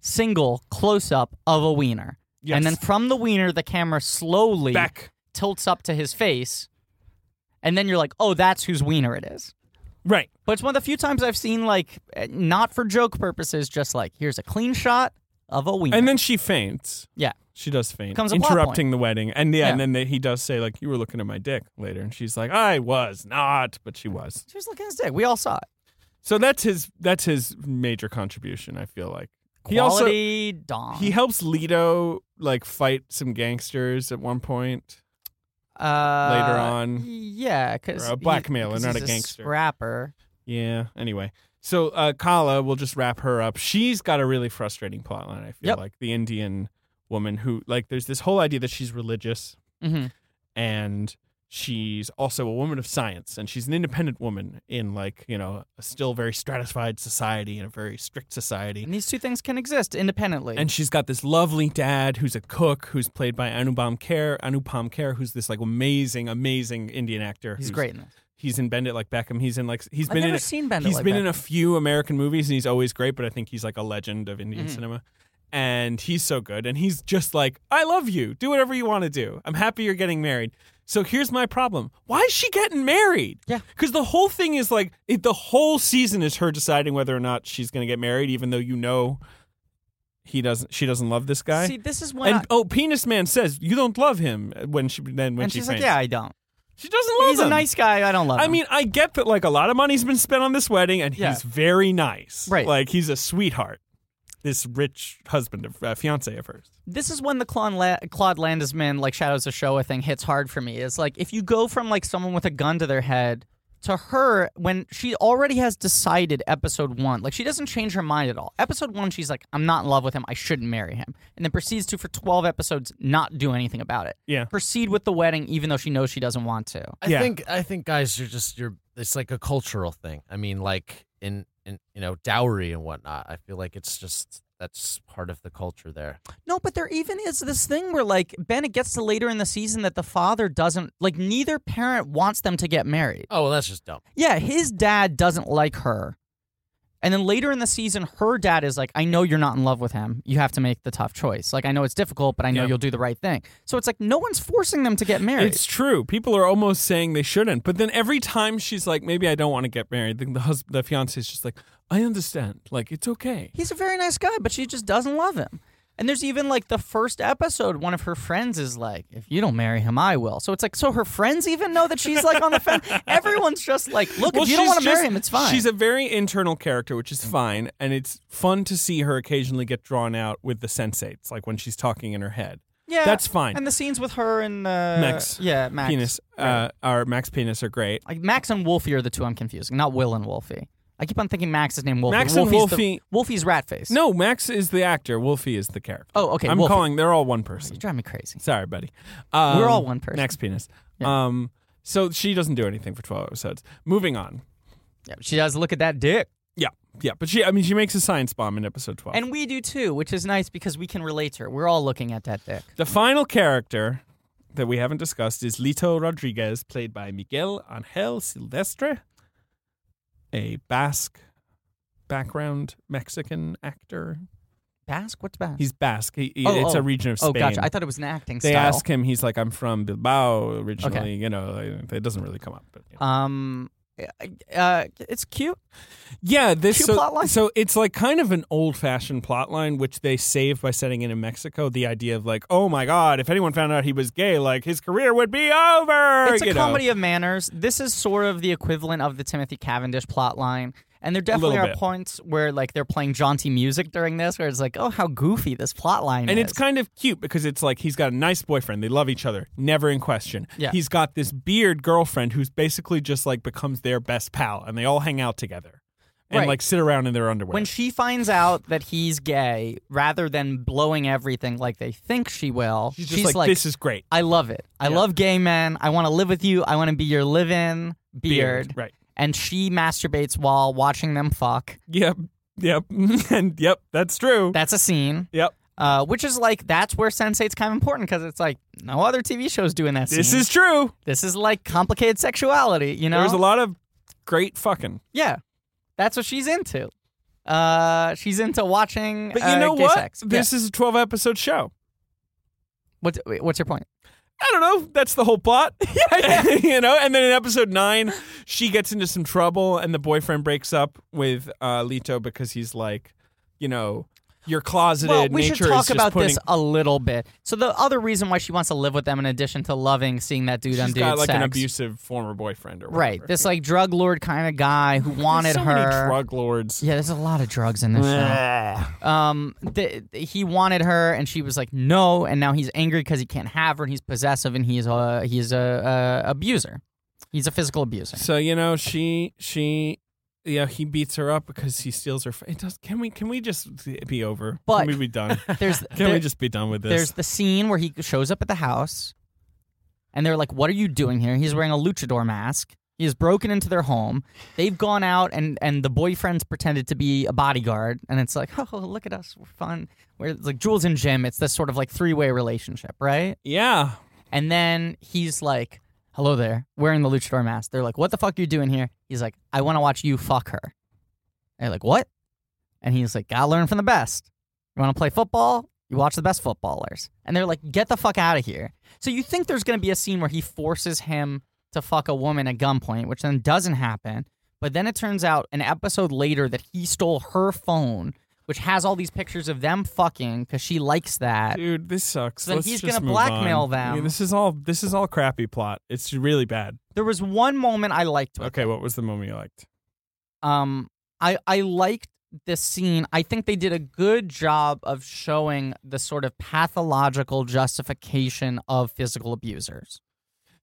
Speaker 2: single close up of a wiener.
Speaker 3: Yes.
Speaker 2: And then from the wiener, the camera slowly
Speaker 3: back
Speaker 2: tilts up to his face. And then you're like, oh, that's whose wiener it is.
Speaker 3: right
Speaker 2: But it's one of the few times I've seen, like, eh, not for joke purposes, just like, here's a clean shot of a wiener.
Speaker 3: and then she faints
Speaker 2: yeah.
Speaker 3: she does faint
Speaker 2: Becomes a plot
Speaker 3: interrupting the wedding and yeah,
Speaker 2: Yeah.
Speaker 3: and then they, he does say like you were looking at my dick later and she's like i was not but she was
Speaker 2: She was looking at his dick. We all saw it.
Speaker 3: so that's his that's his major contribution i feel like he also
Speaker 2: Quality dong.
Speaker 3: he helps Leto like fight some gangsters at one point
Speaker 2: uh,
Speaker 3: later on.
Speaker 2: Yeah, because
Speaker 3: Or a blackmailer, not a
Speaker 2: he's
Speaker 3: gangster.
Speaker 2: Scrapper.
Speaker 3: Yeah. Anyway, so uh, Kala will just wrap her up. She's got a really frustrating plotline. I feel
Speaker 2: Yep.
Speaker 3: like the Indian woman who like there's this whole idea that she's religious
Speaker 2: Mm-hmm.
Speaker 3: and she's also a woman of science and she's an independent woman in like you know a still very stratified society and a very strict society.
Speaker 2: And these two things can exist independently.
Speaker 3: And she's got this lovely dad who's a cook who's played by Anupam Kher, Anupam Kher, who's this like amazing, amazing Indian actor.
Speaker 2: He's
Speaker 3: who's-
Speaker 2: great in this.
Speaker 3: He's in Bend It Like Beckham. He's in like he's
Speaker 2: I've
Speaker 3: been
Speaker 2: never
Speaker 3: in
Speaker 2: seen Bend It
Speaker 3: He's
Speaker 2: Like
Speaker 3: been in
Speaker 2: Beckham.
Speaker 3: a few American movies and he's always great, but I think he's like a legend of Indian
Speaker 2: Mm-hmm.
Speaker 3: cinema. And he's so good. And he's just like, I love you. Do whatever you want to do. I'm happy you're getting married. So here's my problem. Why is she getting married?
Speaker 2: Yeah.
Speaker 3: Because the whole thing is like, it, the whole season is her deciding whether or not she's going to get married, even though you know he doesn't, she doesn't love this guy.
Speaker 2: See, uh, this is when
Speaker 3: and
Speaker 2: I-
Speaker 3: oh, Penis Man says you don't love him when she then when
Speaker 2: and
Speaker 3: she
Speaker 2: she's like,
Speaker 3: faints.
Speaker 2: yeah, I don't.
Speaker 3: she doesn't love
Speaker 2: He's
Speaker 3: him.
Speaker 2: a nice guy. I don't love
Speaker 3: I
Speaker 2: him.
Speaker 3: mean, I get that like a lot of money's been spent on this wedding, and
Speaker 2: Yeah.
Speaker 3: he's very nice.
Speaker 2: Right.
Speaker 3: Like he's a sweetheart. This rich husband of uh, fiance of hers.
Speaker 2: this is when the Claude, La- Claude Landisman like Shadows of Showa thing hits hard for me. It's like if you go from like someone with a gun to their head to her when she already has decided episode one, like she doesn't change her mind at all. Episode one, she's like, I'm not in love with him. I shouldn't marry him, and then proceeds to for twelve episodes not do anything about it.
Speaker 3: Yeah.
Speaker 2: proceed with the wedding even though she knows she doesn't want to.
Speaker 4: I
Speaker 3: Yeah.
Speaker 4: think I think guys, you're just you're. It's like a cultural thing. I mean, like in in you know dowry and whatnot. I feel like it's just that's part of the culture there.
Speaker 2: No, but there even is this thing where like Bennett gets to later in the season that the father doesn't like neither parent wants them to get married.
Speaker 4: Oh well, that's just dumb.
Speaker 2: Yeah, his dad doesn't like her. And then later in the season, her dad is like, I know you're not in love with him. You have to make the tough choice. Like, I know it's difficult, but I know
Speaker 3: Yeah.
Speaker 2: you'll do the right thing. So it's like, no one's forcing them to get married.
Speaker 3: It's true. People are almost saying they shouldn't, but then every time she's like, "Maybe I don't want to get married," then the husband, the fiance is just like, "I understand. Like it's okay."
Speaker 2: He's a very nice guy, but she just doesn't love him. And there's even like the first episode, one of her friends is like, if you don't marry him, I will. So it's like, so her friends even know that she's like on the fence. Everyone's just like, look, if you don't
Speaker 3: she's
Speaker 2: want to marry
Speaker 3: just-
Speaker 2: him, it's fine.
Speaker 3: She's a very internal character, which is fine, and it's fun to see her occasionally get drawn out with the sensates, like when she's talking in her head.
Speaker 2: yeah,
Speaker 3: that's fine.
Speaker 2: And the scenes with her and uh,
Speaker 3: Max.
Speaker 2: Yeah, Max.
Speaker 3: Penis, uh, our Max penis are great.
Speaker 2: Like Max and Wolfie are the two I'm confusing, not Will and Wolfie. I I keep on thinking Max is named Wolfie.
Speaker 3: Max and
Speaker 2: Wolfie's the-
Speaker 3: Wolfie-
Speaker 2: Wolfie's rat face.
Speaker 3: No, Max is the actor. Wolfie is the character.
Speaker 2: Oh, okay,
Speaker 3: I'm
Speaker 2: Wolfie.
Speaker 3: calling. They're all one
Speaker 2: You
Speaker 3: person.
Speaker 2: drive me crazy.
Speaker 3: Sorry, buddy. Um,
Speaker 2: We're all one person.
Speaker 3: Max penis.
Speaker 2: Yeah.
Speaker 3: Um, so she doesn't do anything for 12 episodes. Moving on.
Speaker 2: Yeah, she does look at that dick.
Speaker 3: Yeah, yeah, but she. I mean, she makes a science bomb in episode 12.
Speaker 2: And we do too, which is nice because we can relate to her. We're all looking at that dick.
Speaker 3: The final character that we haven't discussed is Lito Rodriguez, played by Miguel Angel Silvestre, a Basque background Mexican actor.
Speaker 2: Basque? What's Basque?
Speaker 3: He's Basque. He, he-
Speaker 2: Oh,
Speaker 3: it's
Speaker 2: oh.
Speaker 3: a region of Spain.
Speaker 2: oh, gotcha. I thought it was an acting
Speaker 3: they
Speaker 2: style.
Speaker 3: ask him, he's like, I'm from Bilbao originally. You know, like, it doesn't really come up. But, you know.
Speaker 2: Um, uh, it's cute.
Speaker 3: Yeah, this
Speaker 2: Cute
Speaker 3: so,
Speaker 2: plot line.
Speaker 3: so it's like kind of an old-fashioned plot line, which they saved by setting it in Mexico. The idea of like, oh my god, if anyone found out he was gay, like his career would be over.
Speaker 2: It's a
Speaker 3: you know.
Speaker 2: comedy of manners. This is sort of the equivalent of the Timothy Cavendish plot line. And there definitely
Speaker 3: Little
Speaker 2: are
Speaker 3: bit.
Speaker 2: points where like they're playing jaunty music during this, where it's like, oh, how goofy this plot line
Speaker 3: And
Speaker 2: is.
Speaker 3: it's kind of cute because it's like he's got a nice boyfriend. They love each other, never in question.
Speaker 2: Yeah.
Speaker 3: He's got this beard girlfriend who's basically just like becomes their best pal, and they all hang out together and
Speaker 2: Right.
Speaker 3: like sit around in their underwear.
Speaker 2: when she finds out that he's gay, rather than blowing everything like they think she will,
Speaker 3: she's just like, this is great.
Speaker 2: I love it. I
Speaker 3: Yeah.
Speaker 2: love gay men. I want to live with you. I want to be your live-in beard.
Speaker 3: right?
Speaker 2: And she masturbates while watching them fuck.
Speaker 3: Yep, yep, and yep. That's true.
Speaker 2: That's a scene.
Speaker 3: yep.
Speaker 2: Uh, which is like that's where Sense8's kind of important because it's like no other TV show's doing that.
Speaker 3: This
Speaker 2: scene.
Speaker 3: is true.
Speaker 2: this is like complicated sexuality, you know?
Speaker 3: There's a lot of great fucking.
Speaker 2: yeah, that's what she's into. Uh, she's into watching.
Speaker 3: But you
Speaker 2: uh,
Speaker 3: know
Speaker 2: gay
Speaker 3: what?
Speaker 2: Sex.
Speaker 3: This is a 12 episode show.
Speaker 2: Yeah. What's wait, what's your point?
Speaker 3: I don't know. That's the whole plot. you know, and then in episode nine, she gets into some trouble and the boyfriend breaks up with uh, Lito because he's like, you know, you're closeted.
Speaker 2: Well, we
Speaker 3: Nature
Speaker 2: should
Speaker 3: is
Speaker 2: talk
Speaker 3: just
Speaker 2: about
Speaker 3: putting,
Speaker 2: this a little bit. So the other reason why she wants to live with them, in addition to loving seeing that dude on
Speaker 3: She's
Speaker 2: dude
Speaker 3: got like
Speaker 2: sex,
Speaker 3: an abusive former boyfriend or whatever.
Speaker 2: right? This like drug lord kind of guy who wanted
Speaker 3: There's so
Speaker 2: her.
Speaker 3: many drug lords.
Speaker 2: yeah, there's a lot of drugs in this show. um th- th- he wanted her and she was like no and now he's angry because he can't have her and he's possessive and he's a he's a, a abuser he's a physical abuser
Speaker 3: So you know, she she. Yeah, he beats her up because he steals her. f- It does. Can we? Can we just be over?
Speaker 2: But-
Speaker 3: can we be done?
Speaker 2: there's
Speaker 3: Can
Speaker 2: there-
Speaker 3: we just be done with this?
Speaker 2: there's the scene where he shows up at the house and they're like what are you doing here he's wearing a luchador mask he has broken into their home they've gone out and and the boyfriend's pretended to be a bodyguard and it's like oh look at us we're fun we're it's like jules and jim it's this sort of like three-way relationship right
Speaker 3: yeah,
Speaker 2: And then he's like, "Hello there," wearing the luchador mask. They're like, "What the fuck are you doing here?" He's like, "I want to watch you fuck her." And they're like, "What?" And he's like, "Gotta learn from the best. You want to play football? You watch the best footballers." And they're like, "Get the fuck out of here." So you think there's gonna be a scene where he forces him to fuck a woman at gunpoint, which then doesn't happen. But then it turns out an episode later that he stole her phone, which has all these pictures of them fucking because she likes that.
Speaker 3: dude, this sucks.
Speaker 2: So
Speaker 3: Let's
Speaker 2: he's
Speaker 3: just
Speaker 2: gonna
Speaker 3: move on.
Speaker 2: blackmail them.
Speaker 3: Yeah, this is all this is all crappy plot. It's really bad.
Speaker 2: There was one moment I liked. with
Speaker 3: Okay, what was the moment you liked?
Speaker 2: um i i liked this scene i think they did a good job of showing the sort of pathological justification of physical abusers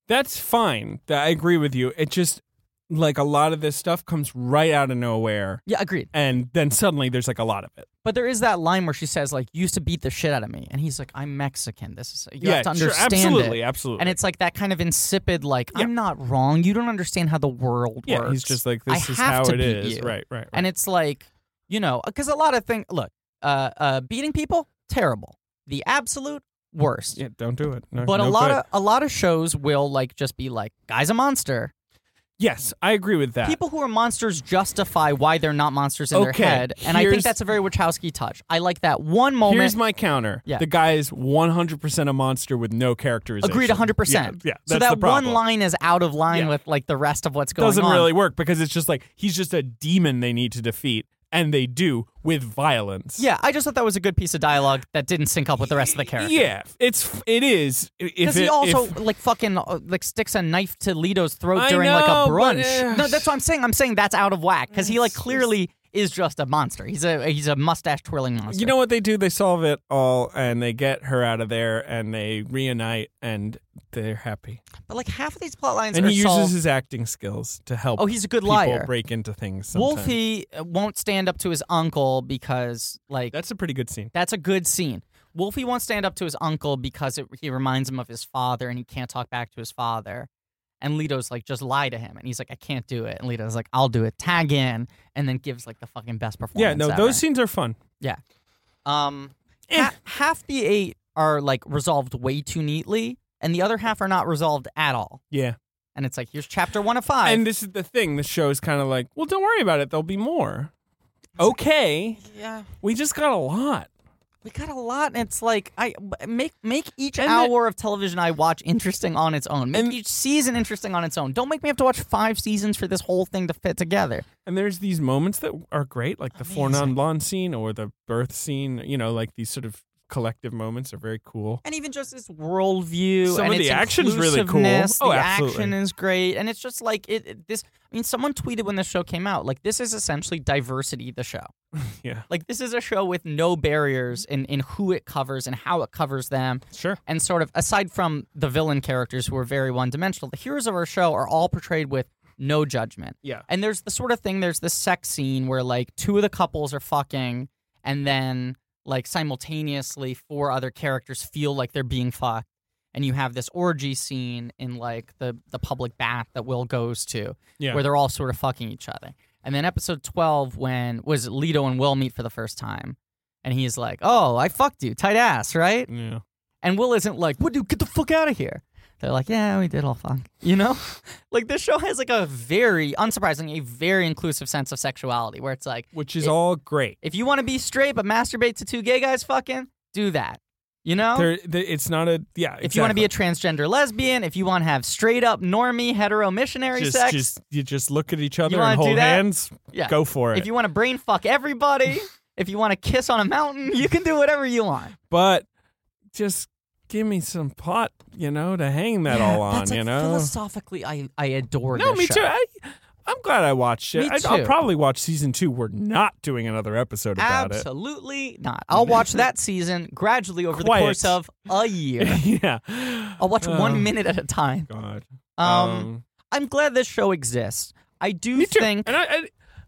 Speaker 3: That's fine. Th- I agree with you. It just like a lot of this stuff comes right out of nowhere,
Speaker 2: yeah agreed
Speaker 3: and then suddenly there's like a lot of it.
Speaker 2: but there is that line where she says like you used to beat the shit out of me and he's like i'm mexican this is you
Speaker 3: yeah,
Speaker 2: have to
Speaker 3: sure,
Speaker 2: understand
Speaker 3: absolutely,
Speaker 2: it
Speaker 3: absolutely.
Speaker 2: and it's like that kind of insipid like
Speaker 3: Yeah.
Speaker 2: i'm not wrong you don't understand how the world
Speaker 3: yeah,
Speaker 2: works
Speaker 3: he's just like
Speaker 2: I
Speaker 3: this is
Speaker 2: have
Speaker 3: how
Speaker 2: to
Speaker 3: it
Speaker 2: beat
Speaker 3: is.
Speaker 2: you.
Speaker 3: Right, right, right.
Speaker 2: and it's like you know because a lot of things look uh uh beating people terrible the absolute worst
Speaker 3: yeah, don't do it. No,
Speaker 2: but a
Speaker 3: no
Speaker 2: lot
Speaker 3: good.
Speaker 2: of a lot of shows will like just be like guy's a monster
Speaker 3: yes, I agree with that.
Speaker 2: people who are monsters justify why they're not monsters in
Speaker 3: Okay,
Speaker 2: their head and i think
Speaker 3: here's-
Speaker 2: that's a very wachowski touch i like that one moment
Speaker 3: Here's my counter.
Speaker 2: Yeah.
Speaker 3: The guy is 100% a monster with no characterization.
Speaker 2: agreed 100%
Speaker 3: Yeah, yeah
Speaker 2: so
Speaker 3: that's the
Speaker 2: that one
Speaker 3: problem.
Speaker 2: line is out of line
Speaker 3: Yeah.
Speaker 2: with like the rest of what's going
Speaker 3: doesn't
Speaker 2: on
Speaker 3: really work because it's just like he's just a demon they need to defeat, and they do with violence.
Speaker 2: yeah i just thought that was a good piece of dialogue that didn't sync up with the rest of the character
Speaker 3: yeah. It's it is. If
Speaker 2: because he
Speaker 3: it-
Speaker 2: also
Speaker 3: if-
Speaker 2: like fucking uh, like sticks a knife to Lito's throat
Speaker 3: I
Speaker 2: during like
Speaker 3: know,
Speaker 2: a
Speaker 3: but,
Speaker 2: brunch.
Speaker 3: eh.
Speaker 2: no, that's what I'm saying. I'm saying that's out of whack because he like clearly is just a monster. He's a he's a mustache twirling monster.
Speaker 3: You know what they do? They solve it all and they get her out of there and they reunite and they're happy.
Speaker 2: but like half of these plot lines
Speaker 3: And
Speaker 2: are
Speaker 3: he uses
Speaker 2: solved.
Speaker 3: his acting skills to help
Speaker 2: oh, he's a good
Speaker 3: people
Speaker 2: liar.
Speaker 3: break into things. Sometimes.
Speaker 2: Wolfie uh, won't stand up to his uncle because like
Speaker 3: That's a pretty good scene.
Speaker 2: That's a good scene. Wolfie won't stand up to his uncle because it, he reminds him of his father and he can't talk back to his father. And Leto's like, just lie to him. And he's like, I can't do it. And Leto's like, I'll do it. Tag in. And then gives like the fucking best performance.
Speaker 3: Yeah, no,
Speaker 2: ever.
Speaker 3: those Eh. scenes are fun.
Speaker 2: Um, ha- half the eight are like resolved way too neatly, and the other half are not resolved at all.
Speaker 3: Yeah.
Speaker 2: And it's like, here's chapter one of five.
Speaker 3: and this is the thing. The show is kind of like, well, don't worry about it. There'll be more. Okay.
Speaker 2: yeah,
Speaker 3: We just got a lot.
Speaker 2: we got a lot. And it's like, I b- make make each
Speaker 3: And the-
Speaker 2: hour of television I watch interesting on its own. Make
Speaker 3: And-
Speaker 2: each season interesting on its own. Don't make me have to watch five seasons for this whole thing to fit together.
Speaker 3: And there's these moments that are great, like the four
Speaker 2: Amazing.
Speaker 3: non blonde scene or the birth scene. You know, like these sort of collective moments are very cool.
Speaker 2: And even just this worldview.
Speaker 3: Some
Speaker 2: and
Speaker 3: of
Speaker 2: its
Speaker 3: the action's really cool.
Speaker 2: inclusiveness,
Speaker 3: Oh,
Speaker 2: the
Speaker 3: absolutely.
Speaker 2: action is great, and it's just like it, it- This, I mean, someone tweeted when the show came out, like this is essentially diversity. The show,
Speaker 3: Yeah.
Speaker 2: like this is a show with no barriers in in who it covers and how it covers them,
Speaker 3: Sure.
Speaker 2: and sort of aside from the villain characters who are very one dimensional, the heroes of our show are all portrayed with no judgment.
Speaker 3: Yeah.
Speaker 2: And there's the sort of thing, there's this sex scene where like two of the couples are fucking and then like simultaneously four other characters feel like they're being fucked. And you have this orgy scene in like the, the public bath that Will goes to
Speaker 3: Yeah.
Speaker 2: where they're all sort of fucking each other. And then episode 12 when was it Leto and Will meet for the first time. And he's like, "Oh, I fucked you, tight ass, right?"
Speaker 3: yeah.
Speaker 2: And Will isn't like, "What dude, get the fuck out of here." They're like, "Yeah, we did all fuck." You know? like this show has like a very unsurprisingly a very inclusive sense of sexuality where it's like
Speaker 3: Which is all great.
Speaker 2: if you want to be straight but masturbate to two gay guys fucking, do that. You know?
Speaker 3: There, there, it's not a yeah.
Speaker 2: if you want to be a transgender lesbian, if you want to have straight up normie hetero missionary
Speaker 3: just,
Speaker 2: sex,
Speaker 3: just you just look at each other
Speaker 2: wanna
Speaker 3: and
Speaker 2: do
Speaker 3: hold
Speaker 2: that?
Speaker 3: hands.
Speaker 2: yeah.
Speaker 3: Go for it.
Speaker 2: if you want to brain fuck everybody, if you want to kiss on a mountain, you can do whatever you want.
Speaker 3: but just give me some pot, you know, to hang that all on.
Speaker 2: That's like
Speaker 3: you know.
Speaker 2: philosophically, I I adore.
Speaker 3: No,
Speaker 2: this
Speaker 3: me
Speaker 2: show.
Speaker 3: too. I, I'm glad I watched it.
Speaker 2: Me
Speaker 3: I, I'll
Speaker 2: too.
Speaker 3: probably watch season two. We're not doing another episode about
Speaker 2: Absolutely not. I'll watch that season gradually over
Speaker 3: Quiet.
Speaker 2: the course of a year.
Speaker 3: it. yeah.
Speaker 2: I'll watch
Speaker 3: Oh,
Speaker 2: one minute at a time.
Speaker 3: God.
Speaker 2: Um, I'm glad this show exists. I do
Speaker 3: me too.
Speaker 2: think
Speaker 3: and I, I,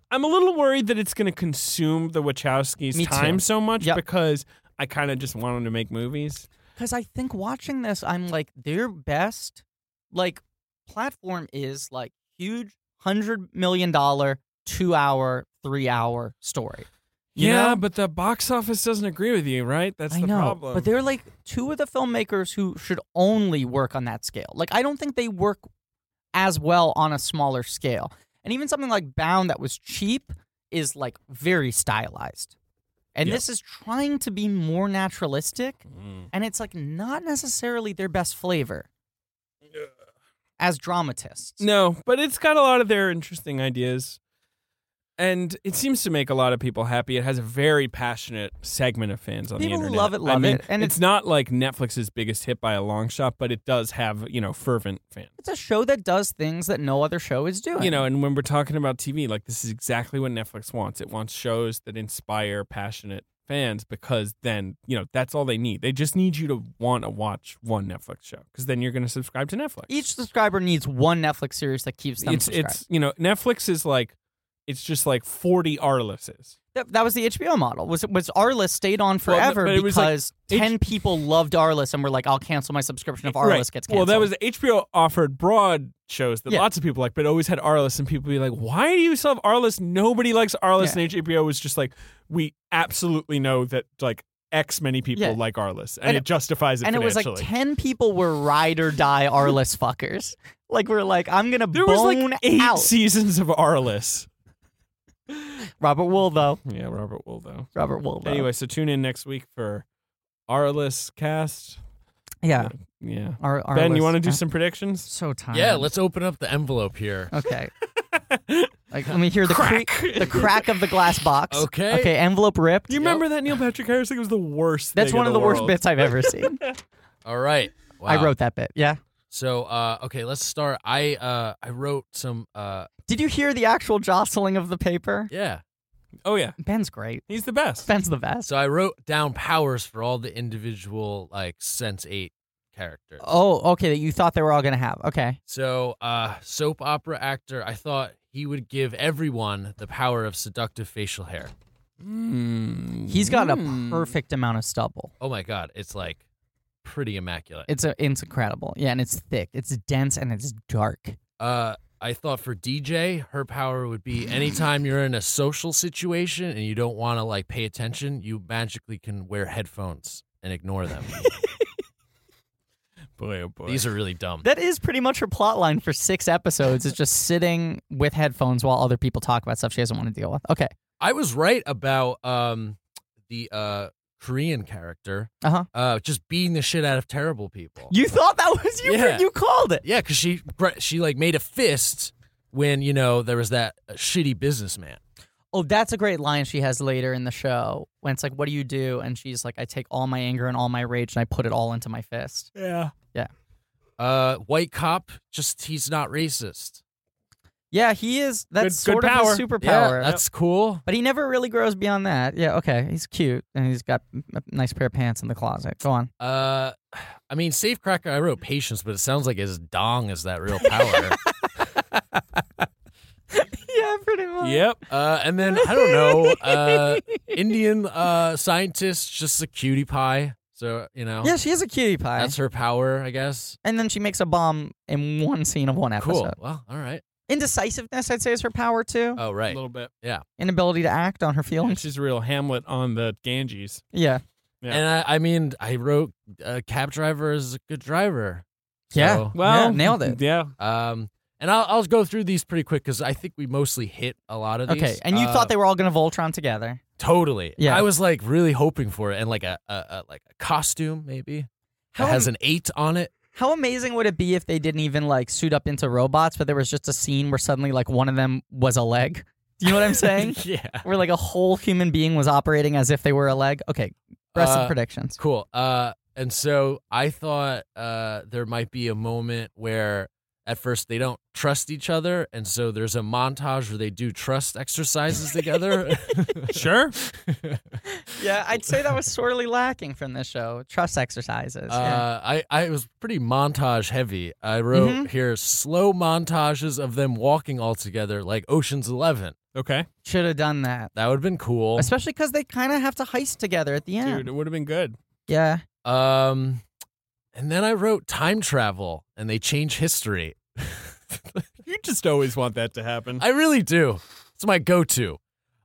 Speaker 3: I'm a little worried that it's going to consume the Wachowskis'
Speaker 2: Me too.
Speaker 3: time so much
Speaker 2: Yep.
Speaker 3: because I kind of just want them to make movies.
Speaker 2: because I think watching this, I'm like their best like platform is like huge hundred million dollar two hour three hour story. You
Speaker 3: yeah,
Speaker 2: know?
Speaker 3: but the box office doesn't agree with you, right? That's
Speaker 2: I
Speaker 3: the
Speaker 2: know,
Speaker 3: problem.
Speaker 2: but they're like two of the filmmakers who should only work on that scale. Like I don't think they work as well on a smaller scale. And even something like Bound that was cheap is like very stylized. And
Speaker 3: Yeah.
Speaker 2: this is trying to be more naturalistic,
Speaker 3: Mm.
Speaker 2: and it's like not necessarily their best flavor as dramatists.
Speaker 3: No, but it's got a lot of their interesting ideas. And it seems to make a lot of people happy. It has a very passionate segment of fans on
Speaker 2: People
Speaker 3: the internet.
Speaker 2: love it,
Speaker 3: I
Speaker 2: love
Speaker 3: mean,
Speaker 2: it, and
Speaker 3: it's,
Speaker 2: it's-
Speaker 3: not like Netflix's biggest hit by a long shot, but it does have, you know, fervent fans.
Speaker 2: It's a show that does things that no other show is doing.
Speaker 3: You know, and when we're talking about TV, like this is exactly what Netflix wants. It wants shows that inspire passionate fans because then, you know, that's all they need. They just need you to want to watch one Netflix show because then you're going to subscribe to Netflix.
Speaker 2: each subscriber needs one Netflix series that keeps them
Speaker 3: it's
Speaker 2: subscribed.
Speaker 3: it's you know Netflix is like it's just like forty Arlisses.
Speaker 2: That, that was the HBO model. Was was Arliss stayed on
Speaker 3: Well, no,
Speaker 2: forever
Speaker 3: but it was like-
Speaker 2: because ten people loved Arliss and were like, "I'll cancel my subscription if Arliss gets
Speaker 3: Well,
Speaker 2: canceled."
Speaker 3: that was HBO offered broad shows that
Speaker 2: Yeah.
Speaker 3: lots of people like, but always had Arliss, and people be like, "Why do you still have Arliss? Nobody likes Arliss."
Speaker 2: Yeah.
Speaker 3: And HBO was just like, "We absolutely know that like X many people
Speaker 2: Yeah.
Speaker 3: like Arliss, and,
Speaker 2: And
Speaker 3: it justifies it."
Speaker 2: and it was like
Speaker 3: financially.
Speaker 2: ten people were ride or die Arliss fuckers. Like we're like, I'm gonna
Speaker 3: There was
Speaker 2: bone
Speaker 3: like eight
Speaker 2: out
Speaker 3: seasons of Arliss.
Speaker 2: Robert Wool though.
Speaker 3: Yeah, Robert Wool though.
Speaker 2: Robert Wool. Though.
Speaker 3: Anyway, so tune in next week for Arliss cast.
Speaker 2: yeah.
Speaker 3: Yeah.
Speaker 2: Ar-
Speaker 3: ben, you
Speaker 2: Arliss-
Speaker 3: want to do
Speaker 2: I'm
Speaker 3: some predictions?
Speaker 2: So tired.
Speaker 4: Yeah, let's open up the envelope here.
Speaker 2: Okay. like let me hear the crack, the crack of the glass box.
Speaker 4: Okay.
Speaker 2: Okay. Envelope ripped.
Speaker 3: You remember that Neil Patrick Harris thing was the worst.
Speaker 2: That's
Speaker 3: thing
Speaker 2: one
Speaker 3: in
Speaker 2: of the, worst
Speaker 3: world.
Speaker 2: bits I've ever seen.
Speaker 4: All right. Wow.
Speaker 2: I wrote that bit. Yeah.
Speaker 4: So uh, okay, let's start. I uh, I wrote some. Uh,
Speaker 2: Did you hear the actual jostling of the paper?
Speaker 4: yeah,
Speaker 3: Oh yeah,
Speaker 2: Ben's great.
Speaker 3: he's the best.
Speaker 2: Ben's the best.
Speaker 4: So I wrote down powers for all the individual like Sense Eight characters.
Speaker 2: oh, okay. That you thought they were all gonna have. Okay.
Speaker 4: So, uh, soap opera actor, I thought he would give everyone the power of seductive facial hair.
Speaker 3: Hmm.
Speaker 2: He's got a perfect amount of stubble.
Speaker 4: Oh my god, it's like pretty immaculate.
Speaker 2: It's a, it's incredible. Yeah, and it's thick. It's dense and it's dark.
Speaker 4: Uh, I thought for DJ, her power would be anytime you're in a social situation and you don't want to like pay attention, you magically can wear headphones and ignore them.
Speaker 3: Boy, oh boy.
Speaker 4: These are really dumb.
Speaker 2: That is pretty much her plot line for six episodes. It's just sitting with headphones while other people talk about stuff she doesn't want to deal with. Okay.
Speaker 4: I was right about um the uh Korean character
Speaker 2: Uh-huh.
Speaker 4: uh just beating the shit out of terrible people.
Speaker 2: You thought that was you?
Speaker 4: Yeah.
Speaker 2: You called it.
Speaker 4: Yeah, because she gra- she like made a fist when you know there was that uh, shitty businessman.
Speaker 2: Oh, that's a great line she has later in the show when it's like, "What do you do?" And she's like, "I take all my anger and all my rage and I put it all into my fist."
Speaker 3: yeah.
Speaker 4: Uh, white cop, just he's not racist.
Speaker 2: Yeah, he is. That's
Speaker 3: Good-
Speaker 2: sort
Speaker 3: good
Speaker 2: of his
Speaker 3: power.
Speaker 2: superpower.
Speaker 4: Yeah, that's cool.
Speaker 2: but he never really grows beyond that. Yeah, okay, he's cute and he's got a nice pair of pants in the closet. Go on.
Speaker 4: Uh, I mean, safecracker. I wrote patience, but it sounds like his dong is that real power.
Speaker 2: yeah, pretty much.
Speaker 3: Yep.
Speaker 4: uh, and then I don't know. Uh, Indian uh scientist, just a cutie pie. So you know,
Speaker 2: Yeah, she is a cutie pie.
Speaker 4: that's her power, I guess.
Speaker 2: and then she makes a bomb in one scene of one episode.
Speaker 4: Cool. Well, all right.
Speaker 2: Indecisiveness, I'd say, is her power too.
Speaker 4: Oh,
Speaker 3: A
Speaker 4: right.
Speaker 3: little bit.
Speaker 2: Inability to act on her
Speaker 3: Yeah,
Speaker 2: feelings.
Speaker 3: she's a real Hamlet on the Ganges.
Speaker 2: Yeah.
Speaker 3: Yeah.
Speaker 4: And I, I mean, I wrote uh, cab driver is a good driver.
Speaker 2: Yeah.
Speaker 4: So-
Speaker 3: Well,
Speaker 2: Yeah, nailed it.
Speaker 3: Yeah.
Speaker 4: Um, and I'll, I'll go through these pretty quick because I think we mostly hit a lot of these.
Speaker 2: Okay, and you
Speaker 4: Uh,
Speaker 2: thought they were all going to Voltron together.
Speaker 4: totally.
Speaker 2: Yeah.
Speaker 4: I was like really hoping for it, and like a, a, a like a costume maybe
Speaker 2: How
Speaker 4: that has
Speaker 2: am-
Speaker 4: an eight on it.
Speaker 2: How amazing would it be if they didn't even like suit up into robots, but there was just a scene where suddenly like one of them was a leg? Do you know what I'm saying?
Speaker 4: yeah,
Speaker 2: where like a whole human being was operating as if they were a leg. Okay, rest
Speaker 4: Uh,
Speaker 2: of predictions.
Speaker 4: cool. Uh, and so I thought uh there might be a moment where at first they don't trust each other, and so there's a montage where they do trust exercises together.
Speaker 3: Sure.
Speaker 2: Yeah, I'd say that was sorely lacking from this show. Trust exercises. yeah.
Speaker 4: Uh, I, I was pretty montage heavy. I wrote
Speaker 2: Mhm.
Speaker 4: here slow montages of them walking all together, like Ocean's Eleven.
Speaker 3: Okay.
Speaker 2: Should have done that.
Speaker 4: That would have been cool.
Speaker 2: Especially because they kind of have to heist together at the end.
Speaker 3: Dude, it would have been good.
Speaker 2: Yeah.
Speaker 4: Um, and then I wrote time travel, and they change history.
Speaker 3: You just always want that to happen.
Speaker 4: I really do. It's my go-to.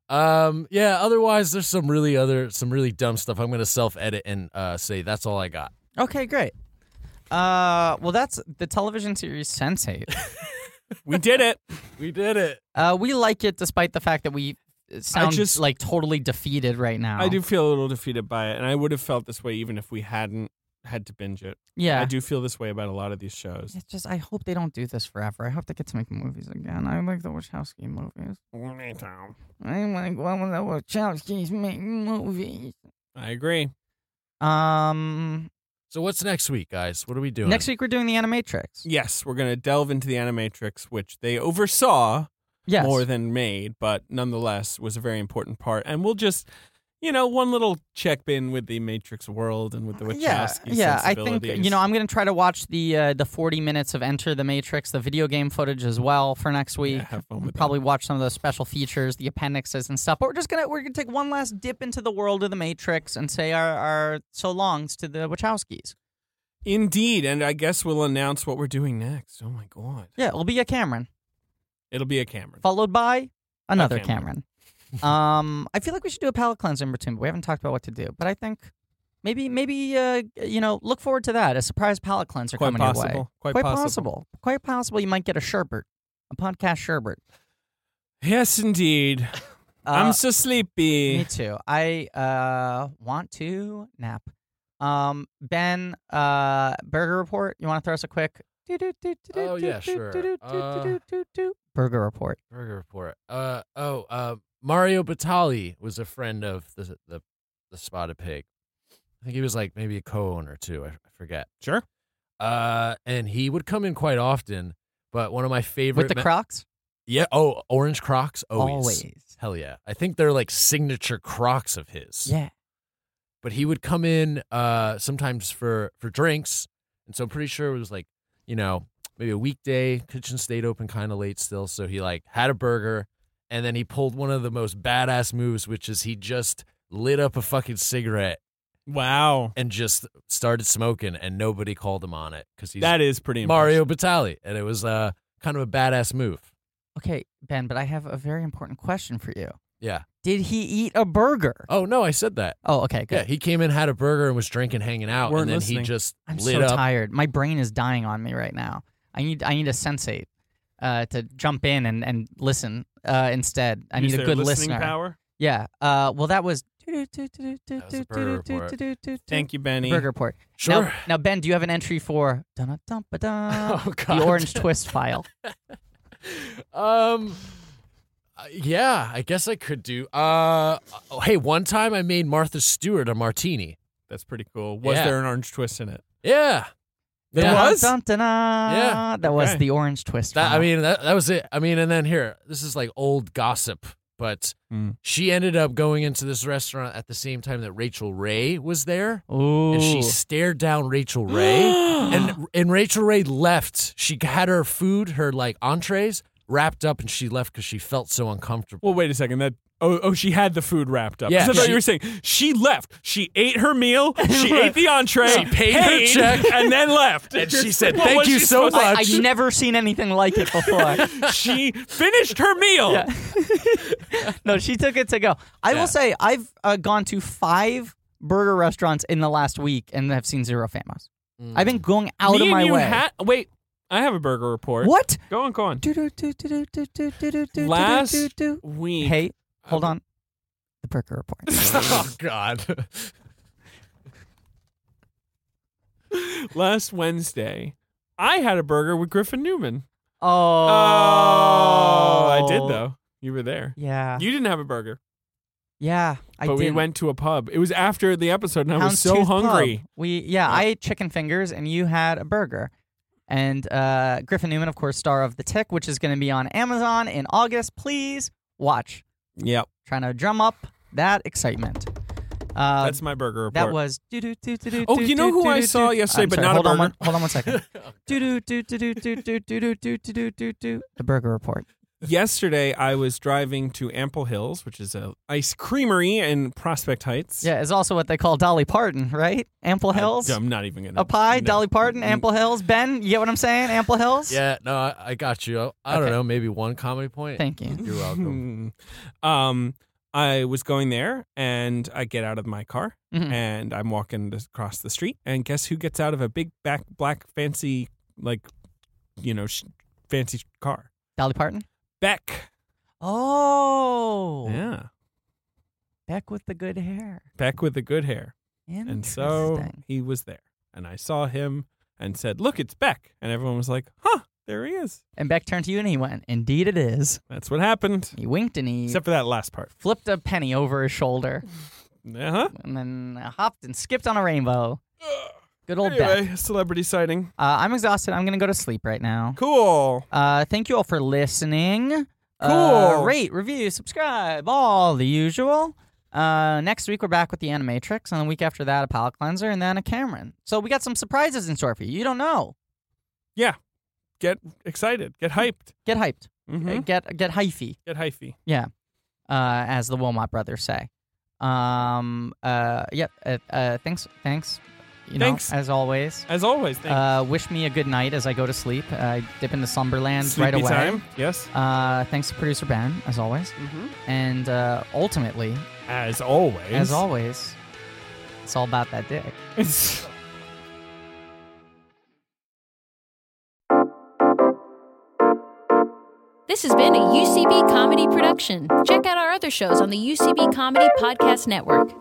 Speaker 4: Um, yeah. Otherwise, there's some really other some really dumb stuff. I'm gonna self-edit and uh, say that's all I got.
Speaker 2: Okay, great. Uh, well, that's the television series Sense8.
Speaker 3: we did it.
Speaker 4: We did it.
Speaker 2: uh, we like it despite the fact that we uh, sound
Speaker 3: just-
Speaker 2: like totally defeated right now.
Speaker 3: I do feel a little defeated by it, and I would have felt this way even if we hadn't had to binge it.
Speaker 2: Yeah.
Speaker 3: I do feel this way about a lot of these shows.
Speaker 2: It's just I hope they don't do this forever. I hope they get to make movies again. I like the Wachowski movies. I like one of the Wachowskis make movies.
Speaker 3: I agree.
Speaker 2: Um,
Speaker 4: So what's next week, guys? What are we doing?
Speaker 2: next week we're doing the Animatrix.
Speaker 3: Yes, we're going to delve into the Animatrix, which they oversaw
Speaker 2: Yes.
Speaker 3: more than made, but nonetheless was a very important part. And we'll just, you know, one little check in with the Matrix world and with the Wachowski
Speaker 2: yeah, yeah. I think
Speaker 3: sensibilities.
Speaker 2: you know I'm gonna try to watch the uh, the 40 minutes of Enter the Matrix, the video game footage as well for next week.
Speaker 3: Yeah, have fun with
Speaker 2: Probably watch some of those special features, the appendixes and stuff. But we're just gonna we're gonna take one last dip into the world of the Matrix and say our our so longs to the
Speaker 3: that.
Speaker 2: Wachowskis.
Speaker 3: indeed, and I guess we'll announce what we're doing next. Oh my god,
Speaker 2: Yeah, it'll be a Cameron
Speaker 3: it'll be a Cameron.
Speaker 2: followed by another
Speaker 3: Cameron.
Speaker 2: Cameron. um, I feel like we should do a palate cleanse in between. But we haven't talked about what to do, but I think maybe maybe uh, you know look forward to that a surprise palate cleanser
Speaker 3: Quite
Speaker 2: coming your way.
Speaker 3: possible. Quite,
Speaker 2: possible. Quite possible you might get a sherbet, a podcast sherbet.
Speaker 3: Yes, indeed. I'm
Speaker 2: Uh,
Speaker 3: so
Speaker 2: me
Speaker 3: sleepy.
Speaker 2: too. I uh want to nap. Um, Ben, uh, Burger Report. You want to throw us a quick?
Speaker 4: Oh, yeah, sure. Uh,
Speaker 2: Burger Report.
Speaker 4: Burger Report. Uh oh. Uh, Mario Batali was a friend of the the the Spotted Pig. I think he was like maybe a co-owner too. I, I forget.
Speaker 3: Sure.
Speaker 4: Uh, and he would come in quite often. But one of my favorite
Speaker 2: With the
Speaker 4: me-
Speaker 2: Crocs?
Speaker 4: Yeah. Oh, orange Crocs always.
Speaker 2: Always.
Speaker 4: Hell yeah. I think they're like signature Crocs of his.
Speaker 2: Yeah.
Speaker 4: But he would come in uh sometimes for for drinks, and so I'm pretty sure it was like you know maybe a weekday. Kitchen stayed open kind of late still, so he like had a burger, and then he pulled one of the most badass moves, which is he just lit up a fucking cigarette
Speaker 3: Wow.
Speaker 4: and just started smoking, and nobody called him on it because he's
Speaker 3: That is pretty
Speaker 4: Mario Batali, and it was uh kind of a badass move.
Speaker 2: Okay, Ben, but I have a very important question for you.
Speaker 4: Yeah.
Speaker 2: Did he eat a burger?
Speaker 4: Oh no, I said that.
Speaker 2: Oh, okay, good.
Speaker 4: Yeah, he came in, had a burger, and was drinking, hanging out,
Speaker 3: Weren't
Speaker 4: and then
Speaker 3: listening.
Speaker 4: he just
Speaker 2: I'm
Speaker 4: lit
Speaker 2: so
Speaker 4: up.
Speaker 2: tired. My brain is dying on me right now. I need I need a sensate uh, to jump in and and listen uh, instead. I
Speaker 3: Use
Speaker 2: need a
Speaker 3: their
Speaker 2: good
Speaker 3: listening
Speaker 2: listener.
Speaker 3: power.
Speaker 2: Yeah. Uh, well, that was.
Speaker 4: That was a burger report.
Speaker 3: Thank you, Benny.
Speaker 2: Burger port.
Speaker 4: Sure.
Speaker 2: Now, now, Ben, do you have an entry for dun dun dun
Speaker 4: oh god.
Speaker 2: the orange twist file?
Speaker 4: Um. uh, Yeah, I guess I could do. Uh. oh, hey, one time I made Martha Stewart a martini.
Speaker 3: That's pretty cool. Was
Speaker 4: Yeah.
Speaker 3: there an orange twist in it?
Speaker 4: Yeah.
Speaker 3: There
Speaker 4: Yeah.
Speaker 3: was?
Speaker 2: Dun, dun, dun, dun.
Speaker 4: Yeah,
Speaker 2: That was
Speaker 3: okay.
Speaker 2: the orange twist.
Speaker 4: That I
Speaker 2: file.
Speaker 4: mean, that that was it. I mean, and then here, this is like old gossip, but
Speaker 3: Mm.
Speaker 4: she ended up going into this restaurant at the same time that Rachel Ray was there,
Speaker 2: Ooh.
Speaker 4: and she stared down Rachel Ray. and and Rachel Ray left. She had her food, her like entrees wrapped up, and she left because she felt so uncomfortable.
Speaker 3: Well, wait a second. That oh oh, she had the food wrapped up.
Speaker 4: Yeah,
Speaker 3: 'Cause I thought
Speaker 4: she-
Speaker 3: you were saying she left. She ate her meal. She ate the entree.
Speaker 4: She paid her check.
Speaker 3: and then left.
Speaker 4: And she said,
Speaker 3: What
Speaker 4: "Thank
Speaker 3: was
Speaker 4: you
Speaker 3: she
Speaker 4: so
Speaker 3: supposed
Speaker 2: I,
Speaker 4: much."
Speaker 2: I've never seen anything like it before.
Speaker 3: to- She finished her meal.
Speaker 2: Yeah. no, she took it to go. I
Speaker 4: Yeah.
Speaker 2: will say I've uh, gone to five burger restaurants in the last week and have seen zero famos. I've been going
Speaker 3: Mm. Me
Speaker 2: out of
Speaker 3: and
Speaker 2: my
Speaker 3: you
Speaker 2: way.
Speaker 3: had- wait, I have a burger report.
Speaker 2: what?
Speaker 3: Go on, go on. Last
Speaker 2: Last.
Speaker 3: week,
Speaker 2: Hey, hold on. The burger report.
Speaker 4: oh God.
Speaker 3: last Wednesday, I had a burger with Griffin Newman.
Speaker 2: Oh,
Speaker 3: Oh, I did though. You were there.
Speaker 2: Yeah,
Speaker 3: You didn't have a burger,
Speaker 2: yeah. I
Speaker 3: but we
Speaker 2: did.
Speaker 3: went to a pub. It was after the episode, and I was
Speaker 2: Houndstooth
Speaker 3: so
Speaker 2: Pub.
Speaker 3: hungry.
Speaker 2: We yeah, I ate chicken fingers and you had a burger. And uh, Griffin Newman, of course, star of The Tick, which is going to be on Amazon in August. Please watch.
Speaker 3: Yep,
Speaker 2: Trying to drum up that excitement. Uh,
Speaker 3: that's my burger report.
Speaker 2: that was. doo-doo-doo-doo-doo,
Speaker 3: Oh, you know who I
Speaker 2: doo-doo-doo-doo.
Speaker 3: saw yesterday,
Speaker 2: I'm
Speaker 3: but
Speaker 2: sorry,
Speaker 3: not a
Speaker 2: hold on
Speaker 3: burger?
Speaker 2: one- Hold on one second. Doo-doo-doo-doo-doo-doo-doo-doo-doo-doo-doo. The burger report.
Speaker 3: yesterday I was driving to Ample Hills, which is a ice creamery in Prospect Heights.
Speaker 2: Yeah, is also what they call Dolly Parton, right? Ample Hills.
Speaker 3: I, am not even gonna
Speaker 2: A pie,
Speaker 3: no.
Speaker 2: Dolly Parton, Ample Hills. Ben, you get what I'm saying? Ample Hills?
Speaker 4: Yeah. No, I, I got you. I, I don't
Speaker 2: Okay.
Speaker 4: know. Maybe one comedy point.
Speaker 2: Thank you.
Speaker 4: You're welcome.
Speaker 3: um, I was going there, and I get out of my car,
Speaker 2: Mhm.
Speaker 3: and I'm walking this- across the street, and guess who gets out of a big back black fancy like, you know, sh- fancy car?
Speaker 2: Dolly Parton?
Speaker 3: Beck.
Speaker 2: Oh.
Speaker 3: Yeah,
Speaker 2: Beck with the good hair.
Speaker 3: Beck with the good hair.
Speaker 2: Oh
Speaker 3: And so
Speaker 2: Interesting.
Speaker 3: he was there, and I saw him and said, "Look, it's Beck," and everyone was like, "Huh, there he is."
Speaker 2: And Beck turned to you and he went, Indeed it is.
Speaker 3: That's what happened.
Speaker 2: He winked and he
Speaker 3: Except for that last part.
Speaker 2: flipped a penny over his shoulder
Speaker 3: Uh huh.
Speaker 2: and then hopped and skipped on a rainbow. Good old Beck.
Speaker 3: Anyway, celebrity sighting.
Speaker 2: Uh, I'm exhausted. I'm going to go to sleep right now.
Speaker 3: Cool.
Speaker 2: Uh, thank you all for listening. Uh,
Speaker 3: Cool.
Speaker 2: rate, review, subscribe, all the usual. Uh, next week we're back with the Animatrix, and the week after that a palate cleanser, and then a Cameron. So we got some surprises in store for you. You don't know.
Speaker 3: Yeah. Get excited. Get hyped.
Speaker 2: Get hyped.
Speaker 3: Mm-hmm.
Speaker 2: Get get hyphy,
Speaker 3: Get hyphy.
Speaker 2: uh, as the Wilmot brothers say. Um. Uh. Yep. Uh, uh. Thanks. Thanks. You
Speaker 3: Thanks.
Speaker 2: know, as always.
Speaker 3: As always, thank
Speaker 2: Uh, wish me a good night as I go to sleep. I dip into slumberland
Speaker 3: Sleepy
Speaker 2: right away.
Speaker 3: time. Yes.
Speaker 2: Uh, thanks to producer Ben, as always.
Speaker 3: Mm-hmm.
Speaker 2: And uh, ultimately,
Speaker 3: As always.
Speaker 2: as always, it's all about that dick.
Speaker 3: always.
Speaker 5: This has been a UCB comedy production. Check out our other shows on the UCB Comedy Podcast Network.